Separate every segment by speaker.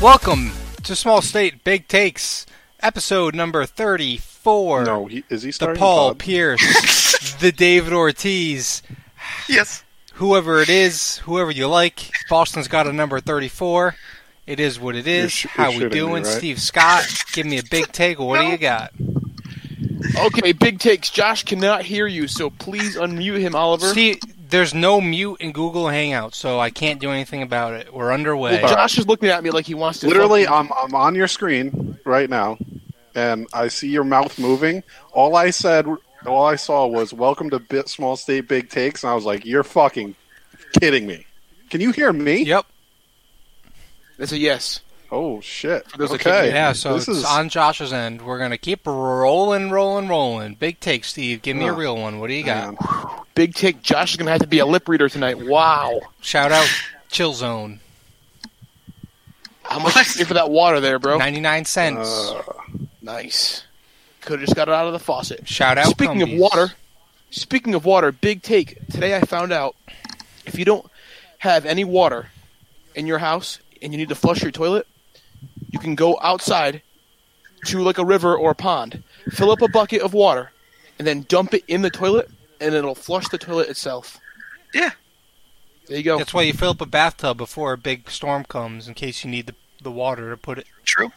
Speaker 1: Welcome to Small State Big Takes, episode number 34.
Speaker 2: No, he, is he
Speaker 1: the
Speaker 2: starting?
Speaker 1: Paul
Speaker 2: pod?
Speaker 1: Pierce, the David Ortiz,
Speaker 3: Yes.
Speaker 1: whoever it is, whoever you like. Boston's got a number 34. It is what it is.
Speaker 2: sh- you're
Speaker 1: How we
Speaker 2: shitting me,
Speaker 1: doing?
Speaker 2: right?
Speaker 1: Steve Scott, give me a big take. What do you got?
Speaker 3: Okay, big takes. Josh cannot hear you, so please unmute him, Oliver.
Speaker 1: See, there's no mute in Google Hangout, so I can't do anything about it. We're underway.
Speaker 3: Well, Josh is looking at me like he wants to.
Speaker 2: Literally,
Speaker 3: fucking-
Speaker 2: I'm I'm on your screen right now, and I see your mouth moving. All I said, all I saw was "Welcome to Bit Small State Big Takes," and I was like, "You're fucking kidding me." Can you hear me?
Speaker 1: Yep.
Speaker 3: That's a yes.
Speaker 2: Oh shit.
Speaker 3: those that
Speaker 2: okay.
Speaker 3: can't
Speaker 1: Yeah, so
Speaker 2: this
Speaker 1: it's
Speaker 2: is
Speaker 1: on Josh's end. We're going to keep rolling, rolling, rolling. Big take, Steve. Give me a
Speaker 2: Huh.
Speaker 1: real one. What do you got?
Speaker 2: man.
Speaker 3: Big take. Josh is gonna have to be a lip reader tonight. Wow.
Speaker 1: Shout out Chill Zone.
Speaker 3: How much did you pay for that water there, bro?
Speaker 1: 99 cents.
Speaker 2: Uh,
Speaker 3: Nice. Could have just got it out of the faucet.
Speaker 1: Shout out
Speaker 3: Speaking
Speaker 1: Cumbies.
Speaker 3: of water, speaking of water, big take. Today I found out if you don't have any water in your house and you need to flush your toilet, you can go outside to like a river or a pond, fill up a bucket of water, and then dump it in the toilet, and it'll flush the toilet itself.
Speaker 4: Yeah.
Speaker 3: There you go.
Speaker 1: That's why you fill up a bathtub before a big storm comes in case you need the, the water to put it.
Speaker 4: True.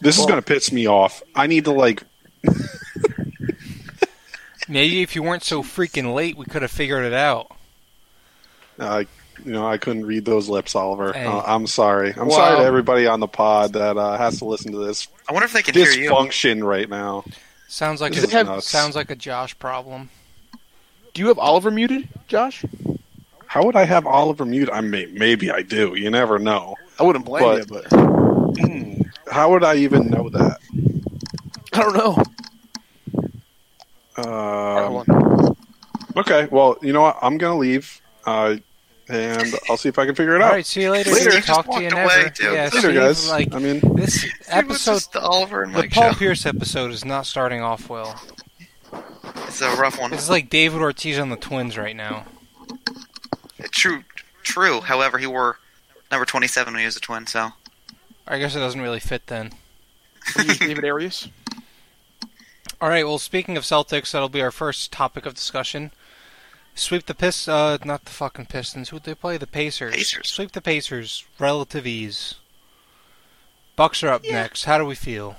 Speaker 2: this is gonna piss me off. I need to like.
Speaker 1: Maybe if you weren't so freaking late, we could have figured it out.
Speaker 2: Uh, you know, I couldn't read those lips, Oliver.
Speaker 1: Hey.
Speaker 2: Uh, I'm sorry. I'm
Speaker 3: Wow.
Speaker 2: sorry to everybody on the pod that uh, has to listen to this
Speaker 4: I wonder if they can hear you.
Speaker 2: dysfunction right now.
Speaker 1: Sounds like
Speaker 2: This
Speaker 1: a,
Speaker 2: is nuts.
Speaker 1: sounds like a Josh problem.
Speaker 3: Do you have Oliver muted, Josh?
Speaker 2: How would I have Oliver mute? I may, maybe I do. You never know.
Speaker 3: I wouldn't blame
Speaker 2: But-
Speaker 3: you, but
Speaker 2: How would I even know that?
Speaker 3: I don't know. Alright,
Speaker 2: Um,
Speaker 3: hold on.
Speaker 2: okay. Well, you know what? I'm gonna leave, uh, and I'll see if I can figure it
Speaker 1: All
Speaker 2: out.
Speaker 1: right, see you later.
Speaker 4: Later.
Speaker 1: Steve. Talk
Speaker 4: Just
Speaker 1: to you
Speaker 4: walked away,
Speaker 1: never.
Speaker 4: dude.
Speaker 1: Yeah,
Speaker 2: Later,
Speaker 1: Steve,
Speaker 2: guys.
Speaker 1: Like
Speaker 2: I mean,
Speaker 1: this episode,
Speaker 4: the Oliver and
Speaker 1: the
Speaker 4: Mike
Speaker 1: Paul
Speaker 4: show.
Speaker 1: Pierce episode is not starting off well.
Speaker 4: It's a rough one.
Speaker 1: This is like David Ortiz on the Twins right now.
Speaker 4: True. True. However, he wore number 27 when he was a twin, so.
Speaker 1: I guess it doesn't really fit then.
Speaker 3: What do you, David Arias.
Speaker 1: All right. Well, speaking of Celtics, that'll be our first topic of discussion. Sweep the Pist, uh, not the fucking Pistons. Who'd they play? The Pacers.
Speaker 4: Pacers.
Speaker 1: Sweep the Pacers. Relative ease. Bucks are up next. How do we feel?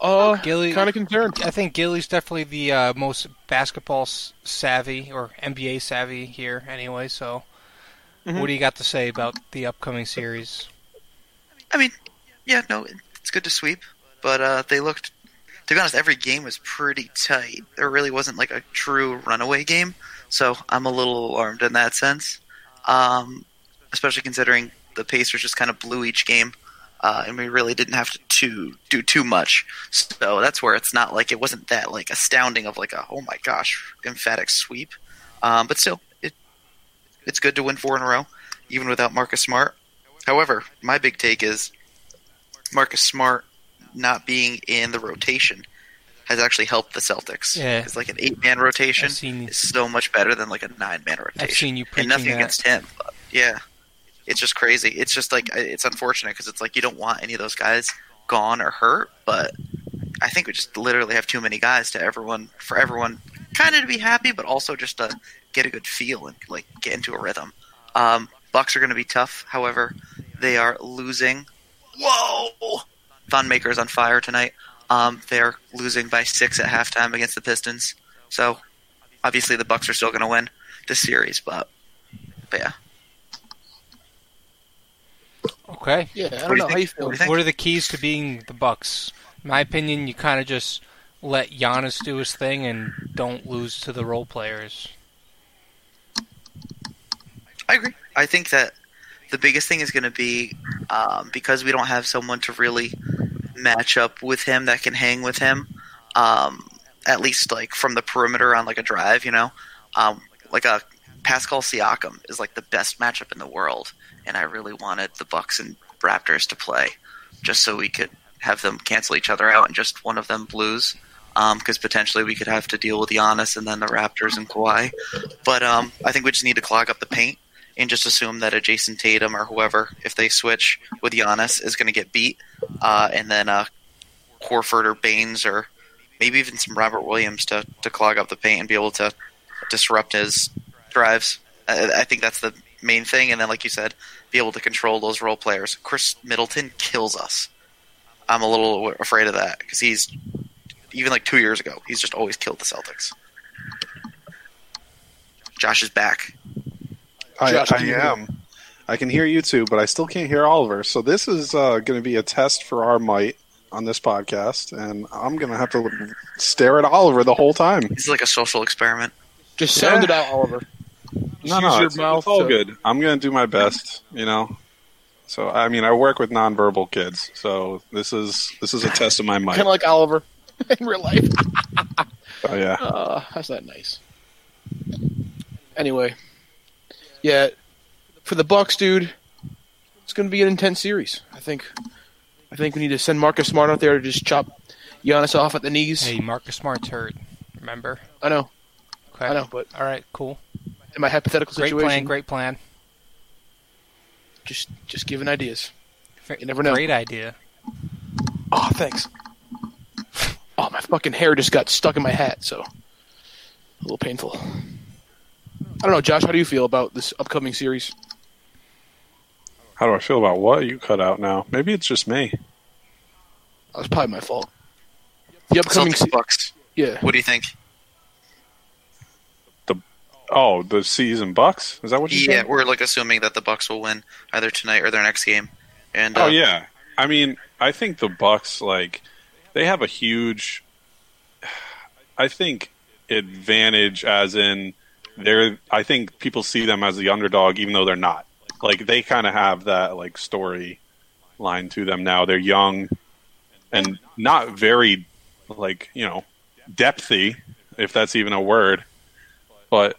Speaker 3: Uh,
Speaker 1: Gilly-
Speaker 3: kind of concerned.
Speaker 1: I think Gilly's definitely the uh, most basketball s- savvy or NBA savvy here, anyway. So,
Speaker 4: Mm-hmm.
Speaker 3: Mhm.
Speaker 1: what do you got to say about the upcoming series?
Speaker 4: I mean, yeah, no, it's good to sweep, but uh, they looked. To be honest, every game was pretty tight. There really wasn't like a true runaway game, so I'm a little alarmed in that sense. Um, especially considering the Pacers just kind of blew each game, uh, and we really didn't have to, to do too much. So that's where it's not like it wasn't that like astounding of like a oh my gosh emphatic sweep. Um, but still, it it's good to win four in a row, even without Marcus Smart. However, my big take is Marcus Smart not being in the rotation has actually helped the Celtics.
Speaker 1: Yeah.
Speaker 4: It's like an eight man rotation
Speaker 1: I've seen-
Speaker 4: is so much better than like a nine man rotation.
Speaker 1: seen you
Speaker 4: and nothing
Speaker 1: preaching that.
Speaker 4: against him. But yeah, it's just crazy. It's just like I- it's unfortunate because it's like you don't want any of those guys gone or hurt, but I think we just literally have too many guys to everyone for everyone kind of to be happy, but also just to get a good feel and like get into a rhythm. Um, Bucks are going to be tough. However, they are losing. Whoa! Thunmaker is on fire tonight. Um, they're losing by six at halftime against the Pistons. So obviously the Bucks are still going to win this series, but but yeah.
Speaker 1: Okay.
Speaker 3: Yeah, I
Speaker 4: What do
Speaker 3: don't
Speaker 4: you
Speaker 3: know how
Speaker 4: think?
Speaker 3: you feel.
Speaker 4: What do you think?
Speaker 1: What are the keys to being the Bucks? In my opinion, you kind of just let Giannis do his thing and don't lose to the role players.
Speaker 4: I agree. I think that the biggest thing is going to be um, because we don't have someone to really match up with him that can hang with him, um, at least like from the perimeter on like a drive, you know, um, like a Pascal Siakam is like the best matchup in the world, and I really wanted the Bucks and Raptors to play, just so we could have them cancel each other out and just one of them lose, because potentially we could have to deal with Giannis and then the Raptors and Kawhi. But um, I think we just need to clog up the paint and just assume that a Jason Tatum or whoever, if they switch with Giannis, is going to get beat, uh, and then uh, Horford or Baines or maybe even some Robert Williams to, to clog up the paint and be able to disrupt his drives. I, I think that's the main thing. And then, like you said, be able to control those role players. Chris Middleton kills us. I'm a little afraid of that because he's even like two years ago, he's just always killed the Celtics. Josh is back.
Speaker 2: I,
Speaker 3: Josh,
Speaker 2: I
Speaker 3: can you hear
Speaker 2: am. I can hear you too, but I still can't hear Oliver. So this is uh, going to be a test for our might on this podcast, and I'm going to have to stare at Oliver the whole time.
Speaker 4: This is like a social experiment.
Speaker 3: Just sound it out, Oliver. Just
Speaker 2: No,
Speaker 3: use
Speaker 2: no,
Speaker 3: your
Speaker 2: it's,
Speaker 3: mouth.
Speaker 2: it's all
Speaker 3: to-
Speaker 2: good. I'm going to do my best, you know. So I mean, I work with nonverbal kids, so this is this is a test of my might.
Speaker 3: Kind of like Oliver in real life.
Speaker 2: Oh yeah.
Speaker 3: Uh, that's not nice. Anyway, yeah, for the Bucks, dude, it's going to be an intense series. I think. I think we need to send Marcus Smart out there to just chop Giannis off at the knees.
Speaker 1: Hey, Marcus Smart's hurt. Remember?
Speaker 3: I know,
Speaker 1: Okay.
Speaker 3: I know, but
Speaker 1: All right, cool.
Speaker 3: in my hypothetical
Speaker 1: Great
Speaker 3: situation,
Speaker 1: plan. Great plan.
Speaker 3: just just giving ideas.
Speaker 1: F-
Speaker 3: You never know.
Speaker 1: Great idea.
Speaker 3: Oh, thanks. Oh, my fucking hair just got stuck in my hat, so a little painful. I don't know, Josh. How do you feel about this upcoming series?
Speaker 2: How do I feel about what you cut out now? Maybe it's just me.
Speaker 3: That was probably my fault. The upcoming,
Speaker 4: Celtics
Speaker 3: se-
Speaker 4: Bucks.
Speaker 3: yeah.
Speaker 4: What do you think?
Speaker 2: Oh, the season Bucks. Is that what you
Speaker 4: Yeah,
Speaker 2: said?
Speaker 4: we're like assuming that the Bucks will win either tonight or their next game. And uh,
Speaker 2: Oh yeah. I mean, I think the Bucks like they have a huge I think advantage as in they're I think people see them as the underdog even though they're not. Like they kind of have that like story line to them now. They're young and not very like, you know, depthy if that's even a word. But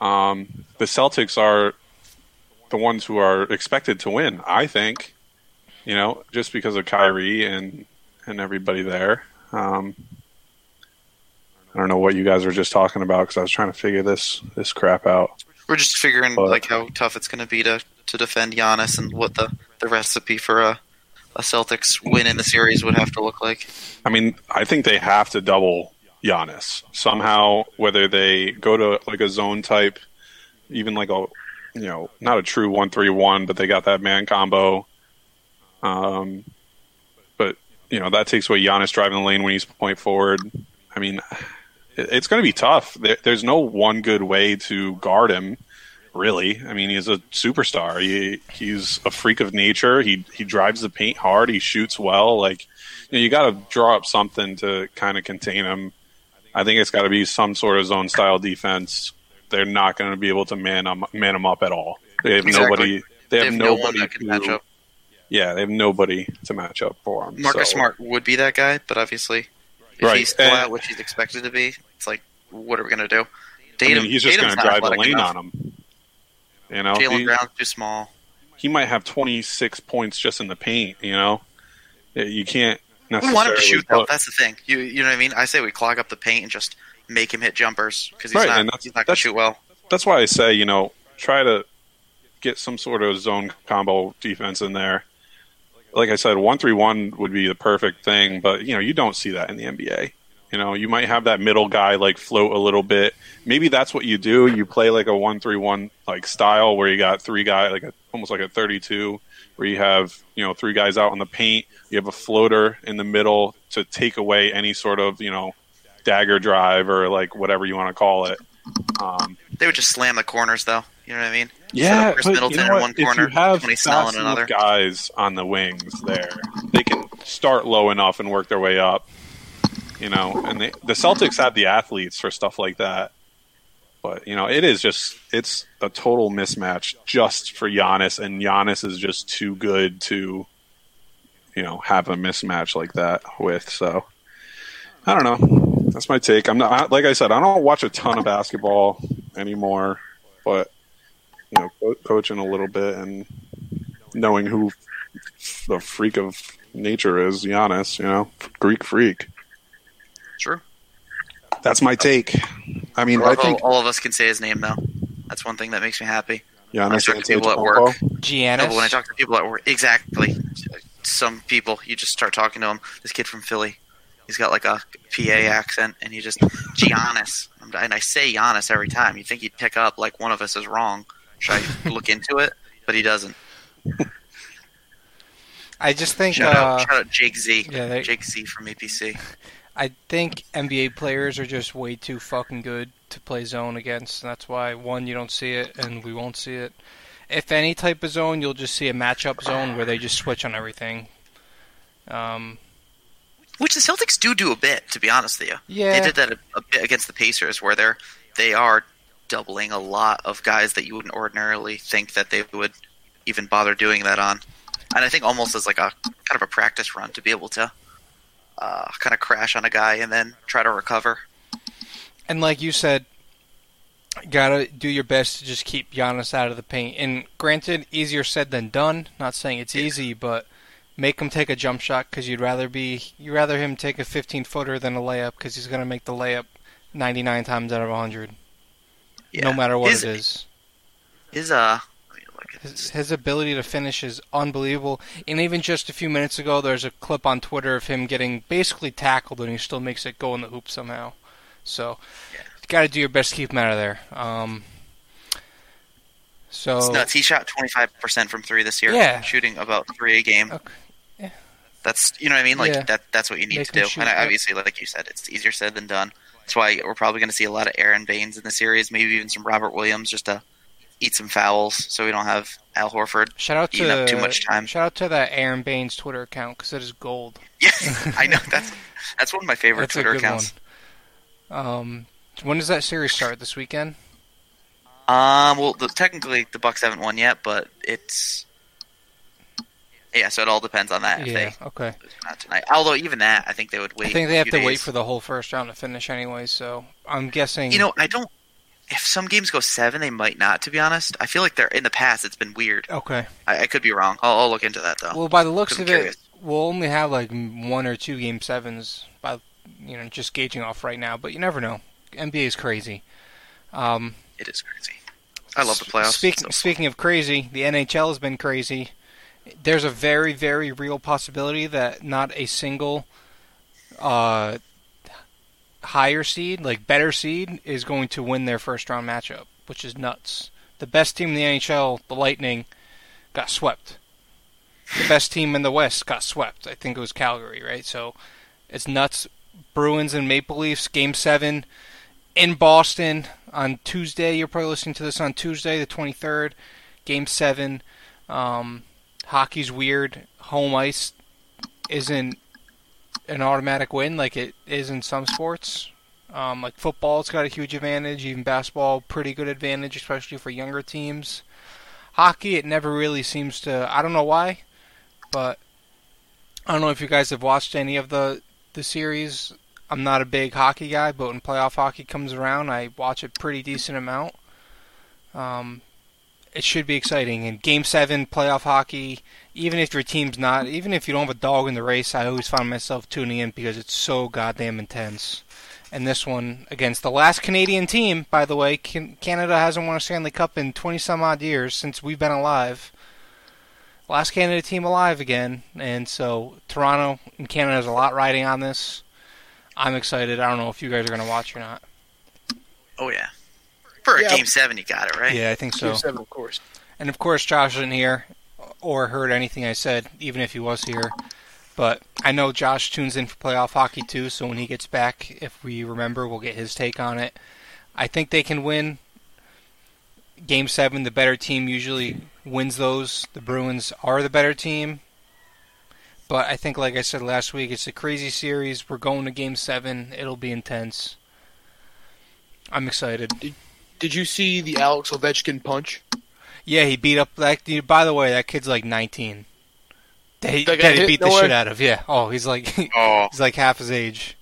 Speaker 2: um the Celtics are the ones who are expected to win, I think. You know, just because of Kyrie and and everybody there. Um, I don't know what you guys were just talking about because I was trying to figure this this crap out.
Speaker 4: We're just figuring
Speaker 2: But-
Speaker 4: like how tough it's going to be to, to defend Giannis and what the, the recipe for a, a Celtics win in the series would have to look like.
Speaker 2: I mean, I think they have to double Giannis somehow, whether they go to like a zone type, even like a you know not a true one three one, but they got that man combo. Um, but you know that takes away Giannis driving the lane when he's point forward. I mean, it- it's going to be tough. There, there's no one good way to guard him, really. I mean, he's a superstar. He he's a freak of nature. He he drives the paint hard. He shoots well. Like you, know, you got to draw up something to kind of contain him. I think it's got to be some sort of zone style defense. They're not going to be able to man um, man him up at all. They have
Speaker 4: Exactly.
Speaker 2: nobody. They have,
Speaker 4: no one
Speaker 2: nobody
Speaker 4: that can
Speaker 2: to-
Speaker 4: match up.
Speaker 2: yeah, they have nobody to match up for him.
Speaker 4: Marcus
Speaker 2: so-
Speaker 4: Smart would be that guy, but obviously, if
Speaker 2: Right,
Speaker 4: he's still
Speaker 2: and-
Speaker 4: out, which he's expected to be, it's like, what are we going to do?
Speaker 2: I mean,
Speaker 4: Tatum,
Speaker 2: he's just
Speaker 4: Tatum's
Speaker 2: going to
Speaker 4: not
Speaker 2: drive the
Speaker 4: athletic
Speaker 2: lane
Speaker 4: enough.
Speaker 2: on him. You know,
Speaker 4: Jalen
Speaker 2: he,
Speaker 4: Brown's too small.
Speaker 2: he might have 26 points just in the paint. You know, Yeah, you can't
Speaker 4: We
Speaker 2: necessarily.
Speaker 4: want him to shoot, though.
Speaker 2: put-
Speaker 4: That's the thing. You you know what I mean? I say we clog up the paint and just make him hit jumpers because he's
Speaker 2: Right, and
Speaker 4: not
Speaker 2: that's-
Speaker 4: he's not going to
Speaker 2: that's-
Speaker 4: shoot well.
Speaker 2: that's why I say you know try to get some sort of zone combo defense in there. Like I said, one three one would be the perfect thing, but you know you don't see that in the NBA. You know you might have that middle guy like float a little bit. Maybe that's what you do. You play like a one three one like style where you got three guy like a, almost like a thirty two where you have you know three guys out on the paint. You have a floater in the middle to take away any sort of you know dagger drive or like whatever you want to call it. Um,
Speaker 4: They would just slam the corners, though. You know what I mean? Instead
Speaker 2: yeah,
Speaker 4: of Chris
Speaker 2: but
Speaker 4: Middleton
Speaker 2: you
Speaker 4: in
Speaker 2: know what?
Speaker 4: one
Speaker 2: if
Speaker 4: corner,
Speaker 2: you have
Speaker 4: Tony Snell in
Speaker 2: fast enough
Speaker 4: another.
Speaker 2: guys on the wings there, they can start low enough and work their way up. You know, and they, the Celtics have the athletes for stuff like that. But you know, it is just it's a total mismatch just for Giannis, and Giannis is just too good to, you know, have a mismatch like that with. So I don't know. That's my take. I'm not I, like I said. I don't watch a ton of basketball anymore But you know, co- coaching a little bit and knowing who the freak of nature is, Giannis. You know, Greek freak.
Speaker 4: True.
Speaker 2: That's my take. I mean, I
Speaker 4: All,
Speaker 2: think
Speaker 4: all of us can say his name though. That's one thing that makes me happy.
Speaker 2: Giannis
Speaker 4: Sure, people at
Speaker 2: Antetokounmpo-
Speaker 4: work. No, but when I
Speaker 1: Giannis.
Speaker 4: talk to people at work, exactly. Some people, you just start talking to them. This kid from Philly, he's got like a PA
Speaker 2: Mm-hmm.
Speaker 4: accent, and he just Giannis, and I say Giannis every time. You think he'd pick up like one of us is wrong? Should I look into it? But he doesn't.
Speaker 1: I just think
Speaker 4: Shout out,
Speaker 1: uh,
Speaker 4: shout out Jake Z,
Speaker 1: yeah, they-
Speaker 4: Jake Z from APC.
Speaker 1: I think NBA players are just way too fucking good to play zone against. And that's why one, you don't see it, and we won't see it. If any type of zone, you'll just see a matchup zone where they just switch on everything. Um,
Speaker 4: Which the Celtics do do a bit, to be honest with you.
Speaker 1: Yeah.
Speaker 4: They did that a, a bit against the Pacers, where they're they are doubling a lot of guys that you wouldn't ordinarily think that they would even bother doing that on. And I think almost as like a kind of a practice run to be able to uh, kind of crash on a guy and then try to recover.
Speaker 1: And like you said, gotta do your best to just keep Giannis out of the paint. And granted, easier said than done. Not saying it's easy, but make him take a jump shot because you'd rather be you'd rather him take a 15 footer than a layup because he's gonna make the layup 99 times out of 100, no matter what
Speaker 4: his,
Speaker 1: it is.
Speaker 4: His uh, let me look at
Speaker 1: His,
Speaker 4: this.
Speaker 1: his ability to finish is unbelievable. And even just a few minutes ago, there's a clip on Twitter of him getting basically tackled, and he still makes it go in the hoop somehow. So, got to do your best to keep him out of there. Um, so,
Speaker 4: It's nuts. He shot twenty five percent from three this year.
Speaker 1: Oh. Yeah.
Speaker 4: shooting about three a game.
Speaker 1: Okay. Yeah.
Speaker 4: That's you know what I mean. Like
Speaker 1: Yeah.
Speaker 4: that. That's what you need
Speaker 1: Make
Speaker 4: to
Speaker 1: them
Speaker 4: do.
Speaker 1: shoot,
Speaker 4: And
Speaker 1: yeah.
Speaker 4: I, obviously, like you said, it's easier said than done. That's why we're probably going to see a lot of Aaron Baines in the series. Maybe even some Robert Williams just to eat some fouls, so we don't have Al Horford.
Speaker 1: shout out
Speaker 4: eating
Speaker 1: to
Speaker 4: up too much time.
Speaker 1: shout out to that Aaron Baines Twitter account because it is gold.
Speaker 4: Yes, I know that's that's one of my favorite
Speaker 1: That's a
Speaker 4: Twitter
Speaker 1: good
Speaker 4: accounts.
Speaker 1: one. Um, when does that series start? This weekend?
Speaker 4: Um, well, the, technically the Bucks haven't won yet, but it's yeah. So it all depends on that. If
Speaker 1: yeah.
Speaker 4: they
Speaker 1: Okay.
Speaker 4: lose or not tonight. Although even that, I think they would wait.
Speaker 1: I think they have
Speaker 4: a
Speaker 1: to
Speaker 4: few
Speaker 1: wait
Speaker 4: days.
Speaker 1: for the whole first round to finish anyway. So I'm guessing.
Speaker 4: You know, I don't. If some games go seven, they might not. To be honest, I feel like they're in the past. It's been weird.
Speaker 1: Okay.
Speaker 4: I, I could be wrong. I'll, I'll look into that though.
Speaker 1: Well, by the looks
Speaker 4: I'm
Speaker 1: of
Speaker 4: curious.
Speaker 1: it, we'll only have like m- one or two game sevens by you know just gauging off right now. But you never know. NBA is crazy. Um,
Speaker 4: It is crazy. I love the playoffs.
Speaker 1: Speaking
Speaker 4: so-
Speaker 1: speaking of crazy, the NHL has been crazy. There's a very very real possibility that not a single uh, higher seed, like better seed, is going to win their first round matchup, which is nuts. The best team in the NHL, the Lightning, got swept. The best team in the West got swept. I think it was Calgary, right? So it's nuts. Bruins and Maple Leafs, Game Seven in Boston on Tuesday. You're probably listening to this on Tuesday, the 23rd, Game 7. Um, hockey's weird. Home ice isn't an automatic win like it is in some sports. Um, like football's got a huge advantage, even basketball, pretty good advantage, especially for younger teams. Hockey, it never really seems to. I don't know why, but I don't know if you guys have watched any of the the series I'm not a big hockey guy, but when playoff hockey comes around, I watch a pretty decent amount. Um, it should be exciting. And Game Seven playoff hockey, even if your team's not, even if you don't have a dog in the race, I always find myself tuning in because it's so goddamn intense. And this one against the last Canadian team, by the way, Can- Canada hasn't won a Stanley Cup in 20 some odd years since we've been alive. Last Canada team alive again, and so Toronto and Canada has a lot riding on this. I'm excited. I don't know if you guys are going to watch or not.
Speaker 4: oh yeah, for a
Speaker 3: Yeah.
Speaker 4: game seven, you got it right.
Speaker 1: Yeah, I think so.
Speaker 3: Game seven, of course.
Speaker 1: And of course, Josh isn't here or heard anything I said, even if he was here. But I know Josh tunes in for playoff hockey too, so when he gets back, if we remember, we'll get his take on it. I think they can win game seven. The better team usually wins those. The Bruins are the better team. But I think, like I said last week, it's a crazy series. We're going to game seven. It'll be intense. I'm excited.
Speaker 3: Did you see the Alex Ovechkin punch?
Speaker 1: Yeah, he beat up that. dude. By the way, that kid's like 19. That he,
Speaker 3: That guy
Speaker 1: that he
Speaker 3: hit?
Speaker 1: beat
Speaker 3: No
Speaker 1: the
Speaker 3: way.
Speaker 1: shit out of. Yeah. Oh, he's like he's
Speaker 4: Oh,
Speaker 1: like half his age.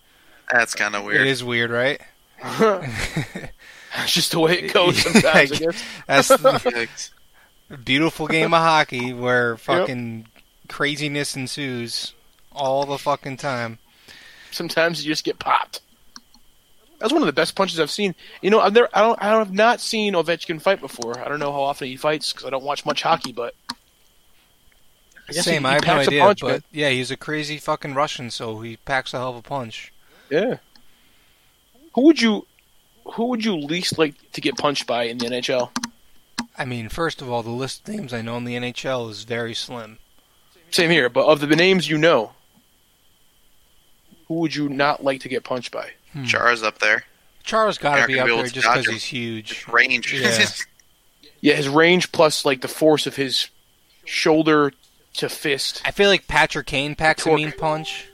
Speaker 4: that's kind of
Speaker 1: It
Speaker 4: weird.
Speaker 1: is weird, right?
Speaker 3: That's just the way it goes sometimes. I guess.
Speaker 1: That's the
Speaker 4: Yikes.
Speaker 1: beautiful game of hockey where fucking craziness ensues all the fucking time.
Speaker 3: Sometimes you just get popped. That's one of the best punches I've seen. You know, I've never, I don't, I have not seen Ovechkin fight before. I don't know how often he fights because I don't watch much hockey, but I guess
Speaker 1: Same,
Speaker 3: he-
Speaker 1: I
Speaker 3: he
Speaker 1: have no
Speaker 3: packs a
Speaker 1: idea,
Speaker 3: punch,
Speaker 1: but
Speaker 3: man.
Speaker 1: yeah, he's a crazy fucking Russian, so he packs a hell of a punch.
Speaker 3: yeah. Who would you, who would you least like to get punched by in the NHL?
Speaker 1: I mean, first of all, the list of names I know in the NHL is very slim.
Speaker 3: Same here, but of the names you know, who would you not like to get punched by?
Speaker 4: Jar's up there.
Speaker 1: Charles got to be
Speaker 4: Eric
Speaker 1: up
Speaker 4: Wills
Speaker 1: there just because
Speaker 4: Dodger.
Speaker 1: he's huge.
Speaker 4: Just range.
Speaker 1: Yeah.
Speaker 3: Yeah, his range plus like the force of his shoulder to fist.
Speaker 1: I feel like Patrick Kane packs a
Speaker 3: Torque.
Speaker 1: mean punch.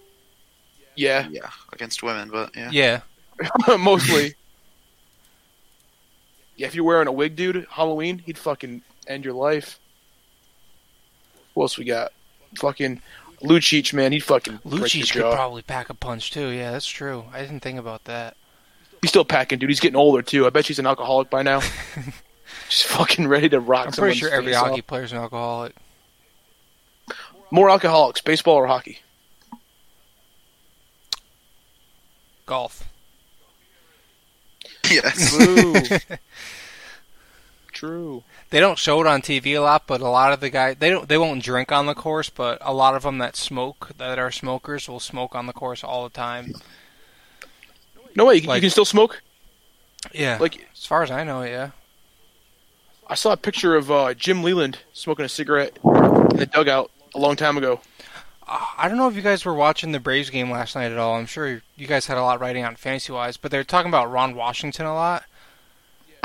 Speaker 3: Yeah,
Speaker 4: yeah, against women, but yeah.
Speaker 1: Yeah,
Speaker 3: mostly. yeah, if you're wearing a wig, dude, Halloween, he'd fucking end your life. Who else we got? Fucking Lucic, man, he'd fucking break your
Speaker 1: Lucic could
Speaker 3: jaw.
Speaker 1: probably pack a punch too. Yeah, that's true. I didn't think about that.
Speaker 3: he's still packing, dude. He's getting older too. I bet he's an alcoholic by now. Just fucking ready to rock.
Speaker 1: I'm pretty
Speaker 3: someone's
Speaker 1: sure every
Speaker 3: face off.
Speaker 1: hockey player's an alcoholic.
Speaker 3: More alcoholics, baseball or hockey?
Speaker 1: Golf.
Speaker 4: Yes.
Speaker 3: True. True.
Speaker 1: They don't show it on TV a lot, but a lot of the guys they don't they won't drink on the course, but a lot of them that smoke that are smokers will smoke on the course all the time.
Speaker 3: No way. You, you
Speaker 1: Like-
Speaker 3: can still smoke.
Speaker 1: Yeah,
Speaker 3: Like
Speaker 1: as far as I know, yeah.
Speaker 3: I saw a picture of uh, Jim Leland smoking a cigarette in the dugout a long time ago.
Speaker 1: Uh, I don't know if you guys were watching the Braves game last night at all. I'm sure you guys had a lot writing on fantasy wise, but they're talking about Ron Washington a lot.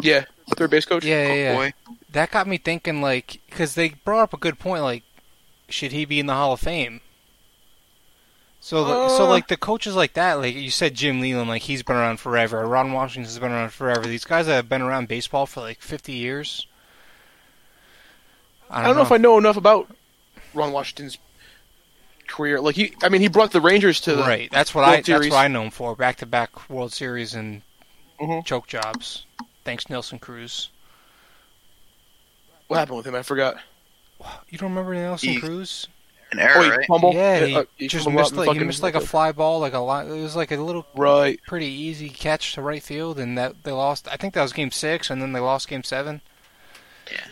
Speaker 3: Yeah, third base coach.
Speaker 1: Yeah, yeah, yeah.
Speaker 4: Oh, Boy.
Speaker 1: that got me thinking, like, because they brought up a good point, like, should he be in the Hall of Fame? So, li- so
Speaker 3: Uh.
Speaker 1: like the coaches like that, like you said, Jim Leland, like he's been around forever. Ron Washington's been around forever. These guys that have been around baseball for like fifty years.
Speaker 3: I don't know if I know enough about Ron Washington's career. Like he, I mean, he brought the Rangers to the
Speaker 1: right. That's what
Speaker 3: World
Speaker 1: I. That's
Speaker 3: Series.
Speaker 1: what I know him for. Back to back World Series and
Speaker 3: Mhm.
Speaker 1: choke jobs. Thanks, Nelson Cruz.
Speaker 3: What happened with him? I forgot.
Speaker 1: You don't remember Nelson
Speaker 4: He-
Speaker 1: Cruz?
Speaker 4: An error,
Speaker 3: oh, he
Speaker 4: right?
Speaker 3: fumbled.
Speaker 1: Yeah,
Speaker 3: uh,
Speaker 1: he
Speaker 3: he
Speaker 1: just
Speaker 3: fumbled
Speaker 1: missed
Speaker 3: and
Speaker 1: like he
Speaker 3: fucking-
Speaker 1: missed like a fly ball, like a lot. It was like a little
Speaker 3: right.
Speaker 1: pretty easy catch to right field, and that they lost. I think that was game six, and then they lost game seven.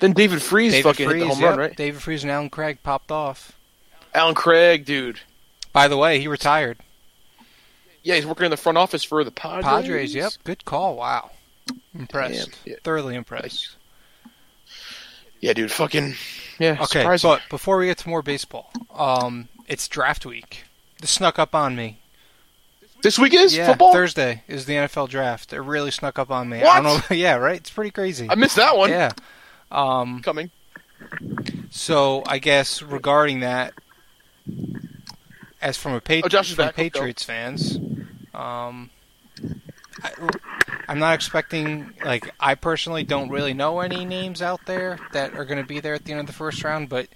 Speaker 3: Then David Freeze
Speaker 1: David
Speaker 3: fucking
Speaker 1: Freeze,
Speaker 3: hit the home
Speaker 1: yep,
Speaker 3: run, right?
Speaker 1: David Freeze and Alan Craig popped off.
Speaker 3: Alan Craig, dude.
Speaker 1: By the way, he retired.
Speaker 3: Yeah, he's working in the front office for the Padres.
Speaker 1: Padres. Yep. Good call. Wow. Impressed.
Speaker 3: Damn, yeah.
Speaker 1: Thoroughly impressed.
Speaker 3: Yeah, dude. Fucking. Yeah.
Speaker 1: Okay,
Speaker 3: surprising.
Speaker 1: but before we get to more baseball, um, it's draft week. This snuck up on me.
Speaker 3: this week is
Speaker 1: yeah,
Speaker 3: football.
Speaker 1: Thursday is the NFL draft. It really snuck up on me. I
Speaker 3: What?
Speaker 1: don't know. yeah, right. It's pretty crazy.
Speaker 3: I missed that one.
Speaker 1: yeah. Um,
Speaker 3: Coming.
Speaker 1: So I guess regarding that, as from a Patri-
Speaker 3: Oh, Josh is
Speaker 1: from
Speaker 3: back. Let's go.
Speaker 1: Patriots fans, um, I, I'm not expecting like I personally don't really know any names out there that are going to be there at the end of the first round, but.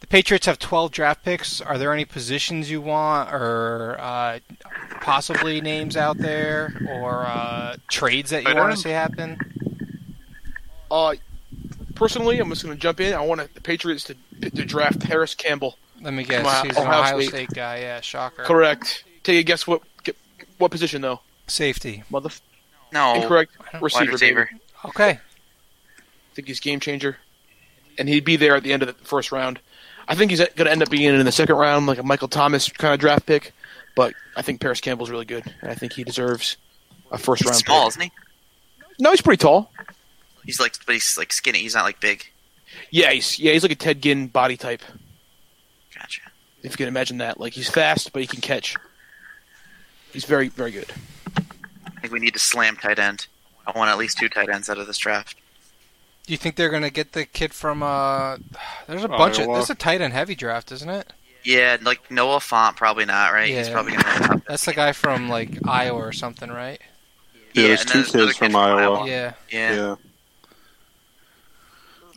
Speaker 1: The Patriots have 12 draft picks. Are there any positions you want, or uh, possibly names out there, or uh, trades that you
Speaker 4: I
Speaker 1: want to
Speaker 4: don't-
Speaker 1: see happen?
Speaker 3: Uh, personally, I'm just going to jump in. I want the Patriots to, to draft Harris Campbell.
Speaker 1: Let me guess.
Speaker 3: Ohio-
Speaker 1: He's an
Speaker 3: Ohio
Speaker 1: Ohio State.
Speaker 3: State.
Speaker 1: guy. Yeah, shocker.
Speaker 3: Correct. Take a guess what get, what position though?
Speaker 1: Safety.
Speaker 3: Mother
Speaker 4: No.
Speaker 3: incorrect
Speaker 1: don't-
Speaker 3: receiver.
Speaker 4: Wide
Speaker 3: baby.
Speaker 4: receiver.
Speaker 1: Okay.
Speaker 3: I think he's game changer, and he'd be there at the end of the first round. I think he's going to end up being in the second round, like a Michael Thomas kind of draft pick. But I think Paris Campbell's really good, and I think he deserves a first
Speaker 4: He's
Speaker 3: round.
Speaker 4: small,
Speaker 3: Pick.
Speaker 4: isn't he?
Speaker 3: No, he's pretty tall.
Speaker 4: He's like, but he's like skinny. He's not like big.
Speaker 3: Yeah, he's yeah, he's like a Ted Ginn body type.
Speaker 4: Gotcha.
Speaker 3: If you can imagine that, like he's fast, but he can catch. He's very very good.
Speaker 4: I think we need to slam tight end. I want at least two tight ends out of this draft.
Speaker 1: Do you think they're gonna get the kid from? uh There's a
Speaker 2: Oh,
Speaker 1: bunch
Speaker 2: yeah,
Speaker 1: of.
Speaker 2: well-
Speaker 1: There's a tight end heavy draft, isn't it?
Speaker 4: Yeah, like Noah Font, probably not, right? He's
Speaker 1: Yeah.
Speaker 4: probably going to
Speaker 1: That's the guy from like Iowa or something, right?
Speaker 2: Yeah, there's
Speaker 4: and
Speaker 2: two
Speaker 4: then another
Speaker 2: kids
Speaker 4: kid
Speaker 2: from Iowa.
Speaker 1: Yeah,
Speaker 4: Yeah.
Speaker 2: Yeah.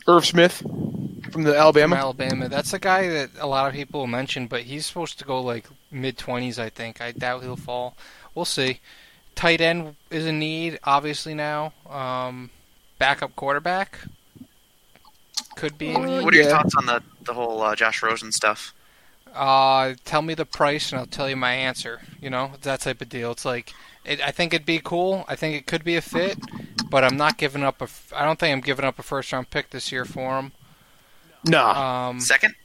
Speaker 3: Irv Smith from the
Speaker 1: from
Speaker 3: Alabama.
Speaker 1: Alabama. That's the guy that a lot of people mention, but he's supposed to go like mid twenties, I think. I doubt he'll fall. We'll see. Tight end is a need, obviously now. Um, backup quarterback could be. a need.
Speaker 4: What are your
Speaker 3: Yeah.
Speaker 4: thoughts on the the whole uh, Josh Rosen stuff?
Speaker 1: Uh, tell me the price and I'll tell you my answer. You know, it's that type of deal. It's like, it, I think it'd be cool. I think it could be a fit, but I'm not giving up a. f- I don't think I'm giving up a first round pick this year for him.
Speaker 3: Nah.
Speaker 1: Um,
Speaker 4: Second,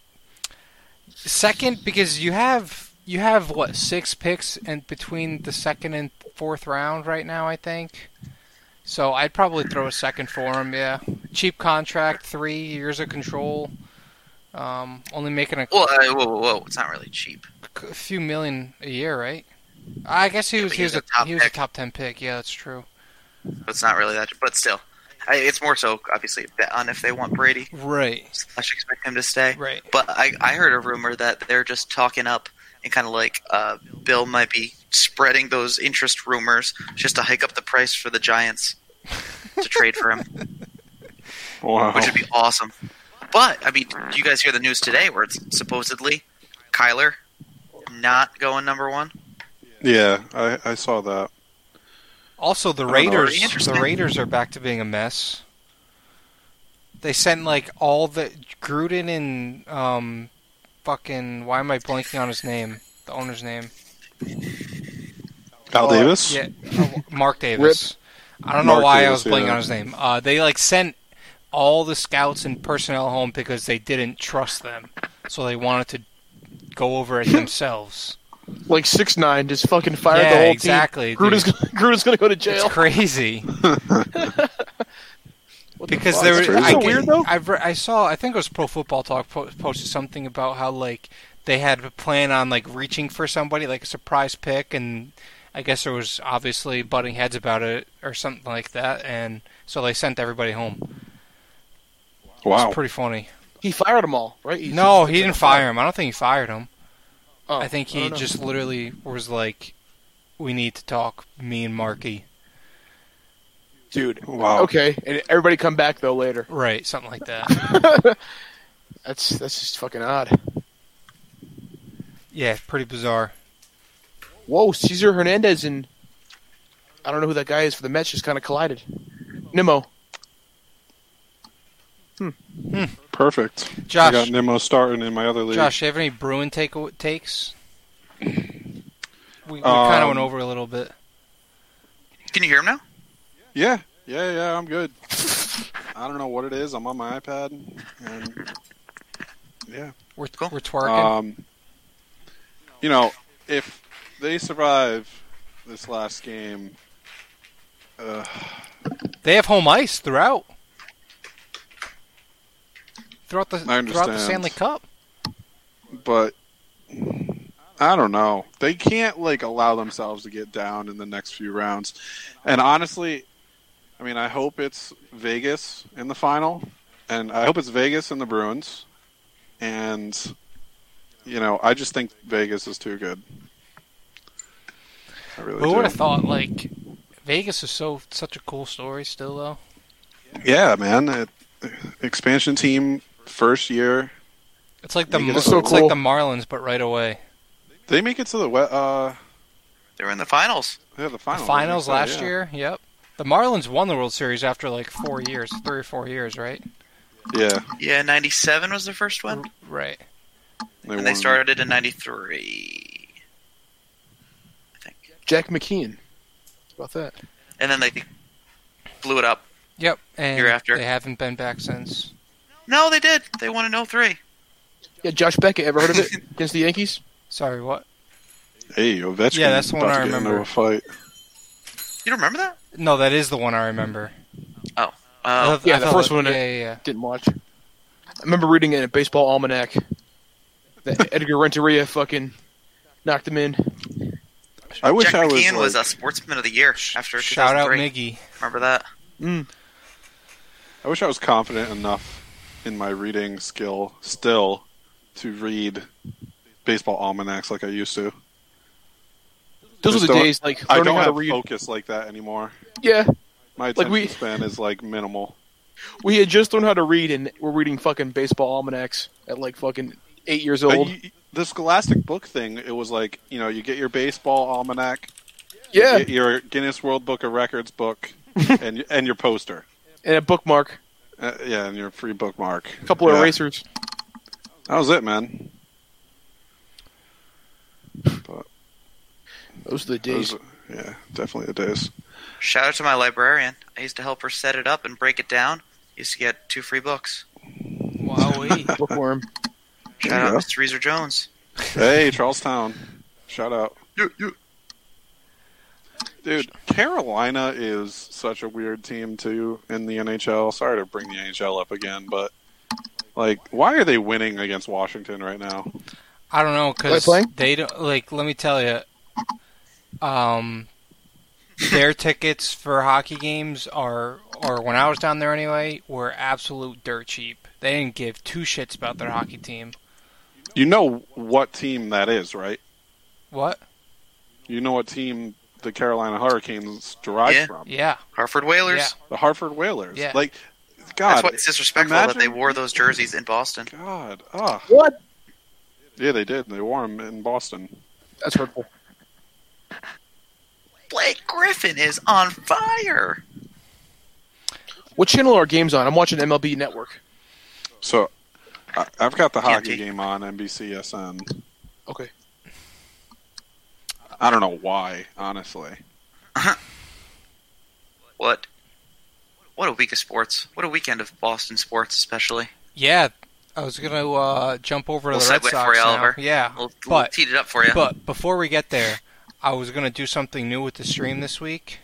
Speaker 1: second, because you have you have what six picks and between the second and fourth round right now, I think. So I'd probably throw a second for him. Yeah, cheap contract, three years of control. Um, only making a
Speaker 4: well, uh, whoa, whoa, whoa, it's not really cheap.
Speaker 1: c- few million a year, right? I guess he was
Speaker 4: but
Speaker 1: he
Speaker 4: he's
Speaker 1: was
Speaker 4: a
Speaker 1: a
Speaker 4: top
Speaker 1: he was a
Speaker 4: pick.
Speaker 1: top ten pick. Yeah, that's true.
Speaker 4: It's not really that, but still, I, it's more so obviously bet on if they want Brady.
Speaker 1: Right,
Speaker 4: I should expect him to stay.
Speaker 1: right.
Speaker 4: But I, I heard a rumor that they're just talking up and kind of like uh, Bill might be spreading those interest rumors just to hike up the price for the Giants to trade for him,
Speaker 2: Wow.
Speaker 4: which would be awesome. But I mean, do you guys hear the news today where it's supposedly Kyler not going number one?
Speaker 2: Yeah, I, I saw that.
Speaker 1: Also, the
Speaker 2: I don't know.
Speaker 1: Raiders
Speaker 4: Pretty interesting.
Speaker 1: the Raiders are back to being a mess. They sent like all the Gruden and um, fucking why am I blanking on his name? The owner's name?
Speaker 2: Al
Speaker 3: Oh,
Speaker 2: Davis?
Speaker 1: Yeah, uh, Mark Davis. I don't know
Speaker 2: Mark
Speaker 1: why I was
Speaker 2: Davis,
Speaker 1: blanking
Speaker 2: yeah.
Speaker 1: on his name. Uh, they like sent all the scouts and personnel home because they didn't trust them, so they wanted to go over it themselves.
Speaker 3: Like six nine, just fucking fired
Speaker 1: yeah,
Speaker 3: the whole
Speaker 1: exactly.
Speaker 3: team. Gruden's
Speaker 1: dude.
Speaker 3: gonna, Gruden's gonna go to jail.
Speaker 1: It's crazy
Speaker 3: What the
Speaker 1: because
Speaker 3: fuck?
Speaker 1: there.
Speaker 2: It's
Speaker 1: were-
Speaker 2: crazy.
Speaker 1: I,
Speaker 2: So
Speaker 1: get-
Speaker 3: weird, though.
Speaker 1: I've re- I saw. I think it was Pro Football Talk po- posted something about how like they had a plan on like reaching for somebody like a surprise pick, and I guess there was obviously butting heads about it or something like that, and so they sent everybody home.
Speaker 2: Wow.
Speaker 1: It's pretty funny.
Speaker 3: He fired them all, right? He's-
Speaker 1: No, he didn't fire him. I don't think he fired him.
Speaker 3: Oh,
Speaker 1: I think he
Speaker 3: don't know.
Speaker 1: just literally was like, "We need to talk, me and Marky."
Speaker 3: dude.
Speaker 2: Wow.
Speaker 3: Okay, and everybody come back though later.
Speaker 1: Right, something like that.
Speaker 3: That's that's just fucking odd.
Speaker 1: yeah, pretty bizarre.
Speaker 3: Whoa, Cesar Hernandez and I don't know who that guy is for the Mets just kind of collided. Nimmo.
Speaker 2: Perfect. I
Speaker 1: Josh,
Speaker 2: got Nimmo starting in my other league.
Speaker 1: Josh, do you have any Bruin take takes? We, we
Speaker 2: Um,
Speaker 1: kind of went over a little bit.
Speaker 4: Can you hear him now?
Speaker 2: Yeah, yeah, yeah. I'm good. I don't know what it is. I'm on my iPad. And yeah.
Speaker 1: We're
Speaker 4: Cool.
Speaker 1: we're twerking.
Speaker 2: Um, you know, if they survive this last game, uh,
Speaker 1: they have home ice throughout. Throughout the
Speaker 2: I
Speaker 1: throughout the
Speaker 2: understand.
Speaker 1: Stanley Cup.
Speaker 2: but I don't know. They can't like allow themselves to get down in the next few rounds. And honestly, I mean, I hope it's Vegas in the final, and I hope it's Vegas and the Bruins. And you know, I just think Vegas is too good. I really
Speaker 1: Who
Speaker 2: do.
Speaker 1: would have thought? Like Vegas is so such a cool story still though.
Speaker 2: Yeah, man. It, expansion team first year.
Speaker 1: It's like the
Speaker 2: Vegas
Speaker 1: Mar-
Speaker 2: is so
Speaker 1: it's like
Speaker 3: cool.
Speaker 1: the Marlins, but right away.
Speaker 2: They make it to the we- uh
Speaker 4: They were in the finals.
Speaker 2: yeah, the
Speaker 1: The
Speaker 2: finals.
Speaker 1: finals
Speaker 2: Yeah,
Speaker 1: last
Speaker 2: yeah.
Speaker 1: year. Yep. The Marlins won the World Series after like four years, three or four years, right?
Speaker 2: Yeah.
Speaker 4: Yeah, '97 was the first one,
Speaker 1: Right.
Speaker 2: They,
Speaker 4: and they
Speaker 2: won.
Speaker 4: started in '93,
Speaker 3: Jack McKeon. How about that?
Speaker 4: and then they blew it up.
Speaker 1: Yep. And
Speaker 4: Year after.
Speaker 1: they haven't been back since.
Speaker 4: No, they did. They won in 03.
Speaker 3: Yeah, Josh Beckett. Ever heard of it against the Yankees?
Speaker 1: Sorry, what?
Speaker 2: Hey, Ovechkin.
Speaker 1: Yeah, that's the one
Speaker 2: about
Speaker 1: I
Speaker 2: to get into
Speaker 1: remember.
Speaker 2: a fight.
Speaker 4: You don't remember that?
Speaker 1: No, that is the one I remember. I
Speaker 4: Oh,
Speaker 1: thought-
Speaker 3: yeah,
Speaker 1: I
Speaker 3: the
Speaker 1: thought
Speaker 3: first
Speaker 1: that-
Speaker 3: one.
Speaker 1: Yeah, yeah, yeah.
Speaker 3: Didn't watch. I remember reading it in a baseball almanac that Edgar Renteria fucking knocked him in.
Speaker 2: I wish
Speaker 4: Jack
Speaker 2: I was.
Speaker 4: McKeon
Speaker 2: like-
Speaker 4: was a Sportsman of the Year after
Speaker 1: Shout out
Speaker 4: 2003.
Speaker 1: Miggy.
Speaker 4: Remember that?
Speaker 3: Mm.
Speaker 2: I wish I was confident enough in my reading skill still to read baseball almanacs like I used to.
Speaker 3: Those
Speaker 2: Just
Speaker 3: were the
Speaker 2: don't-
Speaker 3: days like
Speaker 2: I
Speaker 3: learning
Speaker 2: don't
Speaker 3: how to
Speaker 2: have
Speaker 3: read.
Speaker 2: focus like that anymore.
Speaker 3: Yeah,
Speaker 2: My
Speaker 3: Like
Speaker 2: attention
Speaker 3: we-
Speaker 2: span is like minimal.
Speaker 3: we had just learned how to read, and we're reading fucking baseball almanacs at like fucking eight years
Speaker 2: But
Speaker 3: old.
Speaker 2: you- the Scholastic book thing, it was like you know you get your baseball almanac,
Speaker 3: Yeah,
Speaker 2: Y- Your Guinness World Book of Records book and and your poster.
Speaker 3: and a bookmark,
Speaker 2: Uh, yeah, and your free bookmark.
Speaker 3: a couple of
Speaker 2: Yeah.
Speaker 3: erasers.
Speaker 2: That was it, man. But
Speaker 3: Those are the
Speaker 2: those-
Speaker 3: days.
Speaker 2: yeah, definitely the days.
Speaker 4: Shout out to my librarian. I used to help her set it up and break it down. Used to get two free books.
Speaker 1: Wowee.
Speaker 3: Bookworm.
Speaker 4: Shout out
Speaker 2: Yeah.
Speaker 4: Mr. Reeser Jones.
Speaker 2: Hey, Charlestown. Shout out. Dude, Carolina is such a weird team too in the NHL. Sorry to bring the NHL up again, but like why are they winning against Washington right now?
Speaker 1: I don't know because
Speaker 3: Play playing?
Speaker 1: they don't like. Let me tell you, um, their tickets for hockey games are, or when I was down there anyway, were absolute dirt cheap. They didn't give two shits about their hockey team.
Speaker 2: You know what team that is, right?
Speaker 1: What?
Speaker 2: You know what team the Carolina Hurricanes derive
Speaker 4: Yeah.
Speaker 2: from?
Speaker 1: Yeah,
Speaker 4: Hartford Whalers.
Speaker 2: The Hartford Whalers.
Speaker 1: Yeah.
Speaker 2: Like
Speaker 4: That's
Speaker 2: God.
Speaker 4: why it's disrespectful
Speaker 2: imagine-
Speaker 4: that they wore those jerseys in Boston.
Speaker 2: God. Ah.
Speaker 3: What?
Speaker 2: Yeah, they did. They wore them in Boston.
Speaker 3: That's hurtful.
Speaker 4: Blake Griffin is on fire.
Speaker 3: What channel are games on? I'm watching MLB Network.
Speaker 2: So I, I've got the hockey
Speaker 4: TNT.
Speaker 2: game on NBCSN.
Speaker 3: Okay.
Speaker 2: I don't know why, honestly.
Speaker 4: What? What a week of sports. What a weekend of Boston sports, especially.
Speaker 1: yeah. I was gonna uh, jump over to
Speaker 4: We'll
Speaker 1: the Red
Speaker 4: segue for
Speaker 1: Sox
Speaker 4: you,
Speaker 1: now.
Speaker 4: Oliver.
Speaker 1: Yeah,
Speaker 4: We'll, we'll
Speaker 1: But-
Speaker 4: teed it up for you.
Speaker 1: But before we get there, I was gonna do something new with the stream this week.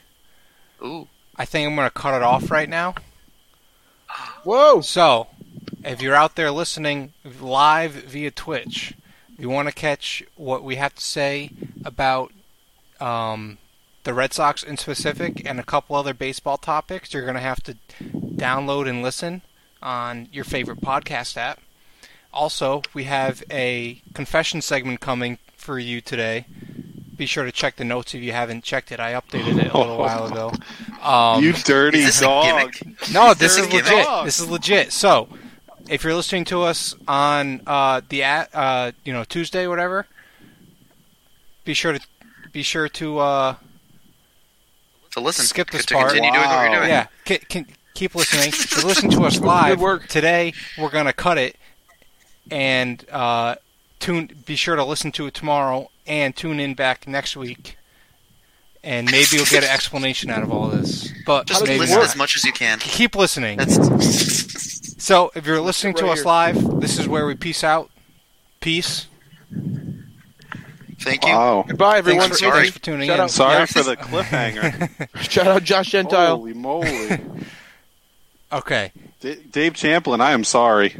Speaker 4: Ooh,
Speaker 1: I think I'm gonna cut it off right now.
Speaker 3: Whoa.
Speaker 1: So, if you're out there listening live via Twitch, if you want to catch what we have to say about um, the Red Sox in specific and a couple other baseball topics, you're going to have to download and listen on your favorite podcast app. Also, we have a confession segment coming for you today. Be sure to check the notes if you haven't checked it. I updated it a little while ago. Um,
Speaker 2: you dirty
Speaker 4: is this a
Speaker 2: dog.
Speaker 4: gimmick?
Speaker 1: no, this
Speaker 4: They're
Speaker 1: is
Speaker 4: a gimmick.
Speaker 1: legit.
Speaker 2: Dogs.
Speaker 1: This is legit. So, if you're listening to us on uh, the at, uh, you know Tuesday, whatever, be sure to be sure to uh,
Speaker 4: To listen,
Speaker 1: Skip this
Speaker 4: to
Speaker 1: part.
Speaker 4: continue doing what you're
Speaker 2: Wow.
Speaker 4: doing.
Speaker 1: yeah, can, can, keep listening. If you listen to us live
Speaker 3: Good work.
Speaker 1: today, we're gonna cut it and uh, tune. Be sure to listen to it tomorrow and tune in back next week. And maybe you'll get an explanation out of all this, but
Speaker 4: Just
Speaker 1: maybe
Speaker 4: listen
Speaker 1: not.
Speaker 4: as much as you can.
Speaker 1: Keep listening.
Speaker 4: That's
Speaker 1: So, if you're listening to
Speaker 3: right
Speaker 1: us
Speaker 3: here.
Speaker 1: live, this is where we peace out. Peace.
Speaker 4: thank you.
Speaker 2: Wow.
Speaker 3: Goodbye, everyone.
Speaker 1: Thanks for,
Speaker 4: sorry.
Speaker 1: thanks for tuning
Speaker 3: Shout
Speaker 1: in.
Speaker 3: out.
Speaker 2: Sorry for the cliffhanger.
Speaker 3: Shout out Josh Gentile.
Speaker 2: Holy moly.
Speaker 1: Okay.
Speaker 2: D- Dave Champlin, I am sorry.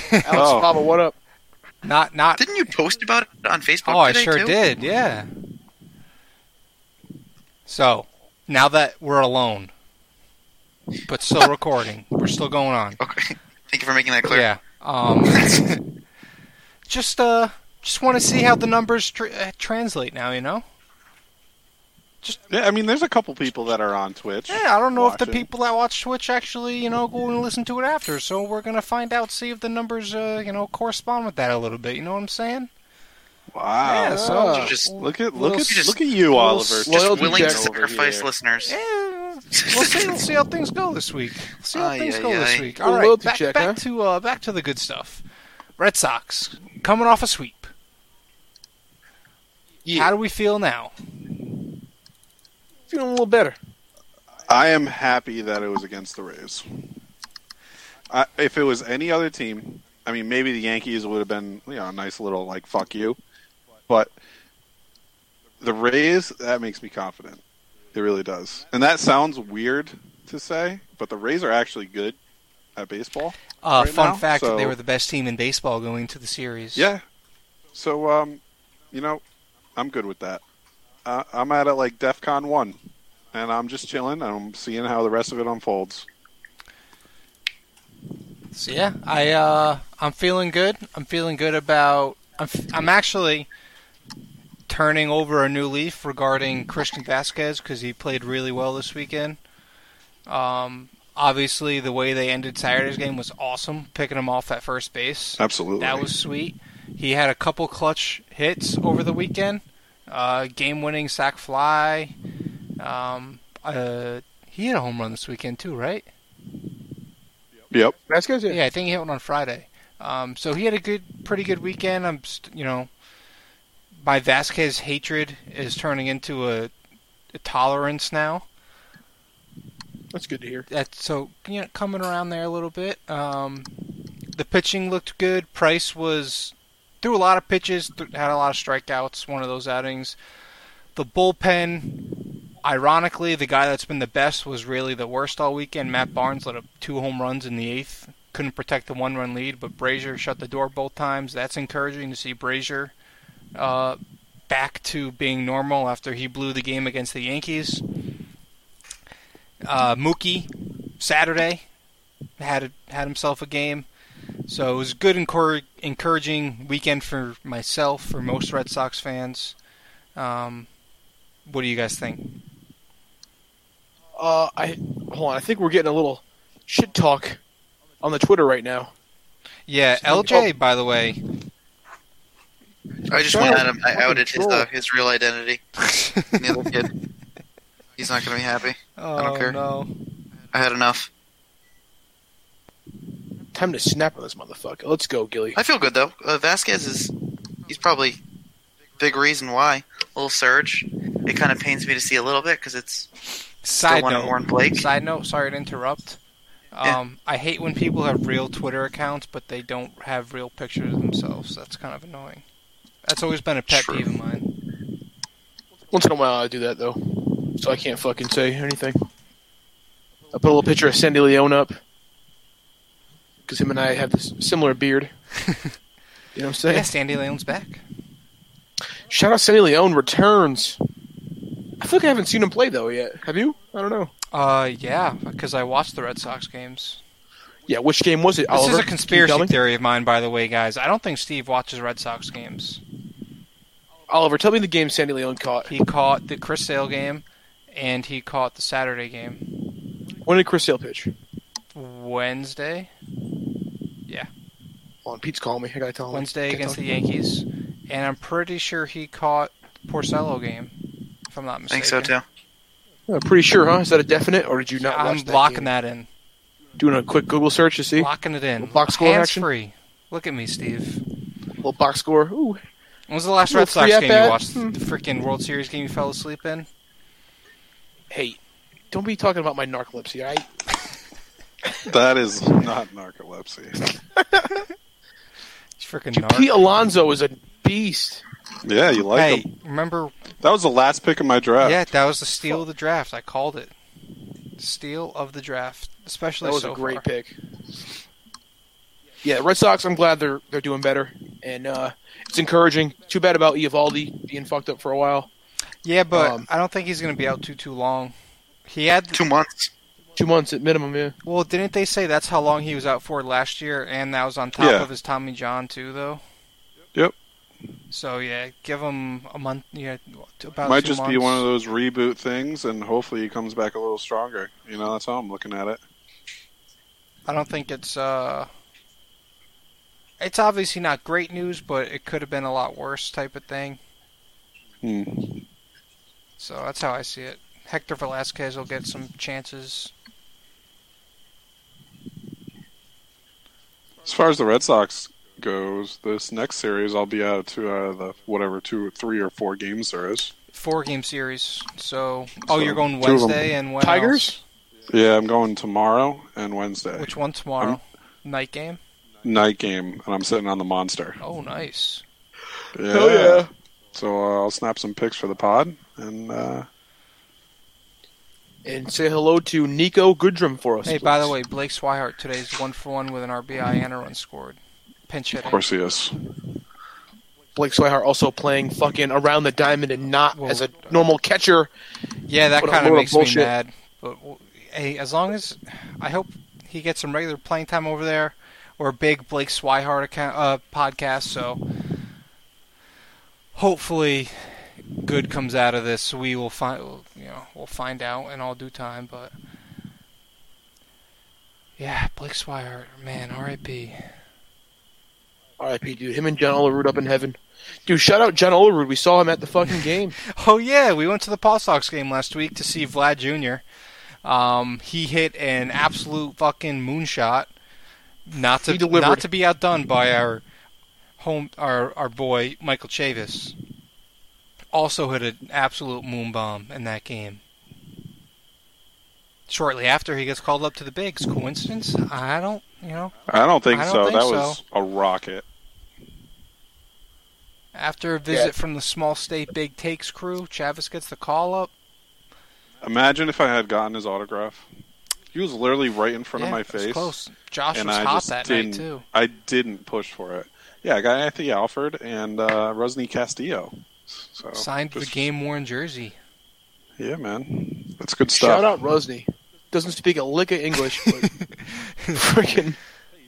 Speaker 3: Alex
Speaker 2: Oh.
Speaker 3: Pava, what up?
Speaker 1: Not not.
Speaker 4: Didn't you post about it on Facebook?
Speaker 1: Oh, I
Speaker 4: today,
Speaker 1: sure
Speaker 4: too?
Speaker 1: did. Yeah. So, now that we're alone, but still recording, we're still going on.
Speaker 4: Okay. Thank you for making that clear.
Speaker 1: Yeah. Um. just uh, just want to see how the numbers tr- uh, translate now. You know.
Speaker 2: Yeah, I mean, there's a couple people that are on Twitch.
Speaker 1: Yeah, I don't know if the
Speaker 2: watching.
Speaker 1: people that watch Twitch actually, you know, go and listen to it after. So we're gonna find out, see if the numbers, uh, you know, correspond with that a little bit. You know what I'm saying?
Speaker 2: Wow.
Speaker 1: yeah. So
Speaker 3: Ah.
Speaker 4: Just-
Speaker 2: Look at
Speaker 1: Little
Speaker 2: look at
Speaker 4: s-
Speaker 2: look at you, Oliver.
Speaker 4: Just
Speaker 3: Loyalty
Speaker 4: willing to
Speaker 3: check over
Speaker 4: sacrifice
Speaker 2: here.
Speaker 4: listeners.
Speaker 1: Yeah, we'll see. We'll see how things go this week. We'll see how
Speaker 4: Ay,
Speaker 1: things
Speaker 4: ay,
Speaker 1: go this
Speaker 4: ay.
Speaker 1: week.
Speaker 3: Little
Speaker 1: All right,
Speaker 3: royalty
Speaker 1: back,
Speaker 3: check,
Speaker 1: back
Speaker 3: huh?
Speaker 1: to uh, back to the good stuff. Red Sox coming off a sweep. How do we feel now?
Speaker 3: Feeling a little better.
Speaker 2: I am happy that it was against the Rays. I, if it was any other team, I mean, maybe the Yankees would have been, you know, a nice little like "fuck you," but the Rays that makes me confident. It really does, and that sounds weird to say, but the Rays are actually good at baseball.
Speaker 1: Uh,
Speaker 2: Right
Speaker 1: fun
Speaker 2: now,
Speaker 1: fact:
Speaker 2: so-
Speaker 1: they were the best team in baseball going into the series.
Speaker 2: Yeah, so um, you know, I'm good with that. Uh, I'm at it like DefCon one, and I'm just chilling. and I'm seeing how the rest of it unfolds.
Speaker 1: So yeah, I uh, I'm feeling good. I'm feeling good about. I'm, f- I'm actually turning over a new leaf regarding Christian Vasquez because he played really well this weekend. Um, obviously, the way they ended Saturday's game was awesome, picking him off at first base.
Speaker 2: Absolutely,
Speaker 1: That was sweet. He had a couple clutch hits over the weekend. uh, game-winning sack fly. Um, uh, he hit a home run this weekend too, right?
Speaker 2: Yep.
Speaker 3: Vasquez, yeah.
Speaker 1: Yeah, I think he hit one on Friday. Um, so he had a good, pretty good weekend. I'm, st- you know, my Vasquez hatred is turning into a, a tolerance now.
Speaker 3: that's good to hear.
Speaker 1: That's so you know coming around there a little bit. Um, the pitching looked good. Price was threw a lot of pitches, th- had a lot of strikeouts. One of those outings. The bullpen, ironically, the guy that's been the best was really the worst all weekend. Matt Barnes let up two home runs in the eighth. Couldn't protect the one-run lead, but Brazier shut the door both times. That's encouraging to see Brazier uh, back to being normal after he blew the game against the Yankees. Uh, Mookie Saturday had had himself a game, so it was good encour- encouraging weekend for myself for most Red Sox fans. Um, what do you guys think?
Speaker 3: Uh, I hold on. I think we're getting a little shit talk on the Twitter right now.
Speaker 1: Yeah, LJ. By the way,
Speaker 4: I just went at him. I outed his, uh, his real identity. The other kid. He's not going to be happy.
Speaker 1: oh
Speaker 4: don't care.
Speaker 1: no,
Speaker 4: I had enough.
Speaker 3: Time to snap on this motherfucker. Let's go, Gilly.
Speaker 4: I feel good though. Uh, Vasquez is he's probably big reason why little surge. It kind of pains me to see a little bit because it's
Speaker 1: side
Speaker 4: wanna
Speaker 1: note.
Speaker 4: warn Blake?
Speaker 1: Side note. Sorry to interrupt. Um, I hate when people have real Twitter accounts, but they don't have real pictures of themselves. That's kind of annoying. That's always been a pet
Speaker 4: True.
Speaker 1: peeve of mine.
Speaker 3: Once in a while, I do that though, so I can't fucking say anything. I put a little picture of Sandy Leone up because him and I have this similar beard. you know what I'm saying?
Speaker 1: Yeah, Sandy Leon's back.
Speaker 3: Shout out Sandy Leone returns. I feel like I haven't seen him play though yet. Have you? I don't know.
Speaker 1: Uh, yeah, because I watched the Red Sox games.
Speaker 3: Yeah, which game was it?
Speaker 1: This
Speaker 3: Oliver?
Speaker 1: is a
Speaker 3: Can you tell
Speaker 1: conspiracy
Speaker 3: me?
Speaker 1: theory of mine, by the way, guys. I don't think Steve watches Red Sox games.
Speaker 3: Oliver, tell me the game Sandy Leone caught.
Speaker 1: He caught the Chris Sale game, and he caught the Saturday game.
Speaker 3: When did Chris Sale pitch?
Speaker 1: Wednesday,
Speaker 3: Hold on, Pete's calling me. I gotta tell him.
Speaker 1: Wednesday
Speaker 3: Can't
Speaker 1: against
Speaker 3: talk.
Speaker 1: the Yankees, and I'm pretty sure he caught the Porcello game, if I'm not
Speaker 4: I
Speaker 1: mistaken.
Speaker 4: think so too.
Speaker 3: I'm Uh, pretty sure, huh? Is that a definite, or did you not?
Speaker 1: I'm
Speaker 3: watch
Speaker 1: blocking
Speaker 3: that.
Speaker 1: that in,
Speaker 3: game? Doing a quick Google search to see
Speaker 1: blocking it in.
Speaker 3: Box score
Speaker 1: Hands
Speaker 3: action?
Speaker 1: free. Look at me, Steve.
Speaker 3: little box score. Ooh,
Speaker 1: When was the last
Speaker 3: Little
Speaker 1: Red Sox
Speaker 3: free
Speaker 1: game you
Speaker 3: at-bat?
Speaker 1: watched?
Speaker 3: Hmm.
Speaker 1: The freaking World Series game you fell asleep in?
Speaker 3: hey, don't be talking about my narcolepsy. all right?
Speaker 2: That is not narcolepsy.
Speaker 1: It's freaking
Speaker 3: Dude,
Speaker 1: narc.
Speaker 3: Pete Alonso is a beast.
Speaker 2: Yeah, you like
Speaker 1: Hey,
Speaker 2: him.
Speaker 1: remember
Speaker 2: That was the last pick of my draft.
Speaker 1: Yeah, that was the steal of the draft. I called it. Steal of the draft, especially
Speaker 3: That was
Speaker 1: so
Speaker 3: a great
Speaker 1: far.
Speaker 3: pick. Yeah, Red Sox. I'm glad they're they're doing better, and uh, it's encouraging. Too bad about Ivaldi being fucked up for a while.
Speaker 1: Yeah, but
Speaker 3: Um,
Speaker 1: I don't think he's going to be out too too long. He had
Speaker 4: Two months.
Speaker 3: Two months at minimum. Yeah,
Speaker 1: well, didn't they say that's how long he was out for last year, and that was on top
Speaker 2: Yeah.
Speaker 1: of his Tommy John too, though.
Speaker 2: Yep.
Speaker 1: So yeah, give him a month. Yeah, t- about
Speaker 2: Might
Speaker 1: two
Speaker 2: just
Speaker 1: months.
Speaker 2: be one of those reboot things, and hopefully he comes back a little stronger. You know, that's how I'm looking at it.
Speaker 1: I don't think it's uh. It's obviously not great news, but it could have been a lot worse type of thing.
Speaker 2: Hmm.
Speaker 1: So that's how I see it. Hector Velasquez will get some chances.
Speaker 2: As far as the Red Sox goes, this next series I'll be out of two out of the whatever two or three or four games there is.
Speaker 1: Four game series. So, oh,
Speaker 2: So,
Speaker 1: you're going
Speaker 2: two of 'em.
Speaker 1: Wednesday and when
Speaker 3: Tigers?
Speaker 2: Yeah, I'm going tomorrow and Wednesday.
Speaker 1: else? Which one tomorrow? Night game.
Speaker 2: night game, and I'm sitting on the monster.
Speaker 1: Oh, nice.
Speaker 2: Yeah.
Speaker 3: Hell yeah.
Speaker 2: So uh, I'll snap some pics for the pod, and uh,
Speaker 3: And say hello to Nico Goodrum for us.
Speaker 1: Hey, by the
Speaker 3: please.
Speaker 1: way, Blake Swihart today's one for one with an RBI and a run scored. Pinch
Speaker 2: of
Speaker 1: hitting.
Speaker 2: course he is.
Speaker 3: Blake Swihart also playing fucking around the diamond and not
Speaker 1: Well,
Speaker 3: as a normal catcher.
Speaker 1: Yeah, that
Speaker 3: What a
Speaker 1: kind of
Speaker 3: load of
Speaker 1: makes me
Speaker 3: bullshit.
Speaker 1: mad. But w- hey, as long as I hope he gets some regular playing time over there, or a big Blake Swihart account uh, podcast. So hopefully, good comes out of this. We will find you know we'll find out in all due time. But yeah, Blake Swihart, man, R.I.P.
Speaker 3: R.I.P. Dude, him and John Olerud up in heaven. Dude, shout out John Olerud. We saw him at the fucking game.
Speaker 1: Oh yeah, we went to the Paw Sox game last week to see Vlad Jr. Um, he hit an absolute fucking moonshot. Not to
Speaker 3: He delivered.
Speaker 1: not to be outdone by our home our our boy Michael Chavis. Also hit an absolute moon bomb in that game. Shortly after, he gets called up to the bigs. Coincidence? I don't, you know.
Speaker 2: I don't think
Speaker 1: I don't
Speaker 2: so.
Speaker 1: think
Speaker 2: that
Speaker 1: so.
Speaker 2: was a rocket.
Speaker 1: After a visit from the small state big takes crew, Chavis gets the call up.
Speaker 2: Imagine if I had gotten his autograph. He was literally right in front of my
Speaker 1: It was
Speaker 2: face.
Speaker 1: close. Josh
Speaker 2: and
Speaker 1: was
Speaker 2: I
Speaker 1: hot
Speaker 2: just
Speaker 1: that
Speaker 2: didn't,
Speaker 1: night too.
Speaker 2: I didn't push for it. Yeah, I got Anthony Alford and uh, Rosny Castillo. So
Speaker 1: Signed the
Speaker 2: just-
Speaker 1: game worn jersey.
Speaker 2: Yeah, man, that's good stuff.
Speaker 3: shout out Rosny. Doesn't speak a lick of English. But freaking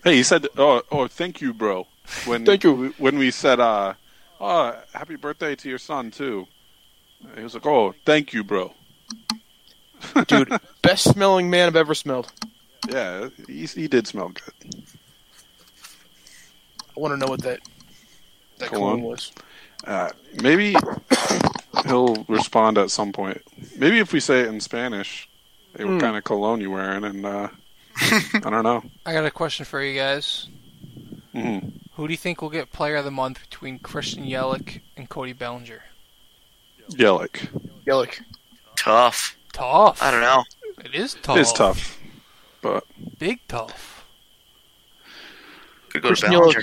Speaker 2: Hey, he said, "Oh, oh, thank you, bro." When
Speaker 3: Thank you.
Speaker 2: when we said, "Uh, oh, happy birthday to your son too," he was like, "Oh, thank you, bro."
Speaker 3: dude, best smelling man I've ever smelled.
Speaker 2: Yeah, he he did smell good.
Speaker 3: I want to know what that that
Speaker 2: Cologne?
Speaker 3: cologne was.
Speaker 2: Uh, maybe he'll respond at some point. Maybe if we say it in Spanish, hey, what
Speaker 3: Hmm.
Speaker 2: kind of cologne you wearing? And uh, I don't know.
Speaker 1: I got a question for you guys.
Speaker 2: hmm
Speaker 1: Who do you think will get player of the month between Christian Yelich and Cody Bellinger?
Speaker 2: Yeah, like
Speaker 3: Yelich.
Speaker 4: Tough.
Speaker 1: Tough.
Speaker 4: I don't know.
Speaker 1: It is tough.
Speaker 2: it's tough, but
Speaker 1: Big tough.
Speaker 4: Could go
Speaker 3: Christian
Speaker 4: to Ballinger.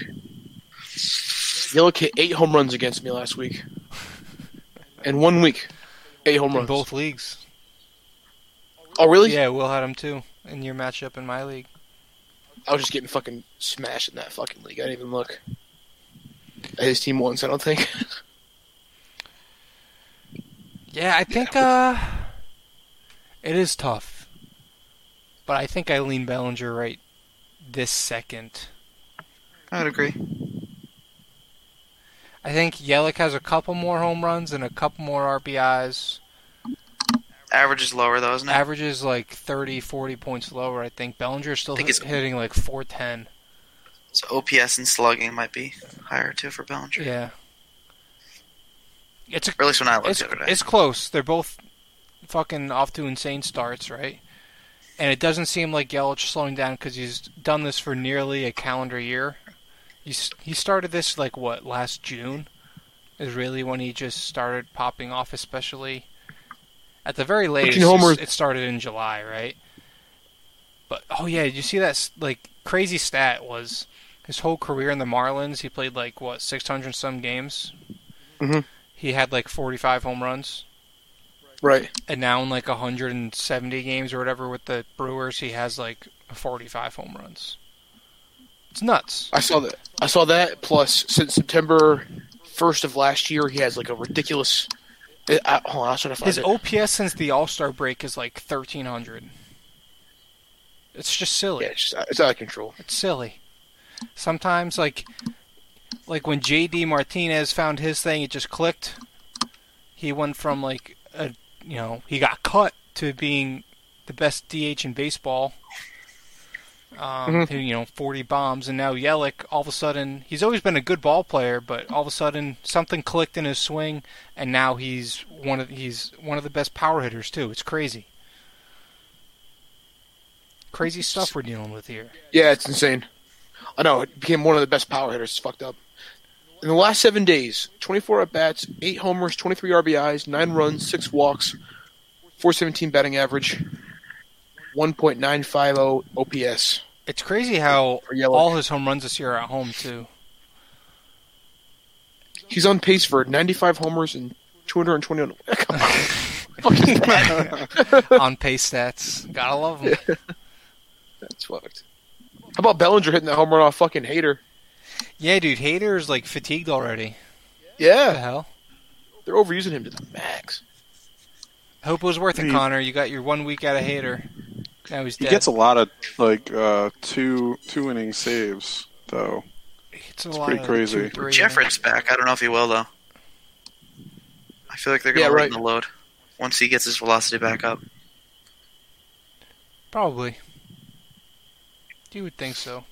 Speaker 3: Yelich hit eight home runs against me last week. In one week, eight home
Speaker 1: In
Speaker 3: runs.
Speaker 1: both leagues.
Speaker 3: Oh really?
Speaker 1: Yeah, Will had him too in your matchup in my league.
Speaker 3: I was just getting fucking smashed in that fucking league. I didn't even look. At his team once, I don't think.
Speaker 1: Yeah, I think uh, it is tough. But I think I lean Bellinger right this second.
Speaker 4: I would agree.
Speaker 1: I think Yelich has a couple more home runs and a couple more RBIs.
Speaker 4: Average is lower though, isn't it?
Speaker 1: Average is like 30, 40 points lower, I think. Bellinger's still
Speaker 4: I think it's-
Speaker 1: hitting like 410.
Speaker 4: So OPS and slugging might be higher too for Ballinger.
Speaker 1: Yeah. It's, a,
Speaker 4: Or at least when I looked
Speaker 1: it's,
Speaker 4: the other day.
Speaker 1: it's close. They're both fucking off to insane starts, right? And it doesn't seem like Yelich slowing down because he's done this for nearly a calendar year. He's, he started this like what last June is really when he just started popping off, especially at the very latest.
Speaker 3: homers-
Speaker 1: It started in July, right? But oh yeah, did you see that s- like crazy stat was his whole career in the Marlins. He played like what six hundred some games.
Speaker 3: Mhm.
Speaker 1: He had like forty five home runs,
Speaker 3: right.
Speaker 1: and now in like hundred and seventy games or whatever with the Brewers, he has like forty five home runs. It's nuts.
Speaker 3: I saw that. I saw that. Plus, since September first of last year, he has like a ridiculous. I, I, hold on, I'll try to find
Speaker 1: His
Speaker 3: it.
Speaker 1: OPS since the All Star break is like thirteen hundred. It's just silly.
Speaker 3: yeah, it's, just- it's out of control.
Speaker 1: It's silly. Sometimes like like when JD Martinez found his thing, it just clicked. He went from like a you know, he got cut to being the best DH in baseball. Um, to, you know, 40 bombs, and now Yelich. All of a sudden, he's always been a good ball player, but all of a sudden, something clicked in his swing, and now he's one of he's one of the best power hitters too. It's crazy, crazy stuff we're dealing with here.
Speaker 3: Yeah, it's insane. I know it became one of the best power hitters. It's fucked up. In the last seven days, 24 at bats, eight homers, 23 RBIs, nine runs, six walks, 417 batting average, 1.950 OPS.
Speaker 1: It's crazy how
Speaker 3: Or Yelich.
Speaker 1: all his home runs this year are at home too.
Speaker 3: He's on pace for 95 homers and 221. Come on. Fucking
Speaker 1: On pace stats, gotta love him.
Speaker 3: That's fucked. How about Bellinger hitting that home run off fucking Hater?
Speaker 1: Yeah, dude, Hader is like fatigued already. What the
Speaker 3: Yeah,
Speaker 1: hell?
Speaker 3: they're overusing him to the max.
Speaker 1: Hope it was worth it,
Speaker 2: He-
Speaker 1: Connor. You got your one week out of Hader. Now he's
Speaker 2: he
Speaker 1: dead.
Speaker 2: gets a lot of like uh, two two inning saves though.
Speaker 1: It's a
Speaker 2: it's
Speaker 1: lot
Speaker 2: pretty
Speaker 1: of
Speaker 2: crazy.
Speaker 1: two, three,
Speaker 4: Jeffrey's back. I don't know if he will though. I feel like they're gonna
Speaker 3: Yeah,
Speaker 4: lighten
Speaker 3: right.
Speaker 4: the load once he gets his velocity back up.
Speaker 1: and- Probably. You would think so.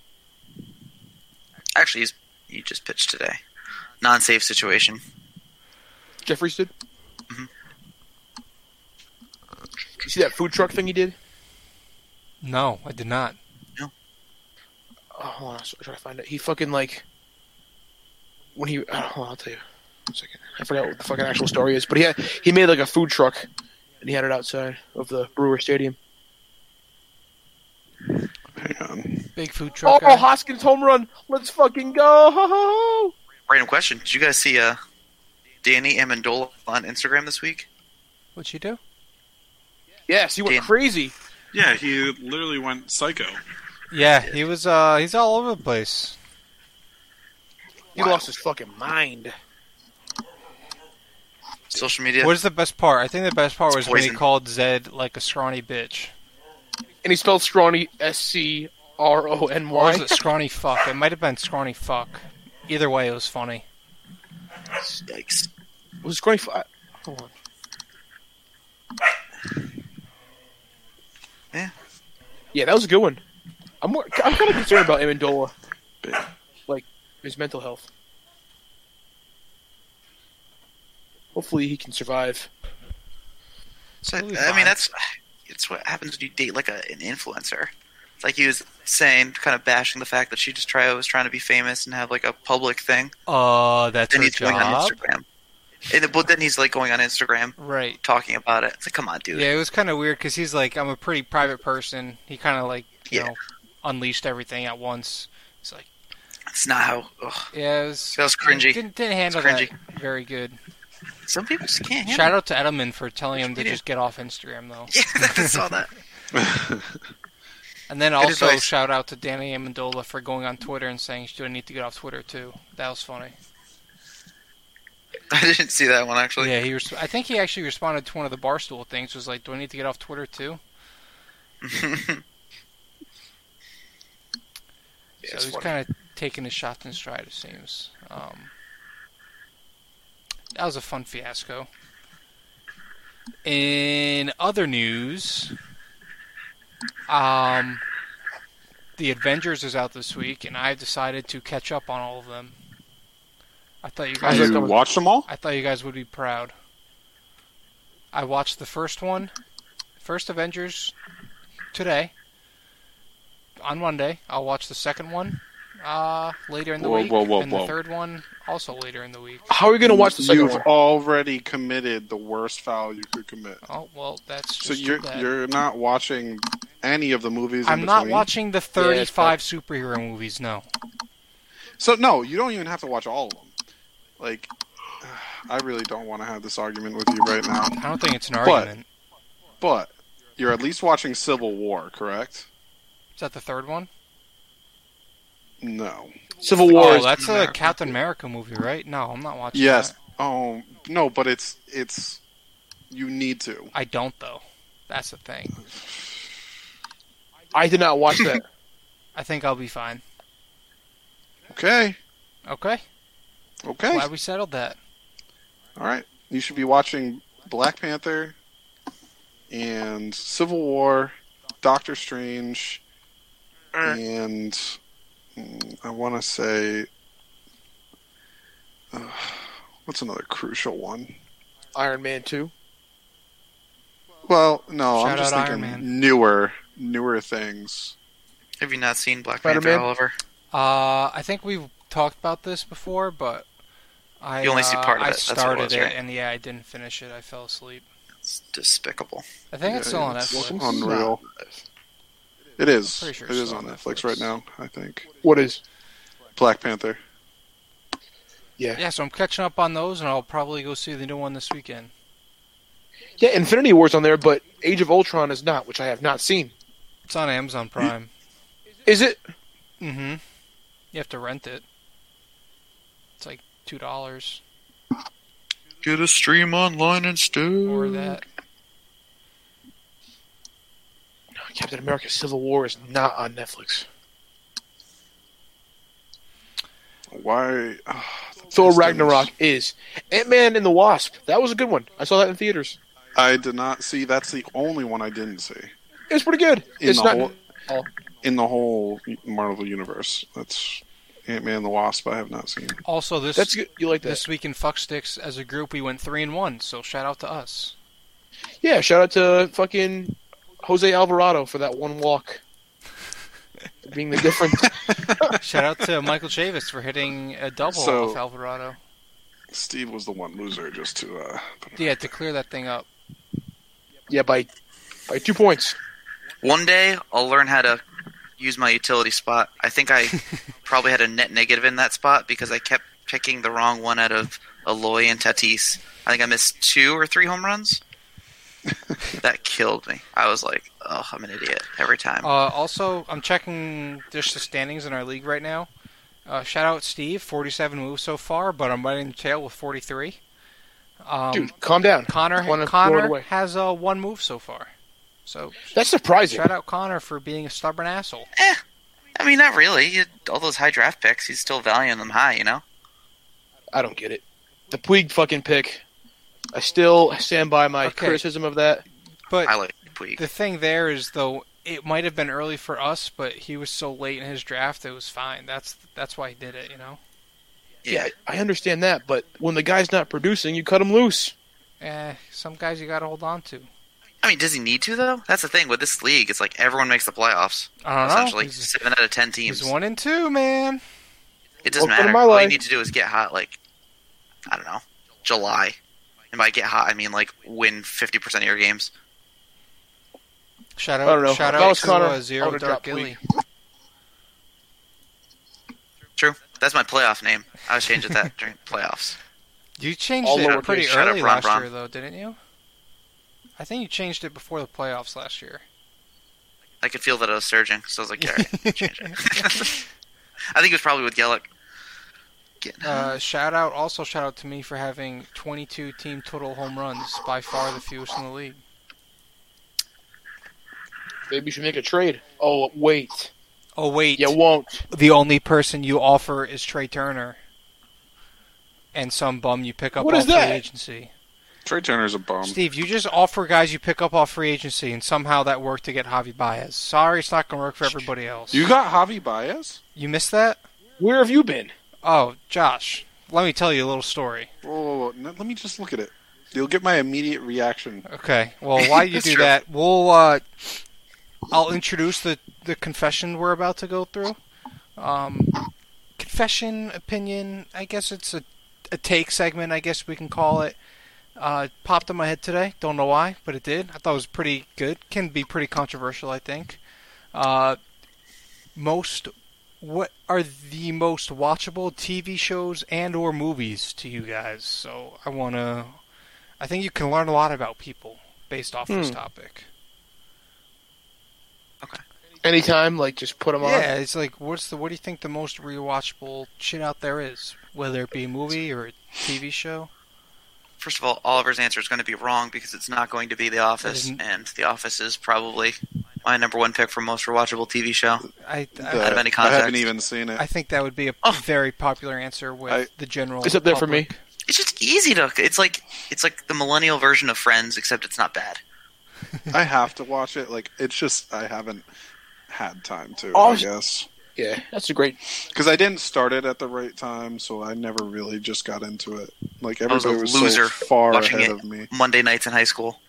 Speaker 4: Actually, he's you just pitched today. Non-safe situation.
Speaker 3: Jeffries did.
Speaker 4: Mhm.
Speaker 3: You see that food truck thing he did?
Speaker 1: No, I did not.
Speaker 3: Oh, hold on, I'm trying to find it. He fucking like when he. Oh, hold on, I'll tell you. One second. I forgot what the fucking actual story is, but he had, he made like a food truck, and he had it outside of the Brewer Stadium.
Speaker 2: Hang on.
Speaker 1: Big food truck. uh,
Speaker 3: Oh,
Speaker 1: guy.
Speaker 3: Hoskins home run! Let's fucking go!
Speaker 4: Random question: Did you guys see uh, Danny Amendola on Instagram this week?
Speaker 1: What'd you do?
Speaker 3: Yes, he went
Speaker 4: Dan-
Speaker 3: crazy.
Speaker 5: Yeah, he literally went psycho.
Speaker 1: Yeah, he was. Uh, he's all over the place.
Speaker 3: He lost his fucking mind.
Speaker 4: Social media.
Speaker 1: What is the best part? I think the best part
Speaker 4: It's
Speaker 1: was when he
Speaker 4: poison.
Speaker 1: called Zed like a scrawny bitch.
Speaker 3: And he spelled Strawny S C R O N
Speaker 1: Or was
Speaker 3: Y.
Speaker 1: it scrawny fuck? It might have been scrawny fuck. Either way, it was funny.
Speaker 4: Yikes.
Speaker 3: Was it Scrawny? Fu- I- Hold on.
Speaker 4: Yeah.
Speaker 3: Yeah, that was a good one. I'm more, I'm kind of concerned about Amendola, like his mental health. Hopefully, he can survive.
Speaker 4: So I
Speaker 1: Totally
Speaker 4: mean,
Speaker 1: fine.
Speaker 4: that's it's what happens when you date like a, an influencer. It's like he was saying, kind of bashing the fact that she just try was trying to be famous and have like a public thing,
Speaker 1: Uh, that's
Speaker 4: and
Speaker 1: her
Speaker 4: he's going on
Speaker 1: job.
Speaker 4: Instagram. And the, but then he's like going on Instagram
Speaker 1: Right.
Speaker 4: talking about it. It's like, come on, dude.
Speaker 1: Yeah, it was kind of weird because he's like, I'm a pretty private person. He kind of like, you
Speaker 4: Yeah.
Speaker 1: know, unleashed everything at once. It's like,
Speaker 4: It's not how. Ugh.
Speaker 1: yeah, it was,
Speaker 4: That was cringy.
Speaker 1: Didn't, didn't handle
Speaker 4: It's cringy.
Speaker 1: that very good.
Speaker 4: Some people just can't. handle
Speaker 1: Shout out to Edelman for telling him to
Speaker 4: Yeah.
Speaker 1: just get off Instagram though.
Speaker 4: it. Yeah, I saw that.
Speaker 1: And then
Speaker 4: Good
Speaker 1: also
Speaker 4: advice.
Speaker 1: shout out to Danny Amendola for going on Twitter and saying, "Do I need to get off Twitter too?" That was funny.
Speaker 4: I didn't see that one actually.
Speaker 1: yeah, he. Res- I think he actually responded to one of the barstool things. Was like, "Do I need to get off Twitter too?"
Speaker 3: Yeah,
Speaker 1: so
Speaker 3: it's
Speaker 1: he's
Speaker 3: funny.
Speaker 1: kind of taking his shots in stride. It seems. Um, that was a fun fiasco. In other news, um, the Avengers is out this week, and I've decided to catch up on all of them. I thought you guys.
Speaker 3: How's that
Speaker 2: You
Speaker 3: coming?
Speaker 2: watch them all?
Speaker 1: I thought you guys would be proud. I watched the first one, first Avengers, today. On Monday, I'll watch the second one uh, later in the
Speaker 2: Whoa,
Speaker 1: week,
Speaker 2: whoa, whoa,
Speaker 1: and
Speaker 2: whoa.
Speaker 1: the third one also later in the week.
Speaker 3: How are we gonna watch the second
Speaker 2: You've
Speaker 3: one?
Speaker 2: already committed the worst foul you could commit.
Speaker 1: Oh well, that's just
Speaker 2: So
Speaker 1: too
Speaker 2: you're
Speaker 1: bad.
Speaker 2: you're not watching any of the movies. in
Speaker 1: I'm not
Speaker 2: between?
Speaker 1: watching the
Speaker 3: it's
Speaker 1: 35 superhero movies. No,
Speaker 2: So no, you don't even have to watch all of them. Like, I really don't want to have this argument with you right now.
Speaker 1: I don't think it's an
Speaker 2: But-
Speaker 1: argument.
Speaker 2: But you're at least watching Civil War, correct?
Speaker 1: Is that the third one?
Speaker 2: No.
Speaker 3: Civil War.
Speaker 1: oh,
Speaker 3: is-
Speaker 1: that's a
Speaker 2: America.
Speaker 1: Captain America movie, right? No, I'm not watching.
Speaker 2: Yes.
Speaker 1: that.
Speaker 2: Oh no, but it's it's you need to.
Speaker 1: I don't though. That's the thing.
Speaker 3: I did not watch that.
Speaker 1: I think I'll be fine.
Speaker 2: Okay.
Speaker 1: Okay,
Speaker 2: Okay.
Speaker 1: glad we settled that.
Speaker 2: All right. You should be watching Black Panther and Civil War, Doctor Strange, and mm, I want to say uh, what's another crucial one?
Speaker 3: Iron Man two.
Speaker 2: Well, no, I'm
Speaker 1: Shout
Speaker 2: just
Speaker 1: out
Speaker 2: thinking
Speaker 1: Iron
Speaker 2: newer, newer things.
Speaker 4: Have you not seen Black
Speaker 3: Spider-Man?
Speaker 4: Panther, Oliver?
Speaker 1: Uh, I think we've talked about this before, but I
Speaker 4: You only see
Speaker 1: uh,
Speaker 4: part of
Speaker 1: I
Speaker 4: it, that's what it
Speaker 1: started
Speaker 4: was, right?
Speaker 1: and yeah, I didn't finish it. I fell asleep.
Speaker 4: It's despicable.
Speaker 1: I think it's still on
Speaker 2: it's
Speaker 1: Netflix.
Speaker 2: Unreal. It is.
Speaker 1: I'm pretty sure
Speaker 2: it
Speaker 1: it's
Speaker 2: is
Speaker 1: still
Speaker 2: on
Speaker 1: on
Speaker 2: Netflix,
Speaker 1: Netflix.
Speaker 2: right now. I think
Speaker 3: What is?
Speaker 2: Black Panther.
Speaker 1: Yeah, so I'm catching up on those, and I'll probably go see the new one this weekend.
Speaker 3: Yeah, Infinity War's on there, but Age of Ultron is not, which I have not seen.
Speaker 1: It's on Amazon Prime.
Speaker 3: Is it?
Speaker 1: Mm-hmm. You have to rent it. It's like two dollars
Speaker 4: Get a stream online instead.
Speaker 1: or that.
Speaker 3: Captain America: Civil War is not on Netflix.
Speaker 2: Why?
Speaker 3: Thor
Speaker 2: These
Speaker 3: Ragnarok
Speaker 2: things-
Speaker 3: is Ant Man and the Wasp. That was a good one. I saw that in theaters.
Speaker 2: I did not see. That's the only one I didn't see
Speaker 3: It was pretty good.
Speaker 2: in
Speaker 3: it's
Speaker 2: the
Speaker 3: not.
Speaker 2: whole
Speaker 3: oh.
Speaker 2: in the whole Marvel universe. That's Ant Man the Wasp. I have not seen.
Speaker 1: Also, this
Speaker 3: That's good. You like that?
Speaker 1: this week in Fucksticks as a group, we went three and one. So shout out to us.
Speaker 3: Yeah, shout out to fucking Jose Alvarado for that one walk. For Being the difference.
Speaker 1: shout out to Michael Chavis for hitting a double
Speaker 2: So-
Speaker 1: off Alvarado.
Speaker 2: Steve was the one loser. Just to uh, put-
Speaker 1: Yeah, to clear that thing up.
Speaker 3: yeah, by by two points.
Speaker 4: One day I'll learn how to use my utility spot. I think I probably had a net negative in that spot because I kept picking the wrong one out of Aloy and Tatis. I think I missed two or three home runs. that killed me. I was like, "Oh, I'm an idiot every time."
Speaker 1: Uh, also, I'm checking just the standings in our league right now. Uh, shout out Steve, 47 moves so far, but I'm running tail with 43. Um,
Speaker 3: Dude, calm down.
Speaker 1: Connor
Speaker 3: One of- throw it
Speaker 1: Connor
Speaker 3: away.
Speaker 1: has uh, one move so far. So
Speaker 3: That's surprising.
Speaker 1: shout out Connor for being a stubborn asshole.
Speaker 4: I mean, not really. You- All those high draft picks, he's still valuing them high, you know.
Speaker 3: I don't get it. The Puig fucking pick. I still stand by my
Speaker 1: Okay.
Speaker 3: criticism of that.
Speaker 1: But
Speaker 4: I like Puig.
Speaker 1: the thing there is though it might have been early for us, but he was so late in his draft it was fine. That's that's why he did it, you know.
Speaker 4: Yeah.
Speaker 3: Yeah, I understand that, but when the guy's not producing, you cut him loose.
Speaker 1: Eh, some guys you got to hold on to.
Speaker 4: I mean, does he need to though? That's the thing with this league. It's like everyone makes the playoffs.
Speaker 1: I don't know.
Speaker 4: essentially,
Speaker 1: He's,
Speaker 4: seven out of ten teams.
Speaker 1: he's one and two, man.
Speaker 4: It doesn't
Speaker 3: Welcome to
Speaker 4: matter.
Speaker 3: my
Speaker 4: All you
Speaker 3: life.
Speaker 4: need to do is get hot. Like, I don't know, July. And by get hot, I mean like win fifty percent of your games.
Speaker 1: Shout
Speaker 3: I don't
Speaker 1: out,
Speaker 3: know.
Speaker 1: shout
Speaker 3: If I
Speaker 1: out
Speaker 3: was
Speaker 1: to
Speaker 3: Connor,
Speaker 1: uh,
Speaker 3: I
Speaker 1: Zero
Speaker 3: would've
Speaker 1: Dark
Speaker 3: dropped Puig.
Speaker 1: Gilly.
Speaker 4: True. That's my playoff name. I was changing that during playoffs.
Speaker 1: You changed
Speaker 3: All
Speaker 1: it
Speaker 3: lowercase.
Speaker 1: pretty
Speaker 4: Shut up,
Speaker 1: early
Speaker 4: Ron
Speaker 1: last
Speaker 4: Ron.
Speaker 1: year, though, didn't you? I think you changed it before the playoffs last year.
Speaker 4: I could feel that I was surging, so I was like, "All right, change it." I think it was probably with Gellick. Get-
Speaker 1: Uh, shout out, also shout out to me for having 22 team total home runs, by far the fewest in the league.
Speaker 3: Maybe you should make a trade. Oh, wait.
Speaker 1: Oh wait,
Speaker 3: You won't.
Speaker 1: the only person you offer is Trey Turner, and some bum you pick up
Speaker 3: What
Speaker 1: off
Speaker 3: is that?
Speaker 1: free agency.
Speaker 5: Trey Turner's a
Speaker 4: Um,
Speaker 5: bum.
Speaker 1: Steve, you just offer guys you pick up off free agency, and somehow that worked to get Javi Baez. Sorry, it's not gonna work for everybody else.
Speaker 2: you got Javi Baez.
Speaker 1: you missed that?
Speaker 3: Where have you been?
Speaker 1: Oh, Josh, let me tell you a little story.
Speaker 2: Whoa, whoa, whoa. No, let me just look at it. You'll get my immediate reaction.
Speaker 1: Okay. Well, while you
Speaker 4: That's
Speaker 1: do
Speaker 4: true.
Speaker 1: that, we'll uh, I'll introduce the the confession we're about to go through. Um, confession, opinion. I guess it's a a take segment. I guess we can call it. Uh, it popped in my head today. Don't know why, but it did. I thought it was pretty good. Can be pretty controversial, I think. Uh, most what are the most watchable TV shows and or movies to you guys? So I want to I think you can learn a lot about people based off this
Speaker 3: Hmm.
Speaker 1: topic.
Speaker 3: Anytime, like, just put him on.
Speaker 1: Yeah, it's like what's the what do you think the most rewatchable shit out there is? Whether it be a movie or a TV show.
Speaker 4: First of all, Oliver's answer is going to be wrong because it's not going to be The Office,
Speaker 1: Isn't-
Speaker 4: and The Office is probably my number one pick for most rewatchable TV show.
Speaker 1: I I,
Speaker 2: That
Speaker 4: of any
Speaker 2: I haven't
Speaker 4: context.
Speaker 2: even seen it.
Speaker 1: I think that would be a
Speaker 4: Oh.
Speaker 1: very popular answer with
Speaker 2: I-
Speaker 1: the general.
Speaker 3: It's up there for me.
Speaker 1: public.
Speaker 4: It's just easy to. It's like it's like the millennial version of Friends, except it's not bad.
Speaker 2: I have to watch it. Like it's just I haven't had time to.
Speaker 3: Oh,
Speaker 2: I guess
Speaker 3: Yeah, that's a great.
Speaker 2: because I didn't start it at the right time, so I never really just got into it. Like
Speaker 4: was a
Speaker 2: everybody was,
Speaker 4: loser
Speaker 2: so far
Speaker 4: watching
Speaker 2: ahead
Speaker 4: it.
Speaker 2: of me.
Speaker 4: Monday nights in high school.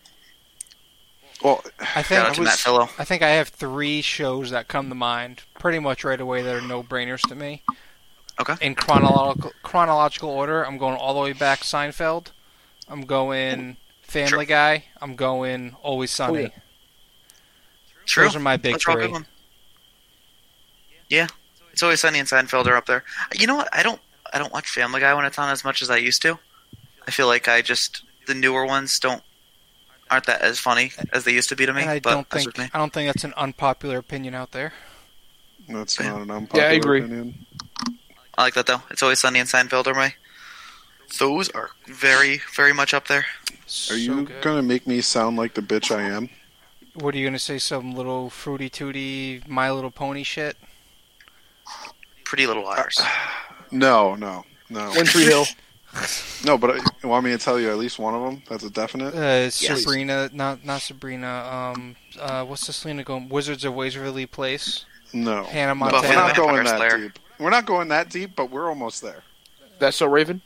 Speaker 2: Well,
Speaker 1: I
Speaker 4: Shout
Speaker 1: think
Speaker 4: out to
Speaker 2: was-
Speaker 4: Matt Fillo.
Speaker 1: I think I have three shows that come to mind pretty much right away that are no brainers to me.
Speaker 4: Okay.
Speaker 1: In chronological chronological order, I'm going all the way back Seinfeld. I'm going Family
Speaker 4: Sure.
Speaker 1: Guy. I'm going Always Sunny.
Speaker 3: yeah.
Speaker 4: True.
Speaker 1: Those are my big
Speaker 4: That's all
Speaker 1: three.
Speaker 4: good one. Yeah, it's always Sunny and Seinfeld are up there. You know what? I don't. I don't watch Family Guy when it's on as much as I used to. I feel like I just the newer ones don't aren't that as funny as they used to be to me.
Speaker 1: And I
Speaker 4: but
Speaker 1: don't
Speaker 4: that's
Speaker 1: think
Speaker 4: okay.
Speaker 1: I don't think that's an unpopular opinion out there.
Speaker 2: that's not an unpopular
Speaker 3: Yeah, I agree.
Speaker 2: opinion.
Speaker 4: I like that though. It's always Sunny and Seinfeld are my. Those are very very much up there.
Speaker 1: So
Speaker 2: Are you
Speaker 1: good.
Speaker 2: gonna make me sound like the bitch I am?
Speaker 1: What are you gonna say? Some little fruity tooty My Little Pony shit?
Speaker 4: Pretty Little
Speaker 1: Uh,
Speaker 4: Liars.
Speaker 2: No, no, no,
Speaker 3: One Tree Hill.
Speaker 2: no. But I, you want me to tell you at least one of them? That's a definite.
Speaker 1: Uh, Sabrina, not not Sabrina. Um, uh, what's the Selena going? Wizards of Waverly Place.
Speaker 2: No,
Speaker 1: Hannah
Speaker 2: we're
Speaker 1: Montana.
Speaker 4: Buffy the
Speaker 2: not going
Speaker 4: Vampire
Speaker 2: that
Speaker 4: Slayer.
Speaker 2: deep. We're not going that deep, but we're almost there.
Speaker 3: That's so Raven.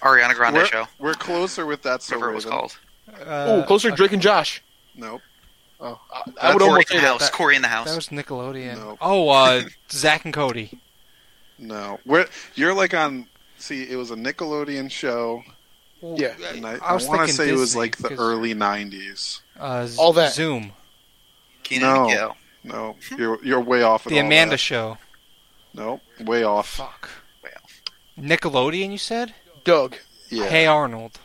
Speaker 4: Ariana Grande
Speaker 2: we're,
Speaker 4: show,
Speaker 2: we're closer with that. So
Speaker 4: whatever it was
Speaker 2: Raven.
Speaker 4: called.
Speaker 3: Oh,
Speaker 1: Uh,
Speaker 3: closer to Drake and Josh.
Speaker 2: Nope.
Speaker 3: Oh, I, I
Speaker 2: That's Corey
Speaker 3: would
Speaker 4: Corey
Speaker 3: almost
Speaker 4: in
Speaker 3: say
Speaker 4: the
Speaker 3: that.
Speaker 4: house. Corey in the house.
Speaker 1: uh, that was Nickelodeon.
Speaker 2: No.
Speaker 1: Oh, uh, Zach and Cody.
Speaker 2: No, we're you're like on. See, it was a Nickelodeon show,
Speaker 1: Well,
Speaker 3: Yeah.
Speaker 2: and
Speaker 1: I
Speaker 2: I, I,
Speaker 1: was
Speaker 2: want to
Speaker 1: thinking
Speaker 2: say it was
Speaker 1: Disney,
Speaker 2: like the
Speaker 1: 'cause-
Speaker 2: early '90s.
Speaker 1: Uh, Z-
Speaker 3: All that.
Speaker 1: Zoom.
Speaker 4: Keenan
Speaker 2: No.
Speaker 4: and Miguel.
Speaker 2: No, you're you're way off. at
Speaker 1: Hmm. The
Speaker 2: all
Speaker 1: Amanda
Speaker 2: that.
Speaker 1: Show.
Speaker 2: Nope, way off.
Speaker 1: Fuck.
Speaker 4: Well.
Speaker 1: Nickelodeon, you said?
Speaker 3: Doug.
Speaker 2: Yeah.
Speaker 1: Hey Arnold.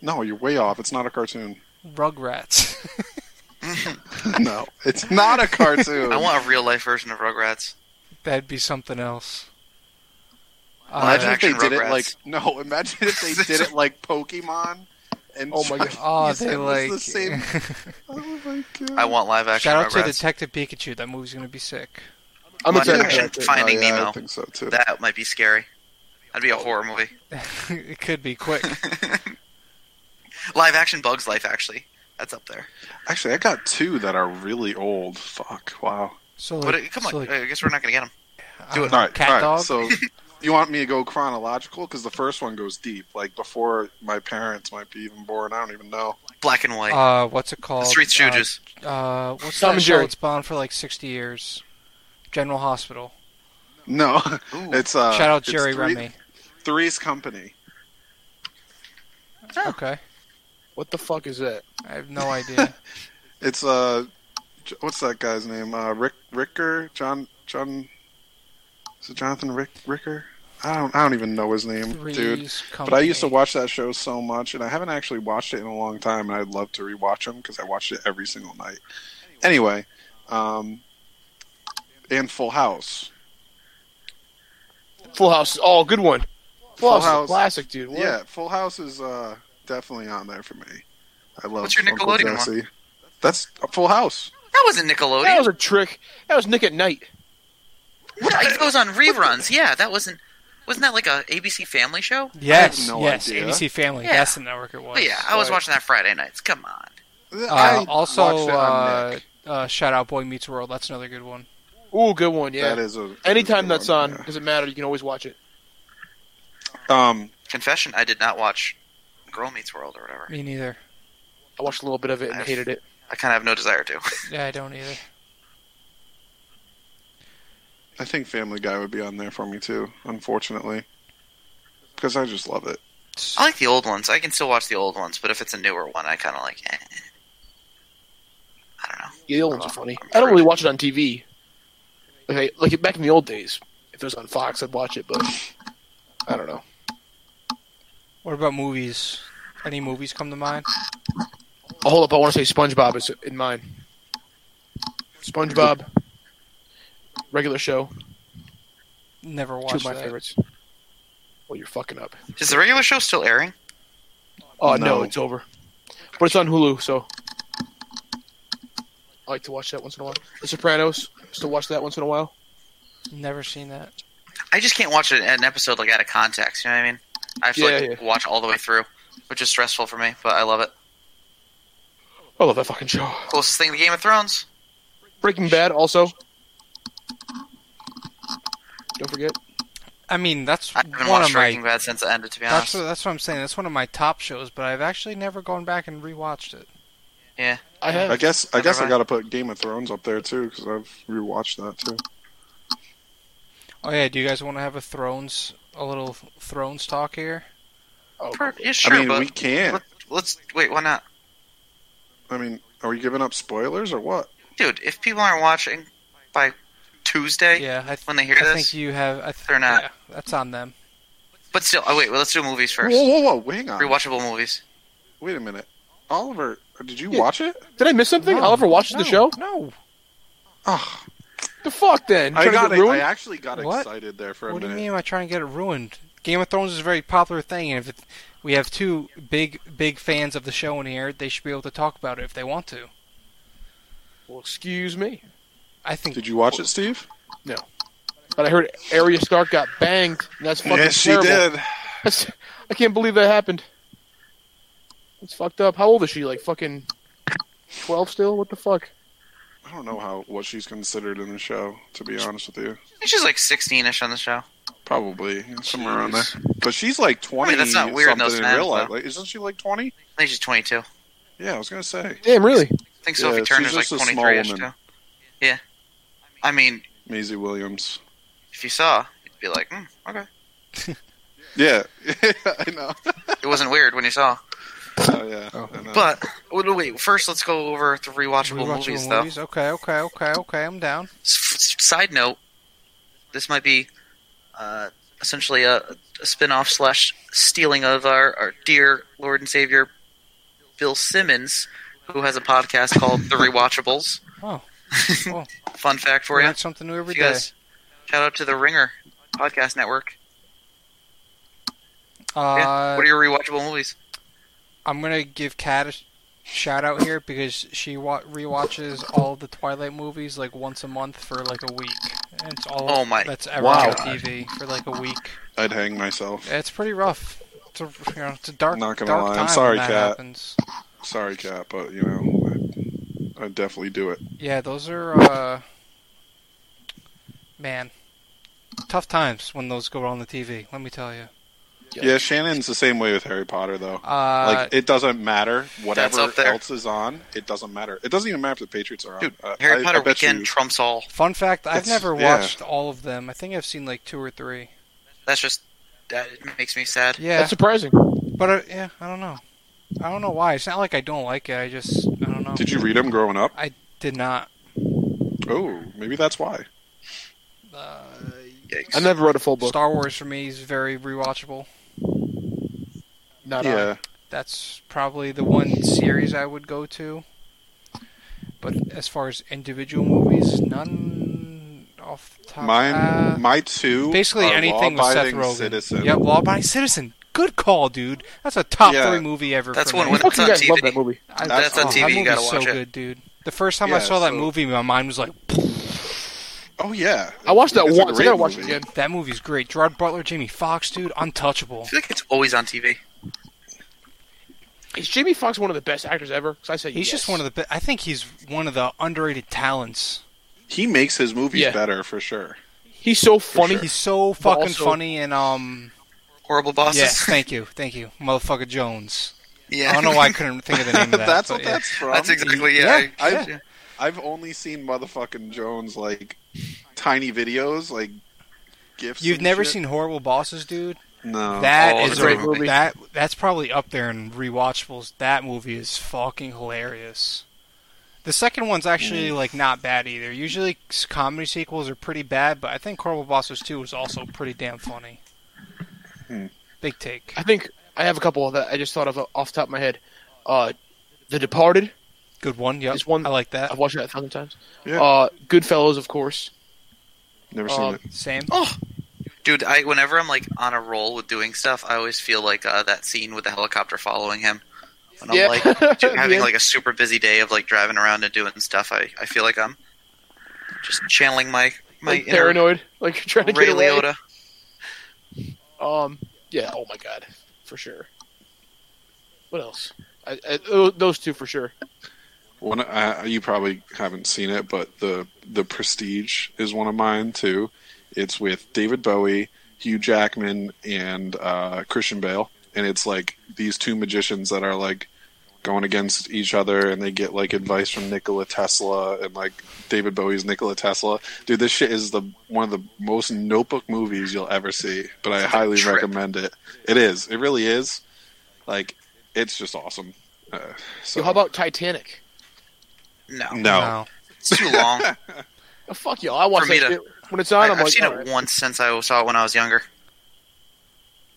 Speaker 2: No, you're way off. It's not a cartoon.
Speaker 1: Rugrats.
Speaker 2: no, it's not a cartoon.
Speaker 4: I want a real life version of Rugrats.
Speaker 1: That'd be something else. Uh,
Speaker 4: Live
Speaker 2: Imagine if they
Speaker 4: action
Speaker 2: did
Speaker 4: Rugrats.
Speaker 2: it like no. Imagine if they did it like Pokemon. And
Speaker 3: Oh my
Speaker 2: tried
Speaker 3: God.
Speaker 2: to
Speaker 1: oh,
Speaker 2: use
Speaker 1: they
Speaker 2: it was
Speaker 1: like.
Speaker 2: the same. Oh my god!
Speaker 4: I want live action
Speaker 1: Shout out to
Speaker 4: Rugrats.
Speaker 1: Detective Pikachu. That movie's gonna be sick.
Speaker 3: I'm
Speaker 4: Live
Speaker 3: excited.
Speaker 4: action
Speaker 3: about that.
Speaker 4: Finding
Speaker 2: oh, yeah, I
Speaker 4: Nemo.
Speaker 2: think so too.
Speaker 4: that might be scary. That'd be a horror movie.
Speaker 1: it could be quick.
Speaker 4: Live action Bugs Life, actually. That's up there.
Speaker 2: Actually, I got two that are really old. Fuck! Wow.
Speaker 1: So
Speaker 4: But
Speaker 1: like,
Speaker 4: uh, come on,
Speaker 1: so, like,
Speaker 4: I guess we're not gonna get them.
Speaker 1: I
Speaker 4: do
Speaker 1: don't
Speaker 4: it.
Speaker 1: know,
Speaker 2: All right,
Speaker 1: Cat
Speaker 2: all right.
Speaker 1: dog.
Speaker 2: So you want me to go chronological because the first one goes deep, like before my parents might be even born. I don't even know.
Speaker 4: Black and white.
Speaker 1: uh, what's it
Speaker 4: the
Speaker 1: called?
Speaker 4: Street Stooges.
Speaker 1: Uh, uh, what's
Speaker 3: Tom
Speaker 1: that
Speaker 3: and
Speaker 1: show
Speaker 3: Jerry.
Speaker 1: that's been on for like 60 years? General Hospital.
Speaker 2: No,
Speaker 4: Ooh.
Speaker 2: it's uh,
Speaker 1: Shout out
Speaker 2: it's
Speaker 1: Jerry
Speaker 2: Three-
Speaker 1: Remy.
Speaker 2: Three's Company.
Speaker 4: Oh.
Speaker 1: Okay,
Speaker 3: What the fuck is that?
Speaker 1: I have no idea.
Speaker 2: It's uh, J- what's that guy's name? Uh, Rick Ricker John John. Is it Jonathan Rick Ricker? I don't I don't even know his name,
Speaker 1: Three's
Speaker 2: dude. But
Speaker 1: Company.
Speaker 2: I used to watch that show so much, and I haven't actually watched it in a long time, and I'd love to rewatch them because I watched it every single night. Anyway, um, and Full House.
Speaker 3: Full House. Oh, good one. Full,
Speaker 2: Full
Speaker 3: House, is a
Speaker 2: House.
Speaker 3: classic, dude. What?
Speaker 2: Yeah, Full House is uh, definitely on there for me. I love
Speaker 4: What's your
Speaker 2: Uncle
Speaker 4: Nickelodeon one?
Speaker 2: Jesse. That's Full House.
Speaker 4: That wasn't Nickelodeon.
Speaker 3: That was a trick. That was Nick at Night.
Speaker 4: No, it goes on reruns. Yeah, that wasn't. Wasn't that like a ABC Family show?
Speaker 1: Yes,
Speaker 2: no
Speaker 1: yes,
Speaker 2: idea.
Speaker 1: ABC Family.
Speaker 4: Yeah.
Speaker 1: That's the network it was.
Speaker 4: But yeah, I was
Speaker 3: Right.
Speaker 4: watching that Friday nights. Come on.
Speaker 1: Uh,
Speaker 2: I watched
Speaker 1: also,
Speaker 2: it on
Speaker 1: uh,
Speaker 2: Nick.
Speaker 1: uh, shout out Boy Meets World. That's another good one.
Speaker 3: Ooh, good one. Yeah.
Speaker 2: that is a
Speaker 3: Anytime that's on,
Speaker 2: yeah.
Speaker 3: doesn't matter. You can always watch it.
Speaker 2: Um,
Speaker 4: Confession: I did not watch Girl Meets World or whatever.
Speaker 1: Me neither.
Speaker 3: I watched a little bit of it and
Speaker 4: I've-
Speaker 3: hated it.
Speaker 4: I kind of have no desire to.
Speaker 1: Yeah, I don't either.
Speaker 2: I think Family Guy would be on there for me too, unfortunately, because I just love it.
Speaker 4: I like the old ones. I can still watch the old ones, but if it's a newer one, I kind of like. Eh. I don't know.
Speaker 3: Yeah, the old ones are
Speaker 4: Oh,
Speaker 3: funny.
Speaker 4: I'm
Speaker 3: I don't
Speaker 4: sure.
Speaker 3: really watch it on TV. Okay, like back in the old days, if it was on Fox, I'd watch it, but I don't know.
Speaker 1: What about movies? Any movies come to mind?
Speaker 3: Oh, hold up, I want to say SpongeBob is in mine. SpongeBob, regular show,
Speaker 1: Never
Speaker 3: two
Speaker 1: watched
Speaker 3: of my
Speaker 1: that.
Speaker 3: favorites. Well, you're fucking up.
Speaker 4: Is the regular show still airing?
Speaker 3: Oh no.
Speaker 2: No.
Speaker 3: it's over. But it's on Hulu, so I like to watch that once in a while. The Sopranos, still watch that once in a while.
Speaker 1: Never seen that.
Speaker 4: I just can't watch it, an episode like out of context. You know what I mean? I have to
Speaker 3: Yeah,
Speaker 4: like, watch all the way through, which is stressful for me, but I love it.
Speaker 3: I love that fucking show.
Speaker 4: Closest thing to Game of Thrones.
Speaker 3: Breaking Bad, also. Don't forget.
Speaker 1: I mean, that's
Speaker 4: I haven't
Speaker 1: one
Speaker 4: watched
Speaker 1: of my.
Speaker 4: Breaking Bad since it ended, to be
Speaker 1: That's
Speaker 4: honest.
Speaker 1: what, that's what I'm saying. That's one of my top shows, but I've actually never gone back and rewatched it.
Speaker 4: yeah,
Speaker 3: I have.
Speaker 2: I guess I guess I
Speaker 4: Never mind.
Speaker 2: got to put Game of Thrones up there too because I've rewatched that too.
Speaker 1: Oh yeah, do you guys want to have a Thrones, a little Thrones talk here?
Speaker 3: Oh,
Speaker 4: Per- yeah, sure,
Speaker 2: I mean,
Speaker 4: but
Speaker 2: we can't.
Speaker 4: let's wait. Why not,
Speaker 2: I mean, are we giving up spoilers or what?
Speaker 4: dude? If people aren't watching by Tuesday,
Speaker 1: Yeah, I, th-
Speaker 4: when they hear
Speaker 1: I
Speaker 4: this,
Speaker 1: think you have. I th-
Speaker 4: They're not.
Speaker 1: yeah, that's on them.
Speaker 4: but still, oh wait. Well, let's do movies first.
Speaker 2: Whoa, whoa, whoa! Hang on.
Speaker 4: Rewatchable movies.
Speaker 2: Wait a minute, Oliver. Did you
Speaker 3: Yeah.
Speaker 2: watch it?
Speaker 3: Did I miss something?
Speaker 1: No,
Speaker 3: Oliver watched the
Speaker 1: no,
Speaker 3: show?
Speaker 1: No.
Speaker 2: Oh,
Speaker 3: The fuck then? You
Speaker 2: I
Speaker 3: trying to
Speaker 2: got.
Speaker 3: get
Speaker 2: It. I
Speaker 3: ruined?
Speaker 2: actually got
Speaker 1: What?
Speaker 2: excited there for a
Speaker 1: What do you
Speaker 2: minute.
Speaker 1: mean? Am I trying to get it ruined? Game of Thrones is a very popular thing, and if it, we have two big, big fans of the show in here, they should be able to talk about it if they want to.
Speaker 3: Well, excuse me.
Speaker 1: I think.
Speaker 2: Did you watch it, Steve?
Speaker 3: But I heard Arya Stark got banged, and that's fucking
Speaker 2: yes,
Speaker 3: terrible.
Speaker 2: she did.
Speaker 3: That's, I can't believe that happened. It's fucked up. How old is she? Like fucking twelve still? What the fuck?
Speaker 2: I don't know how what she's considered in the show. To be honest with you,
Speaker 4: I think she's like 16ish on the show.
Speaker 2: probably somewhere around there. But she's like twenty.
Speaker 4: I mean, that's not weird
Speaker 2: something
Speaker 4: in those
Speaker 2: in
Speaker 4: times,
Speaker 2: real life.
Speaker 4: though.
Speaker 2: Like, isn't she like twenty?
Speaker 4: I think she's 22. I
Speaker 2: Yeah, I was gonna say.
Speaker 3: Damn, really?
Speaker 4: think
Speaker 2: Yeah,
Speaker 4: Sophie
Speaker 2: she's
Speaker 4: Turner's like
Speaker 2: just a small
Speaker 4: 23ish
Speaker 2: woman.
Speaker 4: too. Yeah. I mean,
Speaker 2: Maisie Williams.
Speaker 4: if you saw, you'd be like, mm, okay.
Speaker 2: Yeah, I know.
Speaker 4: It wasn't weird when you saw.
Speaker 2: Oh, yeah, I know.
Speaker 4: But wait, wait, first let's go over the rewatchable,
Speaker 1: Rewatchable
Speaker 4: movies, though.
Speaker 1: movies? Okay, okay, okay, okay. I'm down.
Speaker 4: S- s- Side note: This might be uh, essentially a, a spin-off slash stealing of our, our dear Lord and Savior Bill Simmons, who has a podcast called The Rewatchables.
Speaker 1: Oh, cool.
Speaker 4: Fun fact for
Speaker 1: Learn
Speaker 4: you,
Speaker 1: something new every
Speaker 4: If
Speaker 1: day.
Speaker 4: you guys. Shout out to the Ringer Podcast Network.
Speaker 1: Uh,
Speaker 4: Yeah. What are your rewatchable movies?
Speaker 1: I'm gonna give Kat a sh- shout out here because she wa- rewatches all the Twilight movies like once a month for like a week. And it's all
Speaker 4: Oh my-
Speaker 1: that's ever
Speaker 2: Wow.
Speaker 1: on TV for like a week.
Speaker 2: I'd hang myself.
Speaker 1: It's pretty rough. It's a, you know, it's a dark,
Speaker 2: Not gonna
Speaker 1: dark
Speaker 2: lie. I'm
Speaker 1: time when
Speaker 2: sorry,
Speaker 1: that
Speaker 2: Kat.
Speaker 1: happens.
Speaker 2: Sorry, Cat, but you know, I'd, I'd definitely do it.
Speaker 1: Yeah, those are uh, man, tough times when those go on the TV. Let me tell you.
Speaker 3: Yeah.
Speaker 2: Yeah, Shannon's the same way with Harry Potter, though.
Speaker 1: Uh,
Speaker 2: like it doesn't matter whatever
Speaker 4: up there.
Speaker 2: else is on. It doesn't matter. It doesn't even matter if the Patriots are on.
Speaker 4: Dude,
Speaker 2: Uh,
Speaker 4: Harry
Speaker 2: I- I
Speaker 4: Potter
Speaker 2: bet
Speaker 4: Weekend
Speaker 2: you-
Speaker 4: trumps all.
Speaker 1: fun fact: I've
Speaker 2: it's-
Speaker 1: never
Speaker 2: yeah.
Speaker 1: watched all of them. I think I've seen like two or three.
Speaker 4: That's just that it makes me sad.
Speaker 1: Yeah,
Speaker 3: That's surprising.
Speaker 1: But uh, yeah, I don't know. I don't know why. It's not like I don't like it. I just I don't know.
Speaker 2: Did you read them growing up?
Speaker 1: Did not.
Speaker 2: Oh, maybe that's why.
Speaker 1: Uh,
Speaker 4: Yikes.
Speaker 3: I never read a full book.
Speaker 1: Star Wars for me is very rewatchable.
Speaker 3: Not I.
Speaker 2: yeah,
Speaker 1: That's probably the one series I would go to. But as far as individual movies, none off the top.
Speaker 2: mine.
Speaker 1: uh,
Speaker 2: my two.
Speaker 1: basically
Speaker 2: are
Speaker 1: anything with Seth
Speaker 2: law-abiding
Speaker 1: Rogen.
Speaker 2: Citizen.
Speaker 1: Yep, Law Abiding Citizen. Good call, dude. That's a top
Speaker 2: Yeah.
Speaker 1: three movie ever.
Speaker 4: That's
Speaker 1: for
Speaker 4: one
Speaker 1: me.
Speaker 4: when
Speaker 3: Fuck,
Speaker 4: it's
Speaker 3: you
Speaker 4: on
Speaker 3: guys love
Speaker 4: TV.
Speaker 3: that movie.
Speaker 1: I-
Speaker 2: That's on
Speaker 1: oh,
Speaker 2: TV,
Speaker 1: That
Speaker 2: you
Speaker 1: movie's
Speaker 4: gotta
Speaker 1: so
Speaker 4: watch it.
Speaker 1: good, dude. The first time I
Speaker 2: Yeah,
Speaker 1: saw that
Speaker 2: so-
Speaker 1: movie, my mind was like,
Speaker 2: Oh yeah,
Speaker 3: I watched that
Speaker 2: It's a
Speaker 3: once. I
Speaker 2: great
Speaker 3: gotta watch it
Speaker 2: movie.
Speaker 3: again.
Speaker 1: That movie's great. Gerard Butler, Jamie Foxx, dude, untouchable.
Speaker 4: I feel like it's always on TV.
Speaker 3: Is Jamie Foxx one of the best actors ever? 'Cause I say
Speaker 1: He's just one of the. Be- I think he's one of the underrated talents.
Speaker 2: He makes his movies
Speaker 3: Yeah.
Speaker 2: better for sure.
Speaker 3: He's so funny.
Speaker 1: He's so fucking
Speaker 3: also-
Speaker 1: funny and um.
Speaker 4: Horrible bosses.
Speaker 1: Yes, thank you, thank you, motherfucker Jones.
Speaker 4: Yeah.
Speaker 1: I don't know why I couldn't think of the name of that.
Speaker 2: that's
Speaker 1: but
Speaker 2: what
Speaker 1: yeah.
Speaker 2: that's from.
Speaker 4: That's exactly yeah.
Speaker 1: Yeah,
Speaker 4: I-
Speaker 2: yeah. I've only seen motherfucking Jones like tiny videos, like gifs.
Speaker 1: You've
Speaker 2: and
Speaker 1: never
Speaker 2: shit.
Speaker 1: seen Horrible Bosses, dude.
Speaker 2: no.
Speaker 1: That
Speaker 4: Oh,
Speaker 1: is
Speaker 4: it's
Speaker 1: a
Speaker 4: a great
Speaker 3: movie.
Speaker 1: That that's probably up there in rewatchables. That movie is fucking hilarious. The second one's actually
Speaker 4: Mm.
Speaker 1: like not bad either. Usually s- comedy sequels are pretty bad, but I think Horrible Bosses Two was also pretty damn funny.
Speaker 2: Hmm.
Speaker 1: Big take.
Speaker 3: I think I have a couple that I just thought of uh, off the top of my head. Uh, The Departed.
Speaker 1: Good one. Yep.
Speaker 3: There's one- Oh.
Speaker 1: I like that.
Speaker 3: I've watched that a thousand times.
Speaker 2: Yeah.
Speaker 3: Uh, Goodfellas, of course.
Speaker 2: never
Speaker 3: um,
Speaker 1: Oh,
Speaker 2: seen it.
Speaker 1: Same.
Speaker 4: Oh, Dude, I whenever I'm like on a roll with doing stuff, I always feel like uh, that scene with the helicopter following him. When I'm
Speaker 3: Yeah.
Speaker 4: like dude, having
Speaker 3: Yeah.
Speaker 4: like a super busy day of like driving around and doing stuff, I, I feel like I'm just channeling my my
Speaker 3: Like
Speaker 4: inner
Speaker 3: paranoid, like you're trying to
Speaker 4: Ray
Speaker 3: get away.
Speaker 4: Liotta.
Speaker 3: Um, yeah. Oh my god, for sure. What else? I, I, tho- those two for sure.
Speaker 2: One, uh, you probably haven't seen it, but the the Prestige is one of mine too. It's with David Bowie, Hugh Jackman, and uh, Christian Bale, and it's like these two magicians that are like going against each other, and they get like advice from Nikola Tesla, and like David Bowie's Nikola Tesla. Dude, this shit is the one of the most notebook movies you'll ever see, but I highly
Speaker 4: trip.
Speaker 2: recommend it. It is, it really is. Like, it's just awesome. Uh, so
Speaker 3: So how about Titanic?
Speaker 4: No,
Speaker 2: no.
Speaker 4: it's too long.
Speaker 3: Oh, fuck y'all. I watch
Speaker 4: For me
Speaker 3: that
Speaker 4: to-
Speaker 3: shit when it's
Speaker 4: I,
Speaker 3: on. I, am
Speaker 4: have
Speaker 3: like,
Speaker 4: seen it
Speaker 3: alright.
Speaker 4: once since I saw it when I was younger.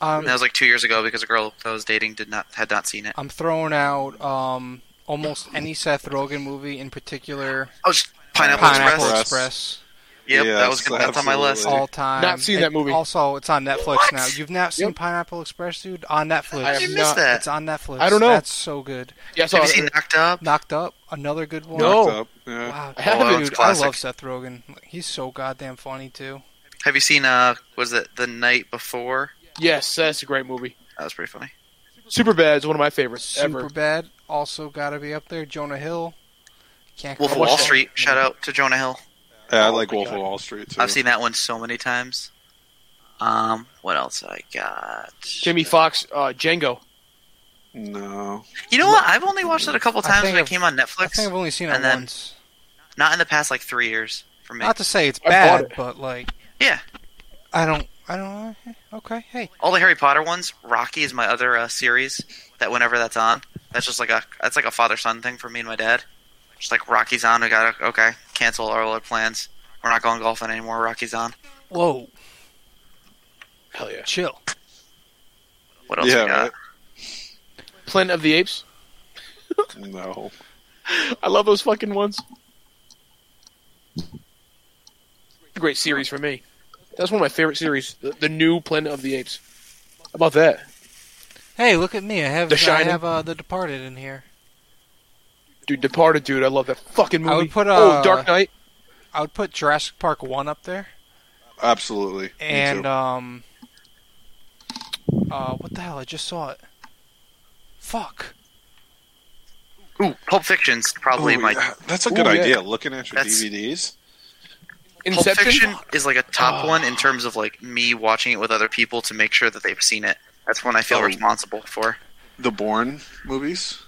Speaker 1: Um,
Speaker 4: And that was like two years ago because a girl that I was dating did not had not seen it.
Speaker 1: I'm throwing out um, almost any Seth Rogen movie in particular.
Speaker 4: Oh, just Pineapple,
Speaker 1: Pineapple
Speaker 4: Express.
Speaker 1: Express,
Speaker 4: Yep,
Speaker 2: Yes,
Speaker 4: that was gonna, that's on my list.
Speaker 2: absolutely.
Speaker 1: all time.
Speaker 3: Not seen
Speaker 1: And
Speaker 3: that movie.
Speaker 1: Also, it's on Netflix
Speaker 4: What?
Speaker 1: now. You've not seen
Speaker 3: Yep.
Speaker 1: Pineapple Express, dude? On Netflix.
Speaker 3: I have
Speaker 4: You missed
Speaker 3: not-
Speaker 4: that.
Speaker 1: It's on Netflix.
Speaker 3: I don't know.
Speaker 1: That's so good.
Speaker 3: Yeah, I saw
Speaker 4: Have you
Speaker 3: it.
Speaker 4: seen Knocked Up?
Speaker 1: Knocked Up, another good one.
Speaker 3: No.
Speaker 2: Knocked up, yeah.
Speaker 1: Wow,
Speaker 3: I haven't.
Speaker 1: dude,
Speaker 4: It's
Speaker 1: I
Speaker 4: classic.
Speaker 1: love Seth Rogen. He's so goddamn funny too.
Speaker 4: Have you seen uh was it The Night Before?
Speaker 3: Yes, that's a great movie.
Speaker 4: That was pretty funny.
Speaker 3: Superbad is one of my favorites
Speaker 1: Super
Speaker 3: ever.
Speaker 1: bad. Also, gotta be up there. Jonah Hill, Can't
Speaker 4: Wolf of
Speaker 1: quite
Speaker 4: Wall
Speaker 1: say.
Speaker 4: Street. Shout out to Jonah Hill.
Speaker 2: Yeah, I
Speaker 3: Oh
Speaker 2: like
Speaker 3: my
Speaker 2: Wolf
Speaker 3: God.
Speaker 2: of Wall Street too.
Speaker 4: I've seen that one so many times. Um, what else I got?
Speaker 3: Jamie Fox, uh, Django.
Speaker 2: No,
Speaker 4: You know what? I've only watched it a couple
Speaker 1: I
Speaker 4: times
Speaker 1: think
Speaker 4: when it
Speaker 1: I've-
Speaker 4: came on
Speaker 1: I think
Speaker 4: Netflix.
Speaker 1: I've only seen it
Speaker 4: And then-
Speaker 1: once.
Speaker 4: Not in the past like three years for me.
Speaker 1: Not to say it's
Speaker 3: I bought
Speaker 1: bad,
Speaker 3: it.
Speaker 1: but like,
Speaker 4: Yeah.
Speaker 1: I don't, I don't. eh, Okay, hey,
Speaker 4: All the Harry Potter ones. Rocky is my other uh, series that whenever that's on, that's just like a that's like a father son thing for me and my dad. Just like Rocky's on, we gotta okay cancel our other plans. We're not going golfing anymore. Rocky's on.
Speaker 1: whoa,
Speaker 3: Hell yeah.
Speaker 1: chill.
Speaker 4: What else
Speaker 2: Yeah,
Speaker 4: we got?
Speaker 2: right.
Speaker 3: Planet of the Apes.
Speaker 2: no.
Speaker 3: I love those fucking ones. Great series for me. That's one of my favorite series. The, the new Planet of the Apes. How about that?
Speaker 1: Hey, look at me. I have,
Speaker 3: The
Speaker 1: I
Speaker 3: Shining.
Speaker 1: have uh, the Departed in here.
Speaker 3: Dude, Departed, dude. I love that fucking movie.
Speaker 1: I would put, uh,
Speaker 3: oh, Dark Knight.
Speaker 1: I would put Jurassic Park one up there,
Speaker 2: Absolutely. Me
Speaker 1: and
Speaker 2: too.
Speaker 1: um, uh, what the hell? I just saw it. Fuck.
Speaker 4: Ooh, Pulp Fiction's probably
Speaker 2: Ooh,
Speaker 4: my
Speaker 2: yeah, that's a
Speaker 3: Ooh,
Speaker 2: good
Speaker 3: yeah.
Speaker 2: idea. Looking at your
Speaker 4: That's-
Speaker 2: DVDs.
Speaker 3: Inception.
Speaker 4: Pulp Fiction is like a top one in terms of like me watching it with other people to make sure that they've seen it. That's one I feel
Speaker 2: Oh.
Speaker 4: responsible for.
Speaker 2: The Bourne movies.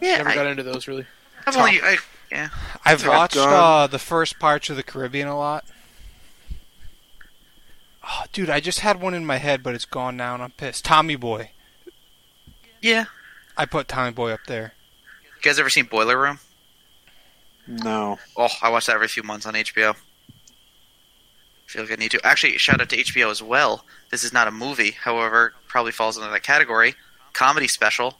Speaker 4: Yeah,
Speaker 3: Never
Speaker 4: I,
Speaker 3: got into those really.
Speaker 4: have only I, yeah.
Speaker 1: I've
Speaker 2: Top
Speaker 1: watched
Speaker 2: Gun.
Speaker 1: uh, the first Pirates of the Caribbean a lot. Oh, dude, I just had one in my head, but it's gone now, and I'm pissed. Tommy Boy.
Speaker 4: Yeah.
Speaker 1: I put Tommy Boy up there.
Speaker 4: You guys ever seen Boiler Room?
Speaker 2: No.
Speaker 4: Oh, I watch that every few months on HBO. feel like I need to. Actually, shout out to HBO as well. This is not a movie, however, probably falls under that category. Comedy special.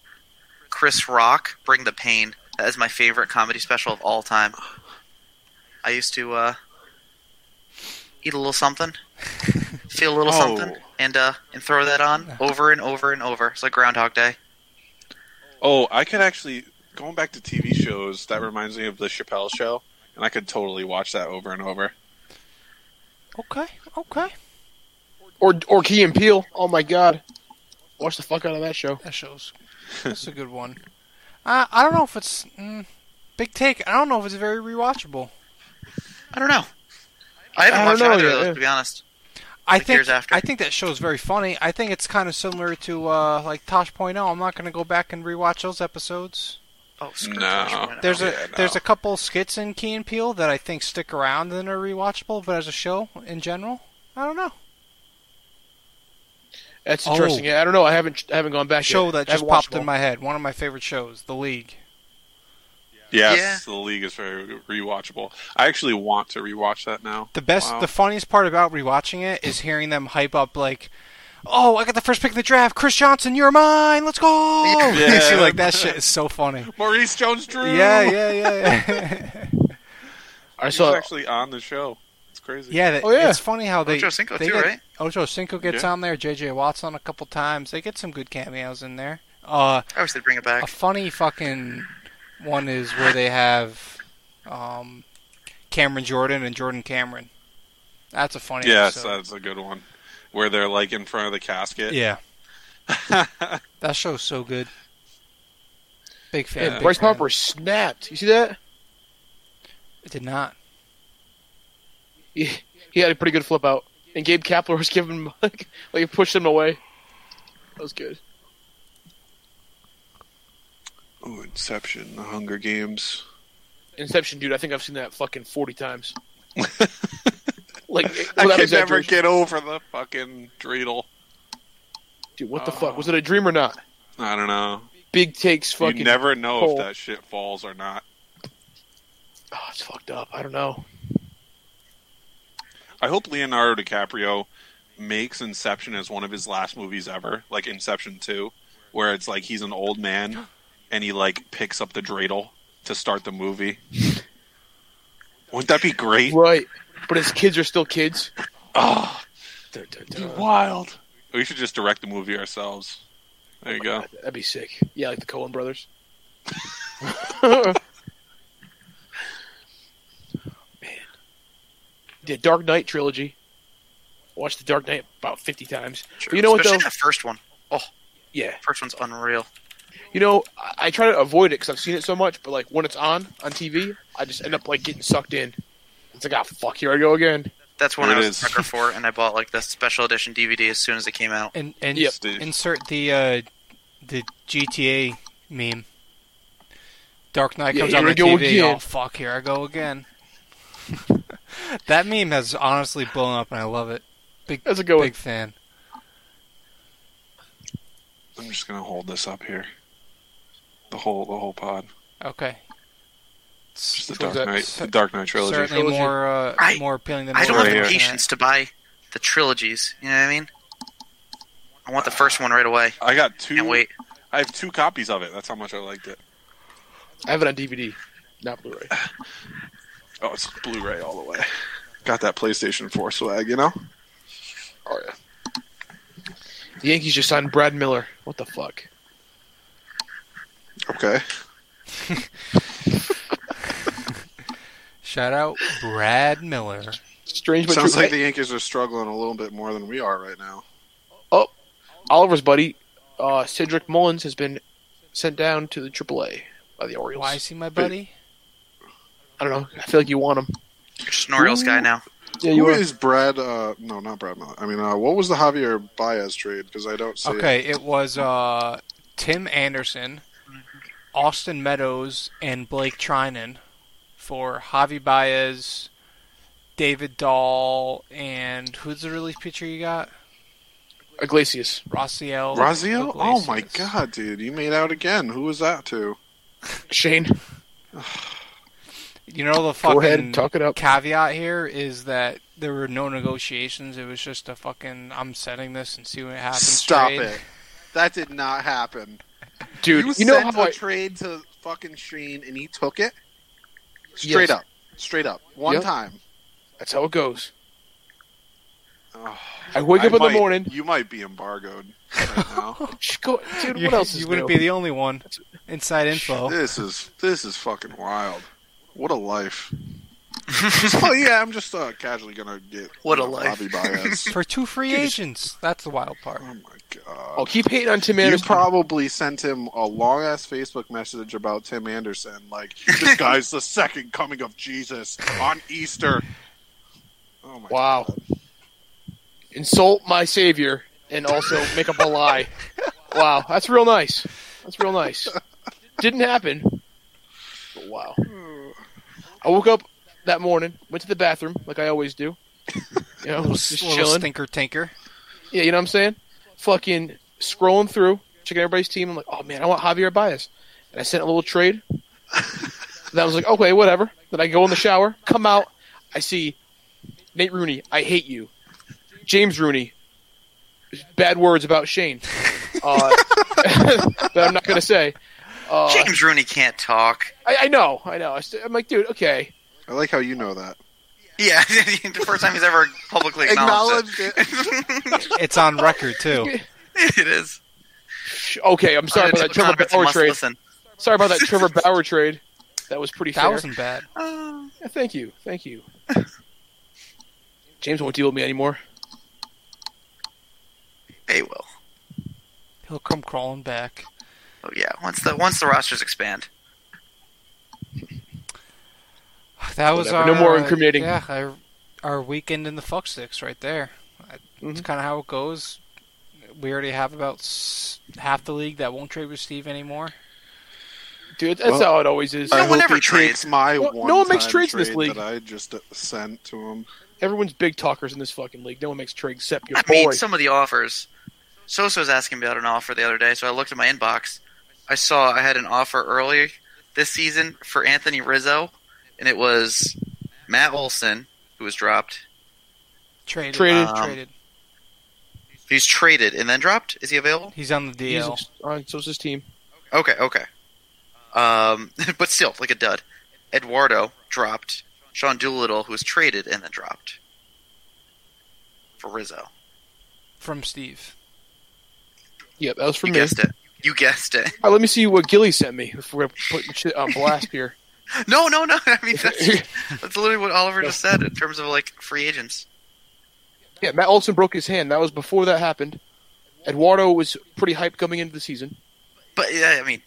Speaker 4: Chris Rock, Bring the Pain. That is my favorite comedy special of all time. I used to uh, eat a little something, feel a little
Speaker 2: Oh.
Speaker 4: something, and uh, and throw that on over and over and over. It's like Groundhog Day.
Speaker 2: Oh, I could actually going back to TV shows. That reminds me of the Chappelle Show, and I could totally watch that over and over.
Speaker 1: Okay, okay.
Speaker 3: Or or Key and Peele. Oh my god. Watch the fuck out of that show.
Speaker 1: That shows. That's a good one. I I don't know if it's mm, big take. I don't know if it's very rewatchable.
Speaker 4: I don't know. I haven't
Speaker 3: I
Speaker 4: watched
Speaker 3: don't know
Speaker 4: either of
Speaker 3: yet,
Speaker 4: those,
Speaker 3: yeah.
Speaker 4: to be honest.
Speaker 1: I
Speaker 4: Like
Speaker 1: think
Speaker 4: years after.
Speaker 1: I think that show's very funny. I think it's kind of similar to uh, like Tosh Point I'm not going to go back and rewatch those episodes.
Speaker 4: Oh, screw
Speaker 2: No.
Speaker 4: Josh Whedon.
Speaker 1: There's
Speaker 2: Yeah,
Speaker 1: a
Speaker 2: no.
Speaker 1: there's a couple skits in Key and Peele that I think stick around and are rewatchable, but as a show in general, I don't know.
Speaker 3: That's
Speaker 1: Oh.
Speaker 3: interesting. Yeah, I don't know. I haven't I haven't gone back.
Speaker 1: show
Speaker 3: yet.
Speaker 1: that
Speaker 3: I
Speaker 1: just
Speaker 3: haven't watched
Speaker 1: popped in
Speaker 3: them all.
Speaker 1: my head. One of my favorite shows, The League.
Speaker 2: Yes, the League is very rewatchable. I actually want to rewatch that now.
Speaker 1: The best,
Speaker 2: Wow.
Speaker 1: the funniest part about rewatching it is hearing them hype up like, "Oh, I got the first pick in the draft. Chris Johnson, you're mine. Let's go!"
Speaker 2: Yeah.
Speaker 1: You see, like that shit is so funny.
Speaker 2: Maurice Jones-Drew.
Speaker 1: Yeah, yeah, yeah, yeah.
Speaker 3: I
Speaker 2: He's
Speaker 3: saw.
Speaker 2: actually on the show. It's crazy.
Speaker 1: yeah, that,
Speaker 3: Oh, yeah.
Speaker 1: It's funny how they
Speaker 4: Ocho Cinco
Speaker 1: they
Speaker 4: too,
Speaker 1: get-
Speaker 4: right?
Speaker 1: Ocho Cinco gets
Speaker 2: Yeah.
Speaker 1: on there. JJ Watts on a couple times. They get some good cameos in there. Uh,
Speaker 4: I wish they'd bring it back.
Speaker 1: a funny fucking one is where they have um, Cameron Jordan and Jordan Cameron. That's a funny.
Speaker 2: Yes,
Speaker 1: episode.
Speaker 2: that's a good one. Where they're like in front of the casket.
Speaker 1: Yeah. that show's so good. Big fan.
Speaker 3: Hey,
Speaker 1: big
Speaker 3: Bryce
Speaker 1: fan.
Speaker 3: Harper snapped. You see that?
Speaker 1: It did not.
Speaker 3: He, he had a pretty good flip out, and Gabe Kapler was giving him like like he pushed him away. That was good.
Speaker 2: Ooh, Inception, The Hunger Games.
Speaker 3: Inception, dude. I think I've seen that fucking forty times. like
Speaker 2: I
Speaker 3: without
Speaker 2: can never
Speaker 3: exaggeration.
Speaker 2: get over the fucking dreidel.
Speaker 3: Dude,
Speaker 2: Oh.
Speaker 3: what the fuck was it a dream or not?
Speaker 2: I don't know.
Speaker 3: Big takes fucking.
Speaker 2: You never know
Speaker 3: hole.
Speaker 2: if that shit falls or not.
Speaker 3: Oh, it's fucked up. I don't know.
Speaker 2: I hope Leonardo DiCaprio makes Inception as one of his last movies ever, like Inception 2, where it's like he's an old man and he like picks up the dreidel to start the movie. Wouldn't that be great?
Speaker 3: Right, but his kids are still kids.
Speaker 2: Oh,
Speaker 3: Dun, dun,
Speaker 2: it'd be
Speaker 3: dun.
Speaker 2: wild. We should just direct the movie ourselves. There you go.
Speaker 3: That'd be sick. Yeah, like the Cohen brothers. Man. The Dark Knight trilogy. Watched the Dark Knight about fifty times.
Speaker 4: True.
Speaker 3: But you know what
Speaker 4: Especially
Speaker 3: though?
Speaker 4: that first one.
Speaker 3: Yeah.
Speaker 4: First one's unreal.
Speaker 3: You know, I, I try to avoid it because I've seen it so much. But like when it's on on TV, I just end up like getting sucked in. It's like, ah, fuck, here I go again.
Speaker 4: That's one
Speaker 5: There
Speaker 4: I
Speaker 5: it
Speaker 4: was
Speaker 5: is.
Speaker 4: a sucker for, and I bought like the special edition DVD as soon as it came out.
Speaker 1: And and
Speaker 3: Yep.
Speaker 1: insert the uh, the GTA meme. Dark Knight
Speaker 3: Yeah,
Speaker 1: comes
Speaker 3: here
Speaker 1: on
Speaker 3: I
Speaker 1: the
Speaker 3: go
Speaker 1: TV.
Speaker 3: again.
Speaker 1: Oh fuck! Here I go again. that meme has honestly blown up, and I love it. Big
Speaker 3: That's a good
Speaker 1: big fan.
Speaker 5: I'm just gonna hold this up here. The whole the whole pod.
Speaker 1: Okay,
Speaker 5: It's the
Speaker 3: Which one's
Speaker 5: Dark
Speaker 3: that?
Speaker 5: Knight the Dark Knight trilogy.
Speaker 1: certainly
Speaker 3: Trilogy.
Speaker 1: more uh,
Speaker 4: I-
Speaker 1: more appealing than
Speaker 4: I
Speaker 1: most
Speaker 4: don't have
Speaker 5: Right
Speaker 4: the
Speaker 5: here.
Speaker 4: patience to buy the trilogies. You know what I mean? I want the first one right away.
Speaker 5: I got two
Speaker 4: Can't wait.
Speaker 5: I have two copies of it. That's how much I liked it.
Speaker 3: I have it on DVD, not Blu-ray.
Speaker 5: Oh, it's Blu-ray all the way. Got that PlayStation 4 swag, you know?
Speaker 3: Oh yeah. The Yankees just signed Brad Miller. What the fuck?
Speaker 5: Okay.
Speaker 1: Shout out Brad Miller.
Speaker 3: Strange, but
Speaker 5: Sounds
Speaker 3: true.
Speaker 5: like
Speaker 3: Hey,
Speaker 5: the Yankees are struggling a little bit more than we are right now.
Speaker 3: Oliver's buddy, uh, Cedric Mullins, has been sent down to the AAA by the Orioles.
Speaker 1: Why is he my buddy?
Speaker 3: I don't know. I feel like you want him.
Speaker 4: You're just an Orioles guy now.
Speaker 3: Yeah,
Speaker 2: Who is Brad? Uh, no, not Brad Miller. I mean, uh, what was the Javier Baez trade? Because I don't see.
Speaker 1: Okay, it was uh, Tim Anderson, Austin Meadows, and Blake Trinan for Javi Baez, David Dahl, and who's the relief pitcher you got?
Speaker 3: Iglesias.
Speaker 1: Rossiel.
Speaker 2: It. Raziel? Oh my
Speaker 1: Iglesias.
Speaker 2: god, dude! You made out again. Who was that to?
Speaker 3: Shane,
Speaker 1: You know the
Speaker 3: go ahead
Speaker 1: fucking
Speaker 3: and talk it up.
Speaker 1: caveat here is that there were no negotiations. It was just a fucking I'm setting this and see what happens.
Speaker 2: Stop
Speaker 1: trade.
Speaker 2: it! That did not happen.
Speaker 3: Dude,
Speaker 2: you,
Speaker 3: you, know
Speaker 2: sent
Speaker 3: how
Speaker 2: a
Speaker 3: I,
Speaker 2: trade to fucking Sheen, and he took it straight
Speaker 3: Yes.
Speaker 2: up, straight up, one
Speaker 3: Yep.
Speaker 2: time.
Speaker 3: that's how it goes.
Speaker 2: Oh,
Speaker 3: I wake
Speaker 5: I
Speaker 3: up in
Speaker 5: might-
Speaker 3: the morning.
Speaker 2: you might be embargoed right now.
Speaker 3: Shh, Go, dude,
Speaker 1: You,
Speaker 3: what else is
Speaker 1: you wouldn't
Speaker 3: new?
Speaker 1: be the only one. Inside info.
Speaker 2: this is this is fucking wild. What a life. oh yeah, I'm just uh, casually gonna get
Speaker 4: What a
Speaker 2: uh,
Speaker 4: life.
Speaker 2: Bobby Baez.
Speaker 1: for two free agents. That's the wild part.
Speaker 2: oh my god.
Speaker 3: I'll keep hating on Tim
Speaker 2: You
Speaker 3: Anderson.
Speaker 2: probably sent him a long ass Facebook message about Tim Anderson, like this guy's the second coming of Jesus on Easter. Oh my
Speaker 3: wow. Insult my savior and also make up a lie. Wow, that's real nice. That's real nice. Didn't happen. But wow. I woke up that morning, went to the bathroom like I always do. You know, just
Speaker 1: little
Speaker 3: chilling.
Speaker 1: stinker tinker.
Speaker 3: Yeah, you know what I'm saying? Fucking scrolling through, checking everybody's team. I'm like, oh man, I want Javier Baez. And I sent a little trade. and I was like, okay, whatever. Then I go in the shower, come out, I see Nate Rooney, I hate you. James Rooney, bad words about Shane. Uh, that I'm not going to say. Uh,
Speaker 4: James Rooney can't talk.
Speaker 3: I, I know, I know. I st- I'm like, dude, okay.
Speaker 2: I like how you know that.
Speaker 4: Yeah, the first time he's ever publicly acknowledged.
Speaker 2: Acknowledged it.
Speaker 1: It's on record too.
Speaker 4: it. it is.
Speaker 3: Sh- Okay, I'm sorry about that Trevor
Speaker 4: Conrad
Speaker 3: Bauer
Speaker 4: must
Speaker 3: trade.
Speaker 4: Listen.
Speaker 3: Sorry about that Trevor Bauer trade. That was pretty
Speaker 1: That
Speaker 3: fair.
Speaker 1: wasn't bad.
Speaker 4: Oh,
Speaker 3: Yeah, thank you, thank you. James won't deal with me anymore.
Speaker 4: they will.
Speaker 1: He'll come crawling back.
Speaker 4: Oh yeah. Once the once the rosters expand.
Speaker 1: That was
Speaker 3: Whatever.
Speaker 1: our,
Speaker 3: No more
Speaker 1: uh,
Speaker 3: incriminating.
Speaker 1: yeah, our, our weekend in the fuck sticks right there. That's
Speaker 3: Mhm.
Speaker 1: kind of how it goes. We already have about s- half the league that won't trade with Steve anymore.
Speaker 3: Dude, that's
Speaker 2: Well,
Speaker 3: how it always is.
Speaker 2: I
Speaker 4: No one
Speaker 2: hope
Speaker 4: ever
Speaker 2: he
Speaker 4: trades.
Speaker 2: takes my
Speaker 3: No-
Speaker 2: one.
Speaker 3: no one makes trades in this league.
Speaker 2: that I just uh, sent to him.
Speaker 3: Everyone's big talkers in this fucking league. No one makes trade except your
Speaker 4: I
Speaker 3: boy.
Speaker 4: made some of the offers. Sosa was asking me about an offer the other day, so I looked at my inbox. I saw I had an offer earlier this season for Anthony Rizzo, and it was Matt Olson, who was dropped.
Speaker 1: Traded,
Speaker 3: Traded.
Speaker 4: Um,
Speaker 1: traded.
Speaker 4: He's traded and then dropped. Is he available?
Speaker 1: He's on the
Speaker 3: He's
Speaker 1: DL.
Speaker 3: ex- on Sosa's team.
Speaker 4: Okay, okay. Um, but still, like a dud. Eduardo dropped. Sean Doolittle, who was traded and then dropped for Rizzo.
Speaker 1: from Steve.
Speaker 3: Yep, that was from
Speaker 4: You
Speaker 3: me.
Speaker 4: guessed it. You guessed it.
Speaker 3: All right, let me see what Gilly sent me. If we're putting shit on blast here.
Speaker 4: No, no, no. I mean, that's, that's literally what Oliver just said in terms of like free agents.
Speaker 3: yeah, Matt Olson broke his hand. That was before that happened. Eduardo was pretty hyped coming into the season.
Speaker 4: But yeah, I mean,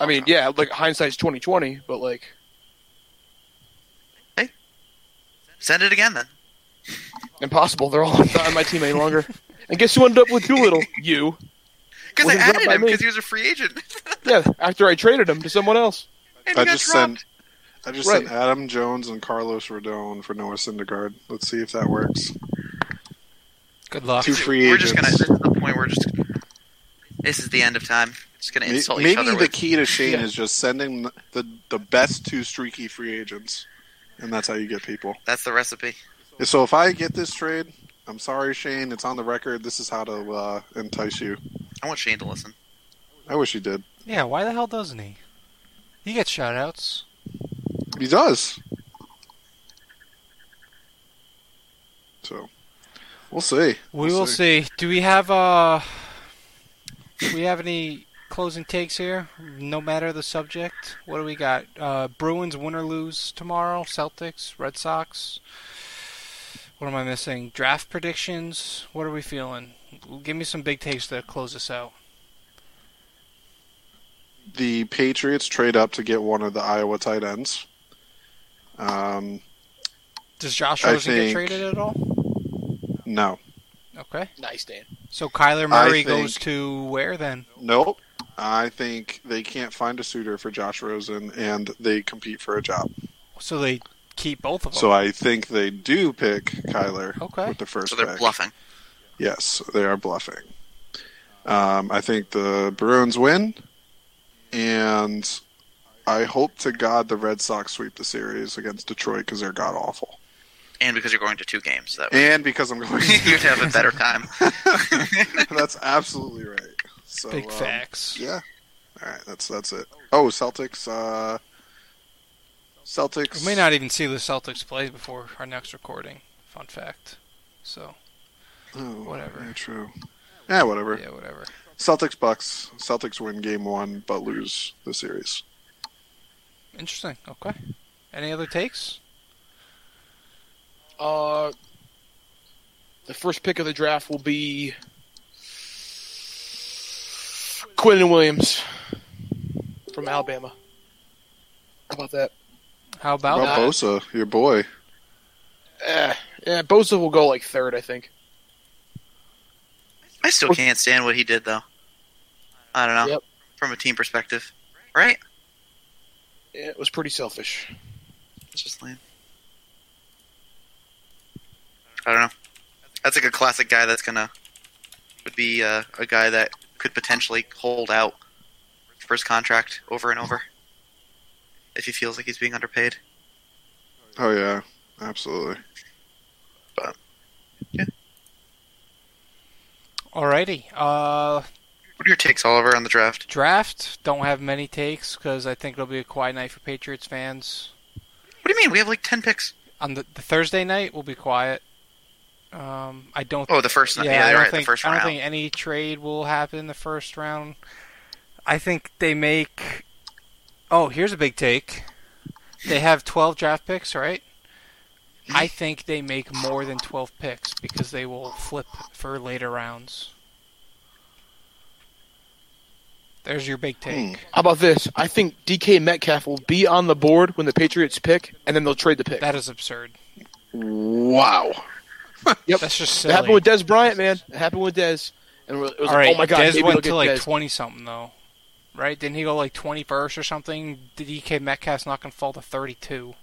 Speaker 3: I mean, yeah, like hindsight's twenty twenty, but like
Speaker 4: send it again then.
Speaker 3: impossible. They're all not on my team any longer. And guess who ended up with Doolittle? You.
Speaker 4: Because
Speaker 3: Well,
Speaker 4: I
Speaker 3: he dropped
Speaker 4: added
Speaker 3: by
Speaker 4: him
Speaker 3: me.
Speaker 4: because he was a free agent.
Speaker 3: Yeah, after I traded him to someone else.
Speaker 4: and he
Speaker 2: I
Speaker 4: got
Speaker 2: just
Speaker 4: dropped.
Speaker 2: sent. I just
Speaker 3: Right.
Speaker 2: sent Adam Jones and Carlos Rodon for Noah Syndergaard. Let's see if that works.
Speaker 1: Good luck.
Speaker 2: Two free
Speaker 4: We're just gonna.
Speaker 2: agents.
Speaker 4: This is the point. We're just. This is the end of time. Just gonna
Speaker 2: May-
Speaker 4: insult each
Speaker 2: Maybe
Speaker 4: other.
Speaker 2: the
Speaker 4: with,
Speaker 2: key to Shane
Speaker 3: Yeah.
Speaker 2: is just sending the, the the best two streaky free agents, and that's how you get people.
Speaker 4: that's the recipe.
Speaker 2: So if I get this trade, I'm sorry, Shane. It's on the record. This is how to uh, entice you.
Speaker 4: I want Shane to listen.
Speaker 2: I wish he did.
Speaker 1: Yeah, why the hell doesn't he? He gets shoutouts.
Speaker 2: He does. So we'll see.
Speaker 1: We will see. Do we have uh do we have any closing takes here? No matter the subject. What do we got? Uh Bruins win or lose tomorrow, Celtics, Red Sox. What am I missing? Draft predictions. What are we feeling? Give me some big takes to close this out.
Speaker 2: The Patriots trade up to get one of the Iowa tight ends. Um,
Speaker 1: Does Josh
Speaker 2: I
Speaker 1: Rosen get
Speaker 2: think-
Speaker 1: traded at all?
Speaker 2: no,
Speaker 1: Okay.
Speaker 3: Nice, Dan.
Speaker 1: So Kyler Murray
Speaker 2: think-
Speaker 1: goes to where then?
Speaker 2: nope. I think they can't find a suitor for Josh Rosen, and they compete for a job.
Speaker 1: So they keep both of them.
Speaker 2: So I think they do pick Kyler
Speaker 1: Okay.
Speaker 2: with the first.
Speaker 4: So they're
Speaker 2: pick.
Speaker 4: bluffing.
Speaker 2: Yes, they are bluffing. Um, I think the Bruins win, and I hope to God the Red Sox sweep the series against Detroit because they're god awful.
Speaker 4: And because you're going to two games, that way
Speaker 2: And because I'm going,
Speaker 4: you'd have a better time.
Speaker 2: that's absolutely right. So
Speaker 1: big
Speaker 2: um,
Speaker 1: facts.
Speaker 2: Yeah. All right, that's that's it. Oh, Celtics. Uh, Celtics.
Speaker 1: We may not even see the Celtics play before our next recording. Fun fact. So
Speaker 2: Oh,
Speaker 1: whatever.
Speaker 2: yeah, true. Yeah, whatever.
Speaker 1: yeah, whatever.
Speaker 2: Celtics Bucks. Celtics win game one, but lose the series.
Speaker 1: Interesting. Okay. Any other takes?
Speaker 3: Uh, the first pick of the draft will be Quinton Williams from Alabama. How about that?
Speaker 1: How about
Speaker 2: Well,
Speaker 1: that?
Speaker 2: Bosa, your boy.
Speaker 3: Eh, yeah, Bosa will go like third, I think.
Speaker 4: I still can't stand what he did, though. I don't know.
Speaker 3: Yep.
Speaker 4: From a team perspective, right?
Speaker 3: Yeah, Eh, it was pretty selfish.
Speaker 4: It's just lame. I don't know. That's like a classic guy that's gonna would be uh, a guy that could potentially hold out for his contract over and over if he feels like he's being underpaid.
Speaker 2: Oh yeah, absolutely.
Speaker 1: Alrighty. Uh,
Speaker 4: What are your takes, Oliver, on the draft?
Speaker 1: draft. Don't have many takes because I think it'll be a quiet night for Patriots fans.
Speaker 4: What do you mean? We have like ten picks.
Speaker 1: On the, the Thursday night, we'll be quiet. Um, I don't.
Speaker 4: Oh, the first. Yeah, yeah
Speaker 1: I
Speaker 4: you're
Speaker 1: don't
Speaker 4: right.
Speaker 1: think
Speaker 4: the first
Speaker 1: I don't
Speaker 4: round.
Speaker 1: think any trade will happen the first round. I think they make. Oh, here's a big take. They have 12 draft picks, right? I think they make more than 12 picks because they will flip for later rounds. There's your big take.
Speaker 3: How about this? I think DK Metcalf will be on the board when the Patriots pick, and then they'll trade the pick.
Speaker 1: That is absurd.
Speaker 2: Wow.
Speaker 3: Yep.
Speaker 1: That's just
Speaker 3: It happened
Speaker 1: silly.
Speaker 3: with Des Bryant, man. It happened with Des. And it was like,
Speaker 1: All right,
Speaker 3: oh my god,
Speaker 1: Dez
Speaker 3: maybe
Speaker 1: went
Speaker 3: they'll
Speaker 1: to
Speaker 3: get
Speaker 1: like
Speaker 3: Dez.
Speaker 1: 20 something though, right? Didn't he go like 21st or something? DK Metcalf's not going to fall to 32.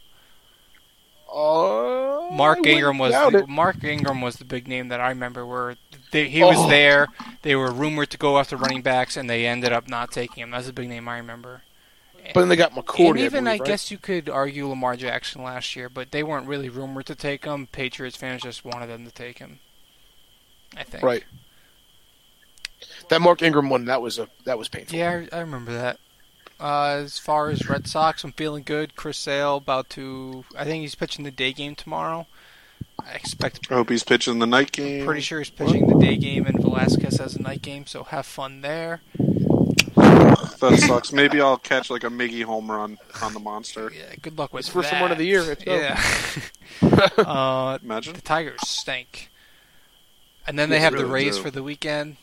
Speaker 3: Uh, I
Speaker 1: Mark
Speaker 3: wouldn't
Speaker 1: Ingram was
Speaker 3: doubt
Speaker 1: the,
Speaker 3: it.
Speaker 1: Mark Ingram was the big name that I remember. Where they, he was
Speaker 3: Oh.
Speaker 1: there, they were rumored to go after running backs, and they ended up not taking him. That's a big name I remember.
Speaker 3: But then they got McCourty.
Speaker 1: and even I,
Speaker 3: believe, right?
Speaker 1: guess you could argue Lamar Jackson last year, but they weren't really rumored to take him. Patriots fans just wanted them to take him. I think.
Speaker 3: Right. That Mark Ingram one, that was a that was painful.
Speaker 1: Yeah, I, I remember that. Uh, as far as Red Sox, I'm feeling good. Chris Sale about to. I think he's pitching the day game tomorrow. I expect
Speaker 2: I hope he's pitching the night game.
Speaker 1: Pretty sure he's pitching the day game and Velasquez has a night game, so have fun there.
Speaker 2: That sucks. Maybe I'll catch like a Miggy home run on the monster.
Speaker 1: Yeah, good luck with
Speaker 3: It's
Speaker 1: that.
Speaker 3: first one of the year, let's go.
Speaker 1: Yeah.
Speaker 4: Oh,
Speaker 1: uh,
Speaker 2: Imagine.
Speaker 1: the Tigers stink. And then they
Speaker 2: Yes,
Speaker 1: have
Speaker 2: they
Speaker 1: the
Speaker 2: really
Speaker 1: Rays
Speaker 2: do.
Speaker 1: for the weekend.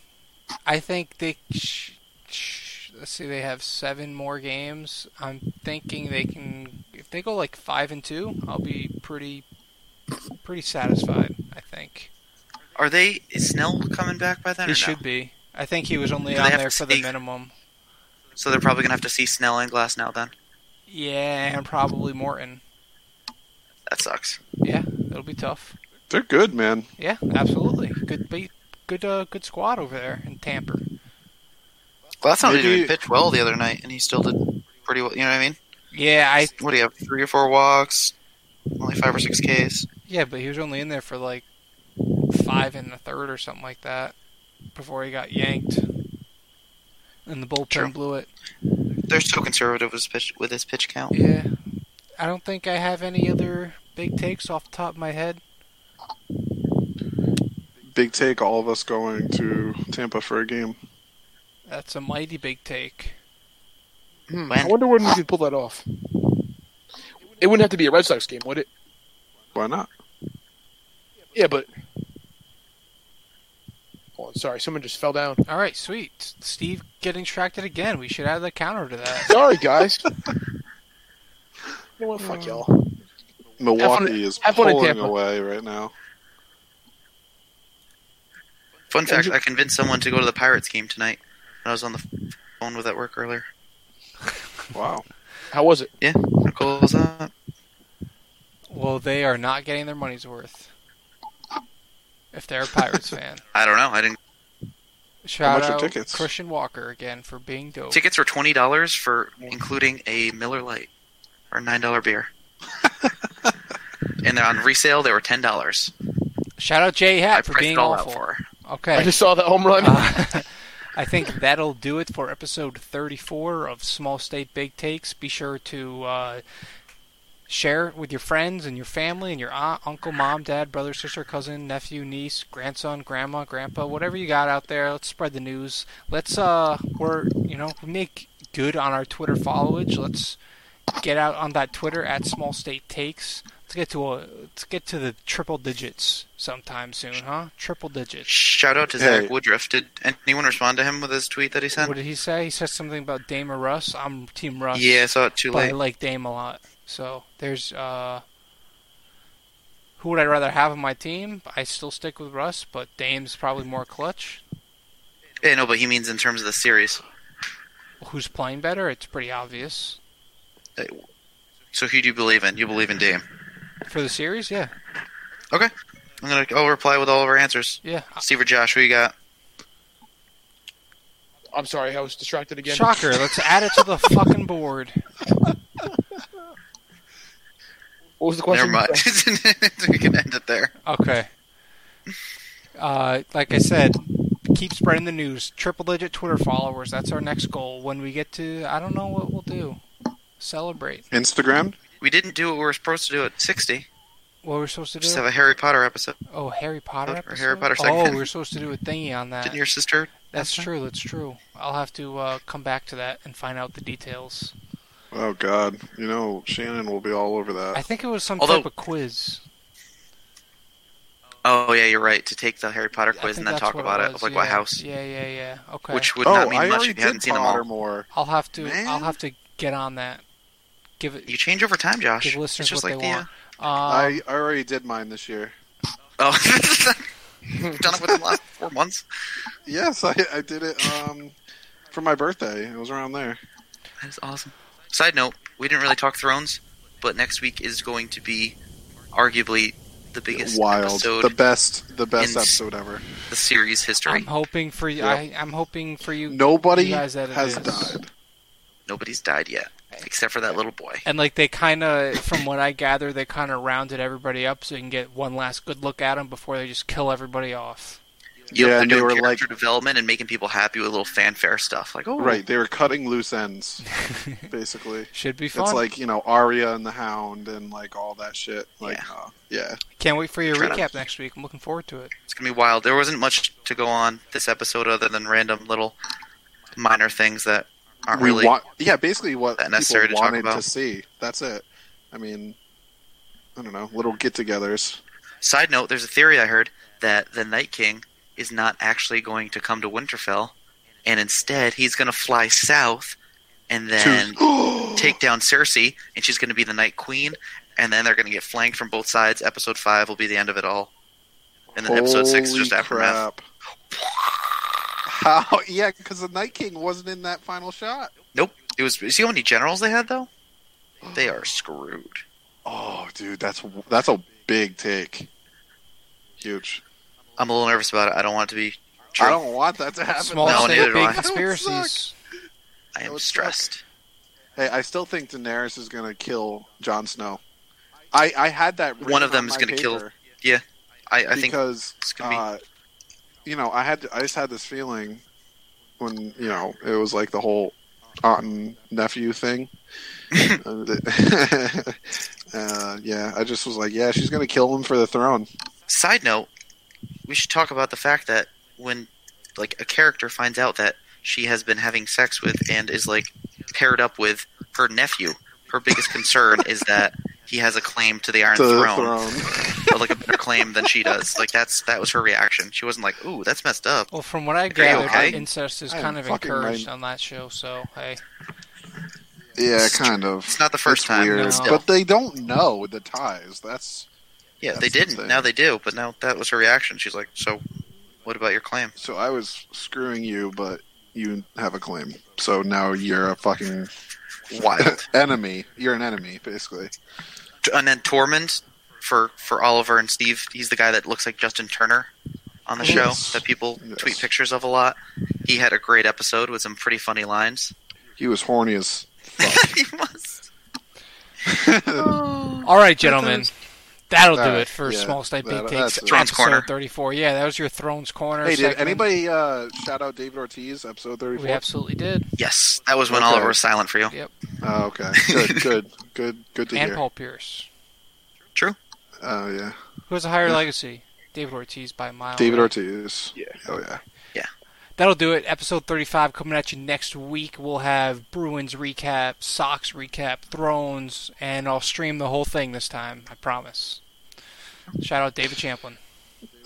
Speaker 1: I think they sh- sh- let's see, they have seven more games. I'm thinking they can, if they go like five and two, I'll be pretty, pretty satisfied. I think
Speaker 4: Are they? Is Snell coming back by then?
Speaker 1: he
Speaker 4: or no?
Speaker 1: should be. I think he was only
Speaker 4: Do they
Speaker 1: on
Speaker 4: have
Speaker 1: there
Speaker 4: to
Speaker 1: for the
Speaker 4: speak?
Speaker 1: minimum.
Speaker 4: So they're probably gonna have to see Snell and Glass now. Then
Speaker 1: Yeah, and probably Morton.
Speaker 4: that sucks.
Speaker 1: Yeah, it'll be tough.
Speaker 5: They're good, man.
Speaker 1: Yeah, absolutely. Good beat. Good, uh, good squad over there in Tampa.
Speaker 4: Glass now didn't
Speaker 2: Maybe-
Speaker 4: even pitch well the other night, and he still did pretty well. You know what I mean?
Speaker 1: Yeah, I
Speaker 4: What do you have? Three or four walks, only five or six Ks.
Speaker 1: yeah, but he was only in there for like five and a third or something like that before he got yanked, and the bullpen
Speaker 4: True.
Speaker 1: blew it.
Speaker 4: They're so conservative with his pitch with his pitch count.
Speaker 1: Yeah, I don't think I have any other big takes off the top of my head.
Speaker 5: Big take, all of us going to Tampa for a game.
Speaker 1: That's a mighty big take. Hmm.
Speaker 3: I wonder when we can pull that off. It wouldn't have to be a Red Sox game, would it?
Speaker 5: Why not?
Speaker 3: Yeah, but. Oh, sorry, someone just fell down.
Speaker 1: All right, sweet. Steve getting distracted again. We should add the counter to that.
Speaker 3: Sorry, guys. you know what? Fuck y'all.
Speaker 1: Mm.
Speaker 5: Milwaukee
Speaker 3: Have fun-
Speaker 5: is
Speaker 3: have fun in
Speaker 5: pulling
Speaker 3: Tampa.
Speaker 5: away right now.
Speaker 4: Fun fact: I convinced someone to go to the Pirates game tonight. When I was on the phone with at work earlier.
Speaker 5: Wow.
Speaker 3: How was it?
Speaker 4: Yeah, Nicole was up.
Speaker 1: Well, they are not getting their money's worth. If they're a Pirates fan,
Speaker 4: I don't know. I didn't.
Speaker 1: shout
Speaker 5: much are
Speaker 1: out
Speaker 5: tickets?
Speaker 1: Christian Walker again for being dope.
Speaker 4: Tickets were twenty dollars for including a Miller Lite or nine dollar beer. and on resale, they were ten dollars.
Speaker 1: Shout out Jay
Speaker 4: I
Speaker 1: Hat for
Speaker 4: priced
Speaker 1: being
Speaker 4: it all
Speaker 1: awful.
Speaker 4: out for her.
Speaker 3: I
Speaker 1: Okay.
Speaker 3: just saw that home run.
Speaker 1: Uh, I think that'll do it for episode 34 of Small State Big Takes. Be sure to uh, share it with your friends and your family and your aunt, uncle, mom, dad, brother, sister, cousin, nephew, niece, grandson, grandma, grandpa, whatever you got out there. Let's spread the news. Let's uh, we're you know we make good on our Twitter followage. Let's get out on that Twitter at Small State Takes. Let's get to a let's get to the triple digits sometime soon, huh? Triple digits.
Speaker 4: Shout out to
Speaker 5: Hey.
Speaker 4: Zach Woodruff. Did anyone respond to him with his tweet that he sent?
Speaker 1: What did he say? He said something about Dame or Russ. I'm Team Russ.
Speaker 4: Yeah, I saw it too
Speaker 1: but I
Speaker 4: late.
Speaker 1: like Dame a lot. So there's uh, who would I rather have on my team? I still stick with Russ, but Dame's probably more clutch.
Speaker 4: Yeah, no, but he means in terms of the series.
Speaker 1: Who's playing better? It's pretty obvious
Speaker 4: So who do you believe in? You believe in Dame.
Speaker 1: for the series. Yeah,
Speaker 4: Okay. I'm gonna I'll reply with all of our answers.
Speaker 1: yeah.
Speaker 4: Steve or Josh, who you got?
Speaker 3: I'm sorry, I was distracted again.
Speaker 1: Shocker. Let's add it to the fucking board.
Speaker 3: What was the question?
Speaker 4: Never mind. we can end it there.
Speaker 1: Okay. Uh, like I said, keep spreading the news. Triple digit Twitter followers. That's our next goal. When we get to, I don't know what we'll do. Celebrate.
Speaker 5: Instagram?
Speaker 4: We didn't do what we were supposed to do at 60.
Speaker 1: What we're supposed to do?
Speaker 4: Just have a Harry Potter episode.
Speaker 1: Oh, Harry Potter
Speaker 4: Or
Speaker 1: episode?
Speaker 4: Harry Potter
Speaker 1: Oh,
Speaker 4: segment.
Speaker 1: we were supposed to do a thingy on that.
Speaker 4: Didn't your sister?
Speaker 1: That's true. That's true. I'll have to uh, come back to that and find out the details.
Speaker 5: Oh, God. You know, Shannon will be all over that.
Speaker 1: I think it was some
Speaker 4: Although-
Speaker 1: type of quiz.
Speaker 4: Oh yeah, you're right. To take the Harry Potter
Speaker 1: I
Speaker 4: quiz
Speaker 1: think
Speaker 4: and then
Speaker 1: that's
Speaker 4: talk
Speaker 1: what
Speaker 4: about
Speaker 1: it
Speaker 4: it,
Speaker 1: was.
Speaker 4: of like
Speaker 1: yeah.
Speaker 4: what house,
Speaker 1: Yeah, yeah, yeah. Okay.
Speaker 4: which would
Speaker 5: oh,
Speaker 4: not mean
Speaker 5: I
Speaker 4: much
Speaker 5: already
Speaker 4: if you hadn't
Speaker 5: did
Speaker 4: seen them all.
Speaker 5: Pottermore.
Speaker 1: I'll have to.
Speaker 5: Man.
Speaker 1: I'll have to get on that. Give it.
Speaker 4: You change over time, Josh.
Speaker 1: Give
Speaker 4: It's
Speaker 1: listeners
Speaker 4: just
Speaker 1: what
Speaker 4: like
Speaker 1: they
Speaker 4: the,
Speaker 1: want. Uh,
Speaker 5: I, I already did mine this year.
Speaker 4: uh, oh, You've done it within the last four months.
Speaker 5: Yes, I, I did it um, for my birthday. It was around there.
Speaker 4: That's awesome. Side note: We didn't really talk Thrones, but next week is going to be arguably the biggest
Speaker 5: Wild.
Speaker 4: episode
Speaker 5: The best the best
Speaker 4: in-
Speaker 5: episode ever.
Speaker 4: the series history.
Speaker 1: I'm hoping for you. I, I'm hoping for you.
Speaker 5: Nobody
Speaker 1: you guys edited
Speaker 5: has
Speaker 1: it.
Speaker 5: died.
Speaker 4: Nobody's died yet, except for that little boy.
Speaker 1: And like they kind of, from what I gather, they kind of rounded everybody up so you can get one last good look at them before they just kill everybody off.
Speaker 4: Yep,
Speaker 5: Yeah,
Speaker 4: they're
Speaker 5: and they
Speaker 4: doing
Speaker 5: were
Speaker 4: character development and making people happy with little fanfare stuff. Like, oh,
Speaker 5: Right, they were cutting loose ends, basically.
Speaker 1: Should be fun.
Speaker 5: It's like you know Arya and the Hound and like all that shit. Like, yeah, uh, yeah.
Speaker 1: Can't wait for your
Speaker 4: Try to-
Speaker 1: recap next week. I'm looking forward to it.
Speaker 4: it's gonna be wild. There wasn't much to go on this episode other than random little minor things that aren't
Speaker 5: We
Speaker 4: really.
Speaker 5: want, yeah, basically what
Speaker 4: That necessary
Speaker 5: people
Speaker 4: to talk
Speaker 5: wanted
Speaker 4: about.
Speaker 5: to see. That's it. I mean, I don't know, little get-togethers.
Speaker 4: Side note: There's a theory I heard that the Night King is not actually going to come to Winterfell, and instead he's going to fly south and then take down Cersei, and she's going to be the Night Queen, and then they're going to get flanked from both sides. Episode five will be the end of it all, and then episode six is
Speaker 2: Holy
Speaker 4: just aftermath.
Speaker 2: crap. How? Yeah, because the Night King wasn't in that final shot.
Speaker 4: Nope. It was. You see how many generals they had though? They are screwed.
Speaker 2: Oh, dude, that's that's a big take. Huge.
Speaker 4: I'm a little nervous about it. I don't want it to be
Speaker 2: I
Speaker 4: true.
Speaker 2: don't want that to happen.
Speaker 1: Small
Speaker 4: No,
Speaker 1: state,
Speaker 4: neither do
Speaker 1: big
Speaker 4: I.
Speaker 2: That would suck.
Speaker 1: conspiracies.
Speaker 4: I
Speaker 2: that
Speaker 4: am
Speaker 2: would suck.
Speaker 4: stressed.
Speaker 2: Hey, I still think Daenerys is gonna kill Jon Snow. I, I had that.
Speaker 4: One
Speaker 2: written
Speaker 4: of them
Speaker 2: on
Speaker 4: is
Speaker 2: my
Speaker 4: gonna kill-
Speaker 2: paper
Speaker 4: I, I think
Speaker 2: because
Speaker 4: it's gonna be-
Speaker 2: uh, you know I had I just had this feeling when you know it was like the whole aunt and nephew thing. And it- uh, yeah, I just was like, yeah, she's gonna kill him for the throne.
Speaker 4: Side note, we should talk about the fact that when like a character finds out that she has been having sex with and is like paired up with her nephew, her biggest concern is that he has a claim to the Iron
Speaker 2: to
Speaker 4: Throne,
Speaker 2: the throne.
Speaker 4: but like a better claim than she does. Like that's that was her reaction. She wasn't like, "Ooh, that's messed up."
Speaker 1: Well, from what I
Speaker 4: Are you
Speaker 1: gathered,
Speaker 4: okay?
Speaker 1: incest is
Speaker 2: I am
Speaker 1: kind of
Speaker 2: fucking
Speaker 1: encouraged
Speaker 2: right.
Speaker 1: on that show. So hey,
Speaker 2: Yeah, kind of.
Speaker 4: It's not the first
Speaker 2: It's
Speaker 4: time.
Speaker 2: weird.
Speaker 4: but still.
Speaker 2: but they don't know the ties. That's
Speaker 4: yeah, they
Speaker 2: that's the
Speaker 4: didn't.
Speaker 2: thing.
Speaker 4: now they do. But now that was her reaction. She's like, "So, what about your claim?"
Speaker 2: so I was screwing you, but you have a claim. So now you're a fucking
Speaker 4: Wild.
Speaker 2: enemy. You're an enemy, basically.
Speaker 4: and then Tormund for for Oliver and Steve. He's the guy that looks like Justin Turner on the show
Speaker 2: Yes.
Speaker 4: that people
Speaker 2: Yes.
Speaker 4: tweet pictures of a lot. He had a great episode with some pretty funny lines.
Speaker 2: He was horny as
Speaker 4: he was.
Speaker 2: Oh,
Speaker 1: all right, gentlemen, that'll do
Speaker 2: All right,
Speaker 1: it for
Speaker 2: yeah,
Speaker 1: small state big
Speaker 2: that-
Speaker 1: takes
Speaker 2: that's it.
Speaker 4: Thrones
Speaker 1: episode
Speaker 4: Corner.
Speaker 1: thirty-four. Yeah, that was your Thrones corner.
Speaker 2: Hey, did
Speaker 1: segment.
Speaker 2: anybody uh, shout out David Ortiz episode thirty
Speaker 1: We
Speaker 2: four?
Speaker 1: absolutely did,
Speaker 4: Yes, that was when
Speaker 2: Okay.
Speaker 4: Oliver was silent for you.
Speaker 1: Yeah.
Speaker 2: Oh, okay, good, good, good, good to
Speaker 1: and
Speaker 2: hear.
Speaker 1: Paul Pierce.
Speaker 4: True.
Speaker 2: Oh yeah,
Speaker 1: Who has a higher
Speaker 2: Yeah.
Speaker 1: legacy? David Ortiz by a mile.
Speaker 2: David
Speaker 1: right?
Speaker 2: Ortiz.
Speaker 5: Yeah.
Speaker 2: Oh yeah.
Speaker 1: That'll do it. Episode 35 coming at you next week. We'll have Bruins recap, Sox recap, Thrones, and I'll stream the whole thing this time. I promise. Shout out David Champlin.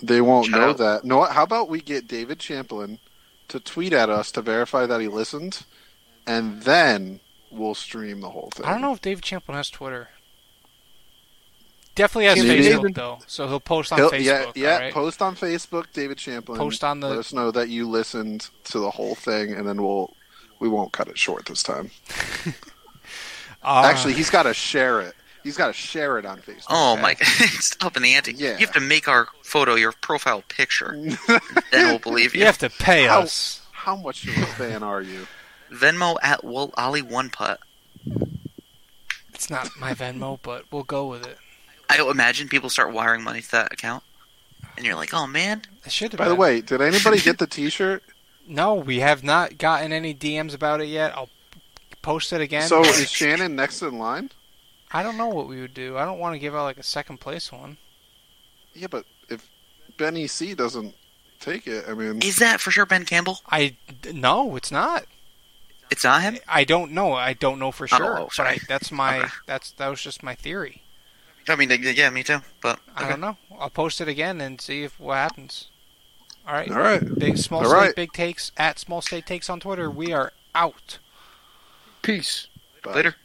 Speaker 2: They won't
Speaker 4: Shout
Speaker 2: know
Speaker 4: out.
Speaker 2: that. No, how about we get David Champlin to tweet at us to verify that he listened, and then we'll stream the whole thing.
Speaker 1: I don't know if David Champlin has Twitter. Definitely has
Speaker 2: Maybe.
Speaker 1: Facebook, though. So he'll post on
Speaker 2: He'll-
Speaker 1: Facebook.
Speaker 2: yeah, yeah.
Speaker 1: all right?
Speaker 2: Post on Facebook, David Champlin.
Speaker 1: Post on the-
Speaker 2: Let us know that you listened to the whole thing, and then we'll we won't cut it short this time.
Speaker 1: Uh,
Speaker 2: Oh. Actually, he's got to share it. He's got to share it on Facebook.
Speaker 4: Oh
Speaker 2: okay?
Speaker 4: my! it's up in the ante.
Speaker 2: Yeah.
Speaker 4: You have to make our photo your profile picture. then we'll believe you.
Speaker 1: Uh, you have to pay
Speaker 2: How-
Speaker 1: us.
Speaker 2: How much of a fan are you?
Speaker 4: Venmo at Wol- Ollie One Putt.
Speaker 1: It's not my Venmo, but we'll go with it.
Speaker 4: I imagine people start wiring money to that account, and you're like, "Oh man,
Speaker 1: I should have
Speaker 2: By the
Speaker 1: been.
Speaker 2: way, did anybody get the T-shirt?
Speaker 1: No, we have not gotten any DMs about it yet. I'll post it again.
Speaker 2: so is Shannon next in line?
Speaker 1: I don't know what we would do. I don't want to give out like a second place one.
Speaker 2: Yeah, but if Benny C doesn't take it, I mean,
Speaker 4: is that for sure Ben Campbell?
Speaker 1: I no, it's not.
Speaker 4: It's not him."
Speaker 1: I don't know. I don't know for sure.
Speaker 4: Oh,
Speaker 1: but I,
Speaker 4: sorry.
Speaker 1: that's my
Speaker 4: Okay.
Speaker 1: that's that was just my theory.
Speaker 4: I mean, yeah, me too. But
Speaker 1: I don't know. I'll post it again and see if what happens. All right.
Speaker 2: all right.
Speaker 1: Big small
Speaker 2: All
Speaker 1: state
Speaker 2: right.
Speaker 1: big takes at small state takes on Twitter. We are out.
Speaker 3: Peace.
Speaker 2: Bye.
Speaker 4: later.